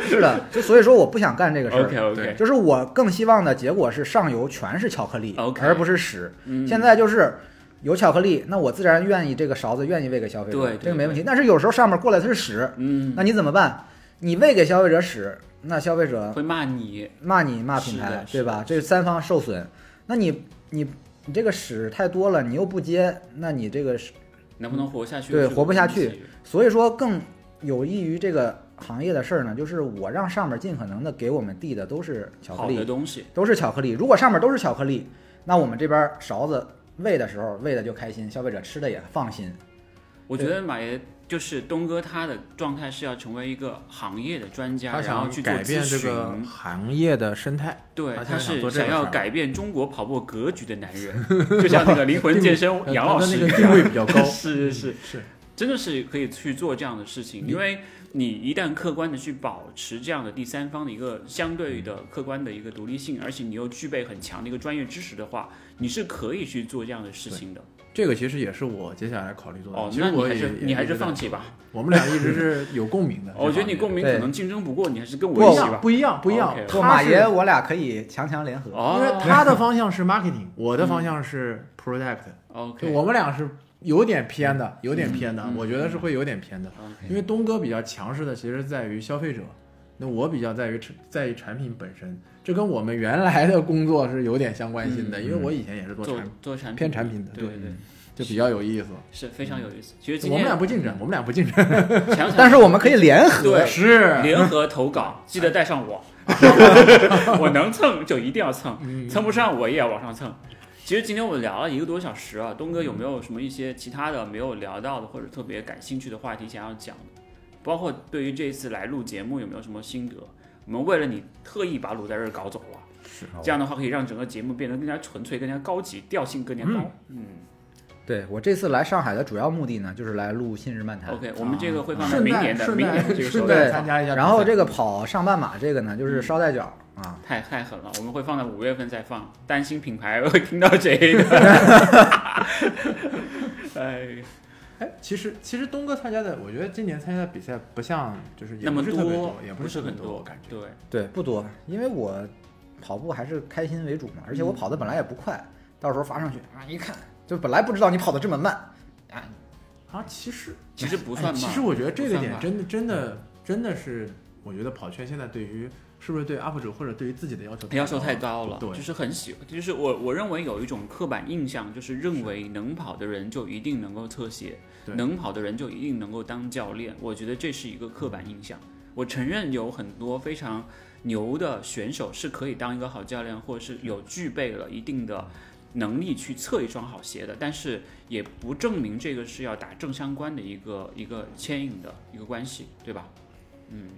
[SPEAKER 3] 是的，就所以说我不想干这
[SPEAKER 1] [laughs]
[SPEAKER 3] 个事儿。
[SPEAKER 1] OK OK，
[SPEAKER 3] 就是我更希望的结果是上游全是巧克力
[SPEAKER 1] OK
[SPEAKER 3] 而不是屎。
[SPEAKER 1] 嗯，
[SPEAKER 3] 现在就是有巧克力，那我自然愿意这个勺子愿意喂给消费者，
[SPEAKER 1] 对对
[SPEAKER 3] 这个没问题。但是有时候上面过来它是屎，
[SPEAKER 1] 嗯
[SPEAKER 3] 那你怎么办？你喂给消费者屎，那消费者
[SPEAKER 1] 会骂你，
[SPEAKER 3] 骂你骂品
[SPEAKER 1] 是
[SPEAKER 3] 牌
[SPEAKER 1] 的，是
[SPEAKER 3] 对吧？这三方受损。那你你你这个屎太多了，你又不接，那你这个是
[SPEAKER 1] 能不能活下去？
[SPEAKER 3] 对
[SPEAKER 1] 是个
[SPEAKER 3] 活不下
[SPEAKER 1] 问题
[SPEAKER 3] 去。所以说更有益于这个行业的事儿呢，就是我让上面尽可能的给我们递的都是巧克
[SPEAKER 1] 好的
[SPEAKER 3] 力，
[SPEAKER 1] 东西，
[SPEAKER 3] 都是巧克力。如果上面都是巧克力，那我们这边勺子喂的时候喂的就开心，消费者吃的也放心。
[SPEAKER 1] 我觉得马爷就是东哥，他的状态是要成为一个行业的专家，
[SPEAKER 2] 他
[SPEAKER 1] 然后
[SPEAKER 2] 想
[SPEAKER 1] 去做
[SPEAKER 2] 改变
[SPEAKER 1] 咨
[SPEAKER 2] 这
[SPEAKER 1] 询。
[SPEAKER 2] 个行业的生态，
[SPEAKER 1] 对，
[SPEAKER 2] 他
[SPEAKER 1] 他
[SPEAKER 2] 现在想
[SPEAKER 1] 是
[SPEAKER 2] 做这个
[SPEAKER 1] 想
[SPEAKER 2] 事
[SPEAKER 1] 要
[SPEAKER 2] 儿
[SPEAKER 1] 改变中国跑步格局的男人，就像那个灵魂健身杨老
[SPEAKER 2] [laughs] 他
[SPEAKER 1] 师
[SPEAKER 2] 的
[SPEAKER 1] 一
[SPEAKER 2] 那个
[SPEAKER 1] 样，
[SPEAKER 2] 地位比较高，
[SPEAKER 1] [laughs] 是是是，
[SPEAKER 2] 是
[SPEAKER 1] 真的是可以去做这样的事情，因为你一旦客观的去保持这样的第三方的一个相对的客观的一个独立性，而且你又具备很强的一个专业知识的话，你是可以去做这样的事情的。
[SPEAKER 2] 这个其实也是我接下来考虑做的。
[SPEAKER 1] 哦，
[SPEAKER 2] 其
[SPEAKER 1] 那
[SPEAKER 2] 实
[SPEAKER 1] 你
[SPEAKER 2] 我
[SPEAKER 1] 还
[SPEAKER 2] 也
[SPEAKER 1] 是
[SPEAKER 2] 也
[SPEAKER 1] 你还
[SPEAKER 2] 一
[SPEAKER 1] 是
[SPEAKER 2] 直在
[SPEAKER 1] 放弃吧。。
[SPEAKER 2] [laughs] 我们俩一直是有共鸣
[SPEAKER 1] [laughs]
[SPEAKER 2] 的
[SPEAKER 1] 我觉得你共鸣
[SPEAKER 3] 对
[SPEAKER 1] 可能竞争不过，你还是跟
[SPEAKER 2] 不
[SPEAKER 1] 我一
[SPEAKER 2] 一
[SPEAKER 1] 起
[SPEAKER 2] 样，
[SPEAKER 1] 吧。哦
[SPEAKER 2] 不一样，不一样
[SPEAKER 1] OK，OK。
[SPEAKER 3] 做
[SPEAKER 2] 他
[SPEAKER 3] 马
[SPEAKER 2] 是
[SPEAKER 3] 爷，我俩可以强强联合。
[SPEAKER 1] 哦，
[SPEAKER 2] 因为他的方向是 marketing，我的方向是 product，就
[SPEAKER 1] OK，
[SPEAKER 2] 我们俩是有点偏的，有点偏的
[SPEAKER 1] 嗯，
[SPEAKER 2] 我觉得是会有点偏的。
[SPEAKER 1] OK，
[SPEAKER 2] 因为东哥比较强势的其实在于消费者，那我比较在于产在于产品本身，这跟我们原来的工作是有点相关性的，
[SPEAKER 3] 嗯
[SPEAKER 2] 因为我以前也是做
[SPEAKER 1] 做
[SPEAKER 2] 产，
[SPEAKER 1] 做产品
[SPEAKER 2] 偏产品的
[SPEAKER 1] 对
[SPEAKER 2] 对
[SPEAKER 1] 对，
[SPEAKER 2] 就比较有意思。
[SPEAKER 1] 是非常有意思。其实今
[SPEAKER 2] 我们
[SPEAKER 1] 天
[SPEAKER 2] 俩不竞争，我们俩不竞争，
[SPEAKER 1] 强强
[SPEAKER 3] 但是我们可以联合，
[SPEAKER 2] [laughs]
[SPEAKER 1] 对
[SPEAKER 2] 是
[SPEAKER 1] 联合投稿，记得带上我，我能蹭就一定要蹭，蹭不上我也要往上蹭。其实今天我们聊了一个多小时啊，东哥有没有什么一些其他的没有聊到的或者特别感兴趣的话题想要讲的？包括对于这一次来录节目有没有什么心得？我们为了你特意把鲁在这儿搞走了，这样的话可以让整个节目变得更加纯粹、更加高级，调性更加高。嗯
[SPEAKER 3] 对我这次来上海的主要目的呢，就是来录《信日漫谈》。
[SPEAKER 1] o k 我们这个会放在
[SPEAKER 2] 顺
[SPEAKER 1] 明
[SPEAKER 2] 带
[SPEAKER 1] 年的
[SPEAKER 2] 顺
[SPEAKER 1] 明年的
[SPEAKER 2] 带
[SPEAKER 1] 这个时
[SPEAKER 2] 顺
[SPEAKER 1] 候
[SPEAKER 2] 带
[SPEAKER 1] 再
[SPEAKER 3] 对
[SPEAKER 1] 放
[SPEAKER 2] 参。加一下比赛。
[SPEAKER 3] 然后这个跑上半马这个呢，就是捎带脚、啊，
[SPEAKER 1] 太太狠了，我们会放在五月份再放，担心品牌会听到这个。哎，
[SPEAKER 2] 哎，其实其实东哥参加的，我觉得今年参加的比赛不像就是也
[SPEAKER 1] 那么
[SPEAKER 2] 不是特别也
[SPEAKER 1] 不
[SPEAKER 2] 不
[SPEAKER 1] 是
[SPEAKER 2] 很
[SPEAKER 1] 很
[SPEAKER 2] 我感觉。
[SPEAKER 1] 对，
[SPEAKER 3] 对，不多，
[SPEAKER 1] 嗯
[SPEAKER 3] 因为我跑步还是开心为主嘛，而
[SPEAKER 1] 嗯
[SPEAKER 3] 且我跑的本来也不快，到时候发上去啊，一看就本来不知道你跑的这么慢啊，
[SPEAKER 2] 啊，其实
[SPEAKER 1] [laughs] 其实不
[SPEAKER 2] 哎
[SPEAKER 1] 算慢。
[SPEAKER 2] 其实我觉得这
[SPEAKER 1] 不
[SPEAKER 2] 个
[SPEAKER 1] 算
[SPEAKER 2] 点
[SPEAKER 1] 慢
[SPEAKER 2] 真的真的真的是，我觉得跑圈现在对于是不是对 UP 主或者对于自己的要求
[SPEAKER 1] 要求太
[SPEAKER 2] 高
[SPEAKER 1] 高
[SPEAKER 2] 了。
[SPEAKER 1] 了，
[SPEAKER 2] 哦对
[SPEAKER 1] 就是很喜，就是我我认为有一种刻板印象，就是认为能跑的人就一定能够侧写，
[SPEAKER 2] 对
[SPEAKER 1] 能跑的人就一定能够当教练。我觉得这是一个刻板印象。我承认有很多非常牛的选手是可以当一个好教练，或者是有具备了一定的能力去测一双好鞋的，但是也不证明这个是要打正相关的一个一个牵引的一个关系，对吧？嗯。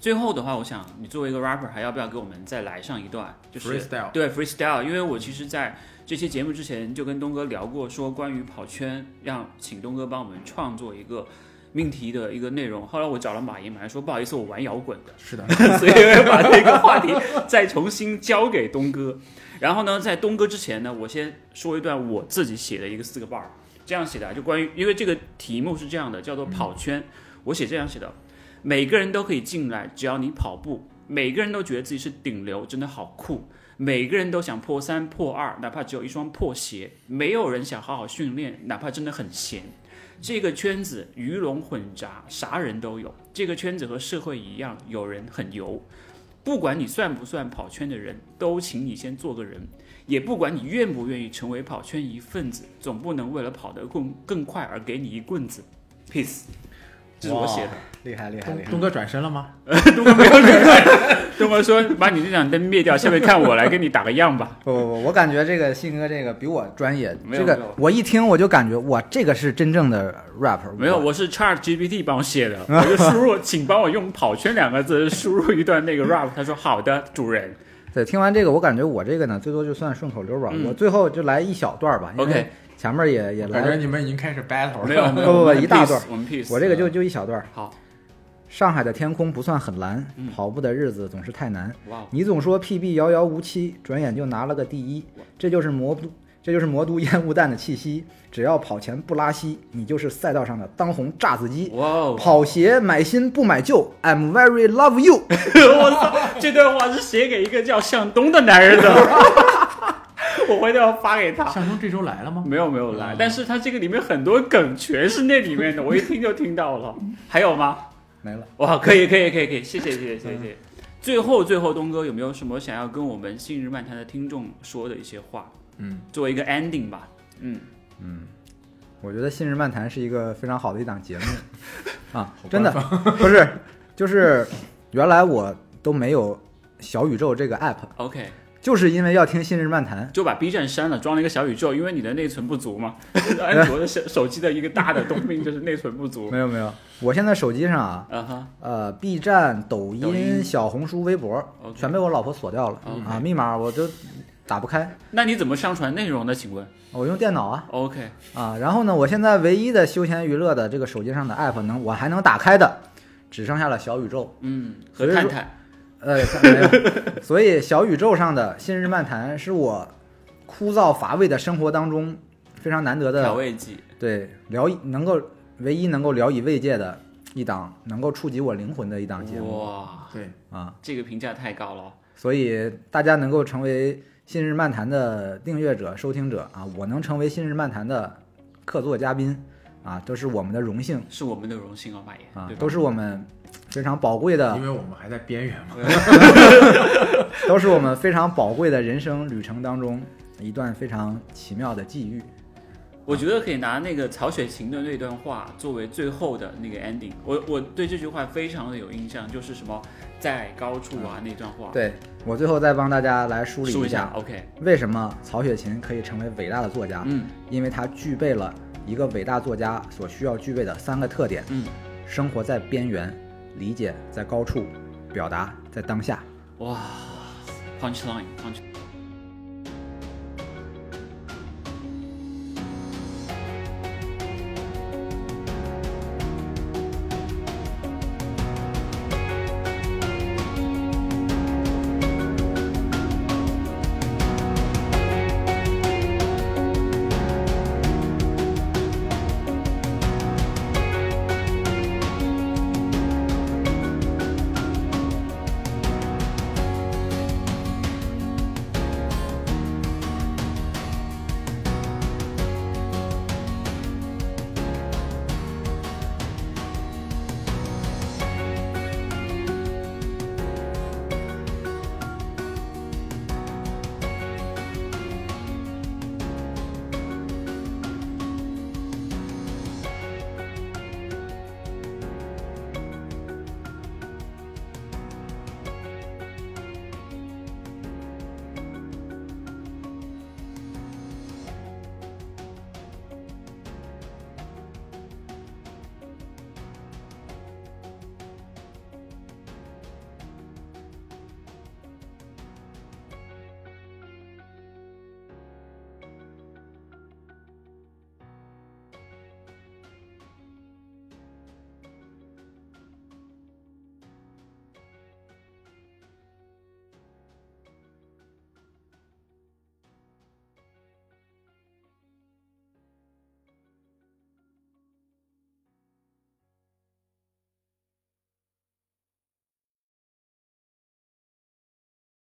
[SPEAKER 1] 最后的话，我想你作为一个 rapper，还要不要给我们再来上一段？就是
[SPEAKER 2] freestyle
[SPEAKER 1] 对 freestyle，因为我其实，在这期节目之前就跟东哥聊过，说关于跑圈，让请东哥帮我们创作一个命题的一个内容。后来我找了马爷，马爷说不好意思，我玩摇滚的，
[SPEAKER 2] 是的，
[SPEAKER 1] [laughs] 所以我把这个话题再重新交给东哥。然后呢，在东哥之前呢，我先说一段我自己写的一个四个 bar，这样写的啊，就关于因为这个题目是这样的，叫做跑圈。我写这样写的：啊每个人都可以进来，只要你跑步。每个人都觉得自己是顶流，真的好酷。每个人都想破三破二，哪怕只有一双破鞋。没有人想好好训练，哪怕真的很闲。这个圈子鱼龙混杂，啥人都有。这个圈子和社会一样，有人很油。不管你算不算跑圈的人，都请你先做个人。也不管你愿不愿意成为跑圈一份子，总不能为了跑得更更快而给你一棍子。Peace，这是我写的。
[SPEAKER 3] [laughs] 厉害厉害
[SPEAKER 2] 东
[SPEAKER 3] 厉害，
[SPEAKER 2] 东哥转身了吗？
[SPEAKER 3] [laughs]
[SPEAKER 1] 东哥不要脸，东哥说把你这盏灯灭掉，下面看我来给你打个样
[SPEAKER 3] [laughs]
[SPEAKER 1] 吧。
[SPEAKER 3] 不不不，我感觉这个信哥这个比我专业，
[SPEAKER 1] 没有没
[SPEAKER 3] 这
[SPEAKER 1] 有
[SPEAKER 3] 个我一听我就感觉哇，这个是真正的 rap，
[SPEAKER 1] 没有，我是 Chat GPT 帮我写的， [laughs] 我就输入，请帮我用“跑圈”两个字输入一段那个 rap。他说好的，主人。
[SPEAKER 3] 对，听完这个我感觉我这个呢最多就算顺口溜吧，
[SPEAKER 1] 嗯
[SPEAKER 3] 我最后就来一小段吧因为
[SPEAKER 1] OK
[SPEAKER 3] 前面也也
[SPEAKER 2] 我感觉
[SPEAKER 3] 来，
[SPEAKER 2] 你们已经开始 battle 了。
[SPEAKER 1] 没有，没有
[SPEAKER 3] 不不不
[SPEAKER 1] 我们
[SPEAKER 3] 一大
[SPEAKER 1] peace，
[SPEAKER 3] 段
[SPEAKER 1] 我们 peace。
[SPEAKER 3] 我这个就就一小段。
[SPEAKER 1] 好，
[SPEAKER 3] 上海的天空不算很蓝
[SPEAKER 1] 嗯，
[SPEAKER 3] 跑步的日子总是太难。
[SPEAKER 1] 哇哦，
[SPEAKER 3] 你总说 PB 遥遥无期，转眼就拿了个第一，这就是魔都，这就是魔都烟雾弹的气息。只要跑前不拉稀，你就是赛道上的当红炸子鸡。
[SPEAKER 1] 哇哦，
[SPEAKER 3] 跑鞋买新不买旧，I'm very love you。 [laughs]
[SPEAKER 1] 我操，这段话是写给一个叫向东的男人的， [laughs] 我回头要发给他。
[SPEAKER 2] 向东这周来了吗？
[SPEAKER 1] 没有没有来，但是他这个里面很多梗全是那里面的，我一听就听到了。还有吗？
[SPEAKER 3] 没了，
[SPEAKER 1] 哇，可以可以可以可以，谢谢谢谢谢
[SPEAKER 3] 嗯
[SPEAKER 1] 谢。最后最后，东哥有没有什么想要跟我们信日漫谈的听众说的一些话，
[SPEAKER 2] 嗯，
[SPEAKER 1] 作为一个 ending 吧？嗯，
[SPEAKER 3] 我觉得《信日漫谈》是一个非常好的一档节目啊
[SPEAKER 2] 好，
[SPEAKER 3] 真的不是，就是原来我都没有小宇宙这个 app，
[SPEAKER 1] OK，
[SPEAKER 3] 就是因为要听《信日漫谈》。
[SPEAKER 1] 就把 B 站删了，装了一个小宇宙，因为你的内存不足嘛。 [laughs] 安卓的手手机的一个大的通病就是内存不
[SPEAKER 3] [laughs]
[SPEAKER 1] 足。
[SPEAKER 3] 没有没有，我现在手机上啊，
[SPEAKER 1] 啊哈，
[SPEAKER 3] 呃，B 站、抖音、
[SPEAKER 1] 抖音
[SPEAKER 3] 小红书、微博
[SPEAKER 1] OK 嗯
[SPEAKER 3] 全被我老婆锁掉了
[SPEAKER 1] OK
[SPEAKER 3] 啊，密码我都打不开。
[SPEAKER 1] 那你怎么上传内容呢？请问
[SPEAKER 3] 我用电脑啊
[SPEAKER 1] ？OK，
[SPEAKER 3] 啊，然后呢，我现在唯一的休闲娱乐的这个手机上的 app 能我还能打开的，只剩下了小宇宙。
[SPEAKER 1] 嗯，
[SPEAKER 3] 所
[SPEAKER 1] 和
[SPEAKER 3] 以说
[SPEAKER 1] 探探
[SPEAKER 3] 呃，没有所以小宇宙上的《新日漫谈》是我枯燥乏味的生活当中非常难得
[SPEAKER 1] 调
[SPEAKER 3] 的，
[SPEAKER 1] 味剂。
[SPEAKER 3] 对聊以能够唯一能够聊以慰藉的一档能够触及我灵魂的一档节目
[SPEAKER 1] 哇，
[SPEAKER 2] 对，
[SPEAKER 3] 啊。
[SPEAKER 1] 这个评价太高了。哦
[SPEAKER 3] 所以大家能够成为《信日漫谈》的订阅者、收听者啊，我能成为《信日漫谈》的客座嘉宾啊，都是我们的荣幸
[SPEAKER 1] 是我们的荣幸哦，马爷，
[SPEAKER 3] 啊
[SPEAKER 1] 对，吧
[SPEAKER 3] 都是我们非常宝贵的
[SPEAKER 2] 因，为我们还在边缘嘛。
[SPEAKER 3] [laughs] 都是我们非常宝贵的人生旅程当中一段非常奇妙的际遇。
[SPEAKER 1] 我觉得可以拿那个曹雪芹的那段话作为最后的那个 ending 我。我对这句话非常的有印象，就是什么在高处啊、那段话。，
[SPEAKER 3] 对我最后再帮大家来嗯梳理
[SPEAKER 1] 说
[SPEAKER 3] 一
[SPEAKER 1] 一
[SPEAKER 3] 下，
[SPEAKER 1] OK，
[SPEAKER 3] 为什么曹雪芹可以成为伟大的作家，
[SPEAKER 1] 嗯
[SPEAKER 3] 因为他具备了一个伟大作家所需要具备的三个特点。
[SPEAKER 1] 嗯，
[SPEAKER 3] 生活在边缘，理解在高处，表达在当下。
[SPEAKER 1] 哇，punchline punch。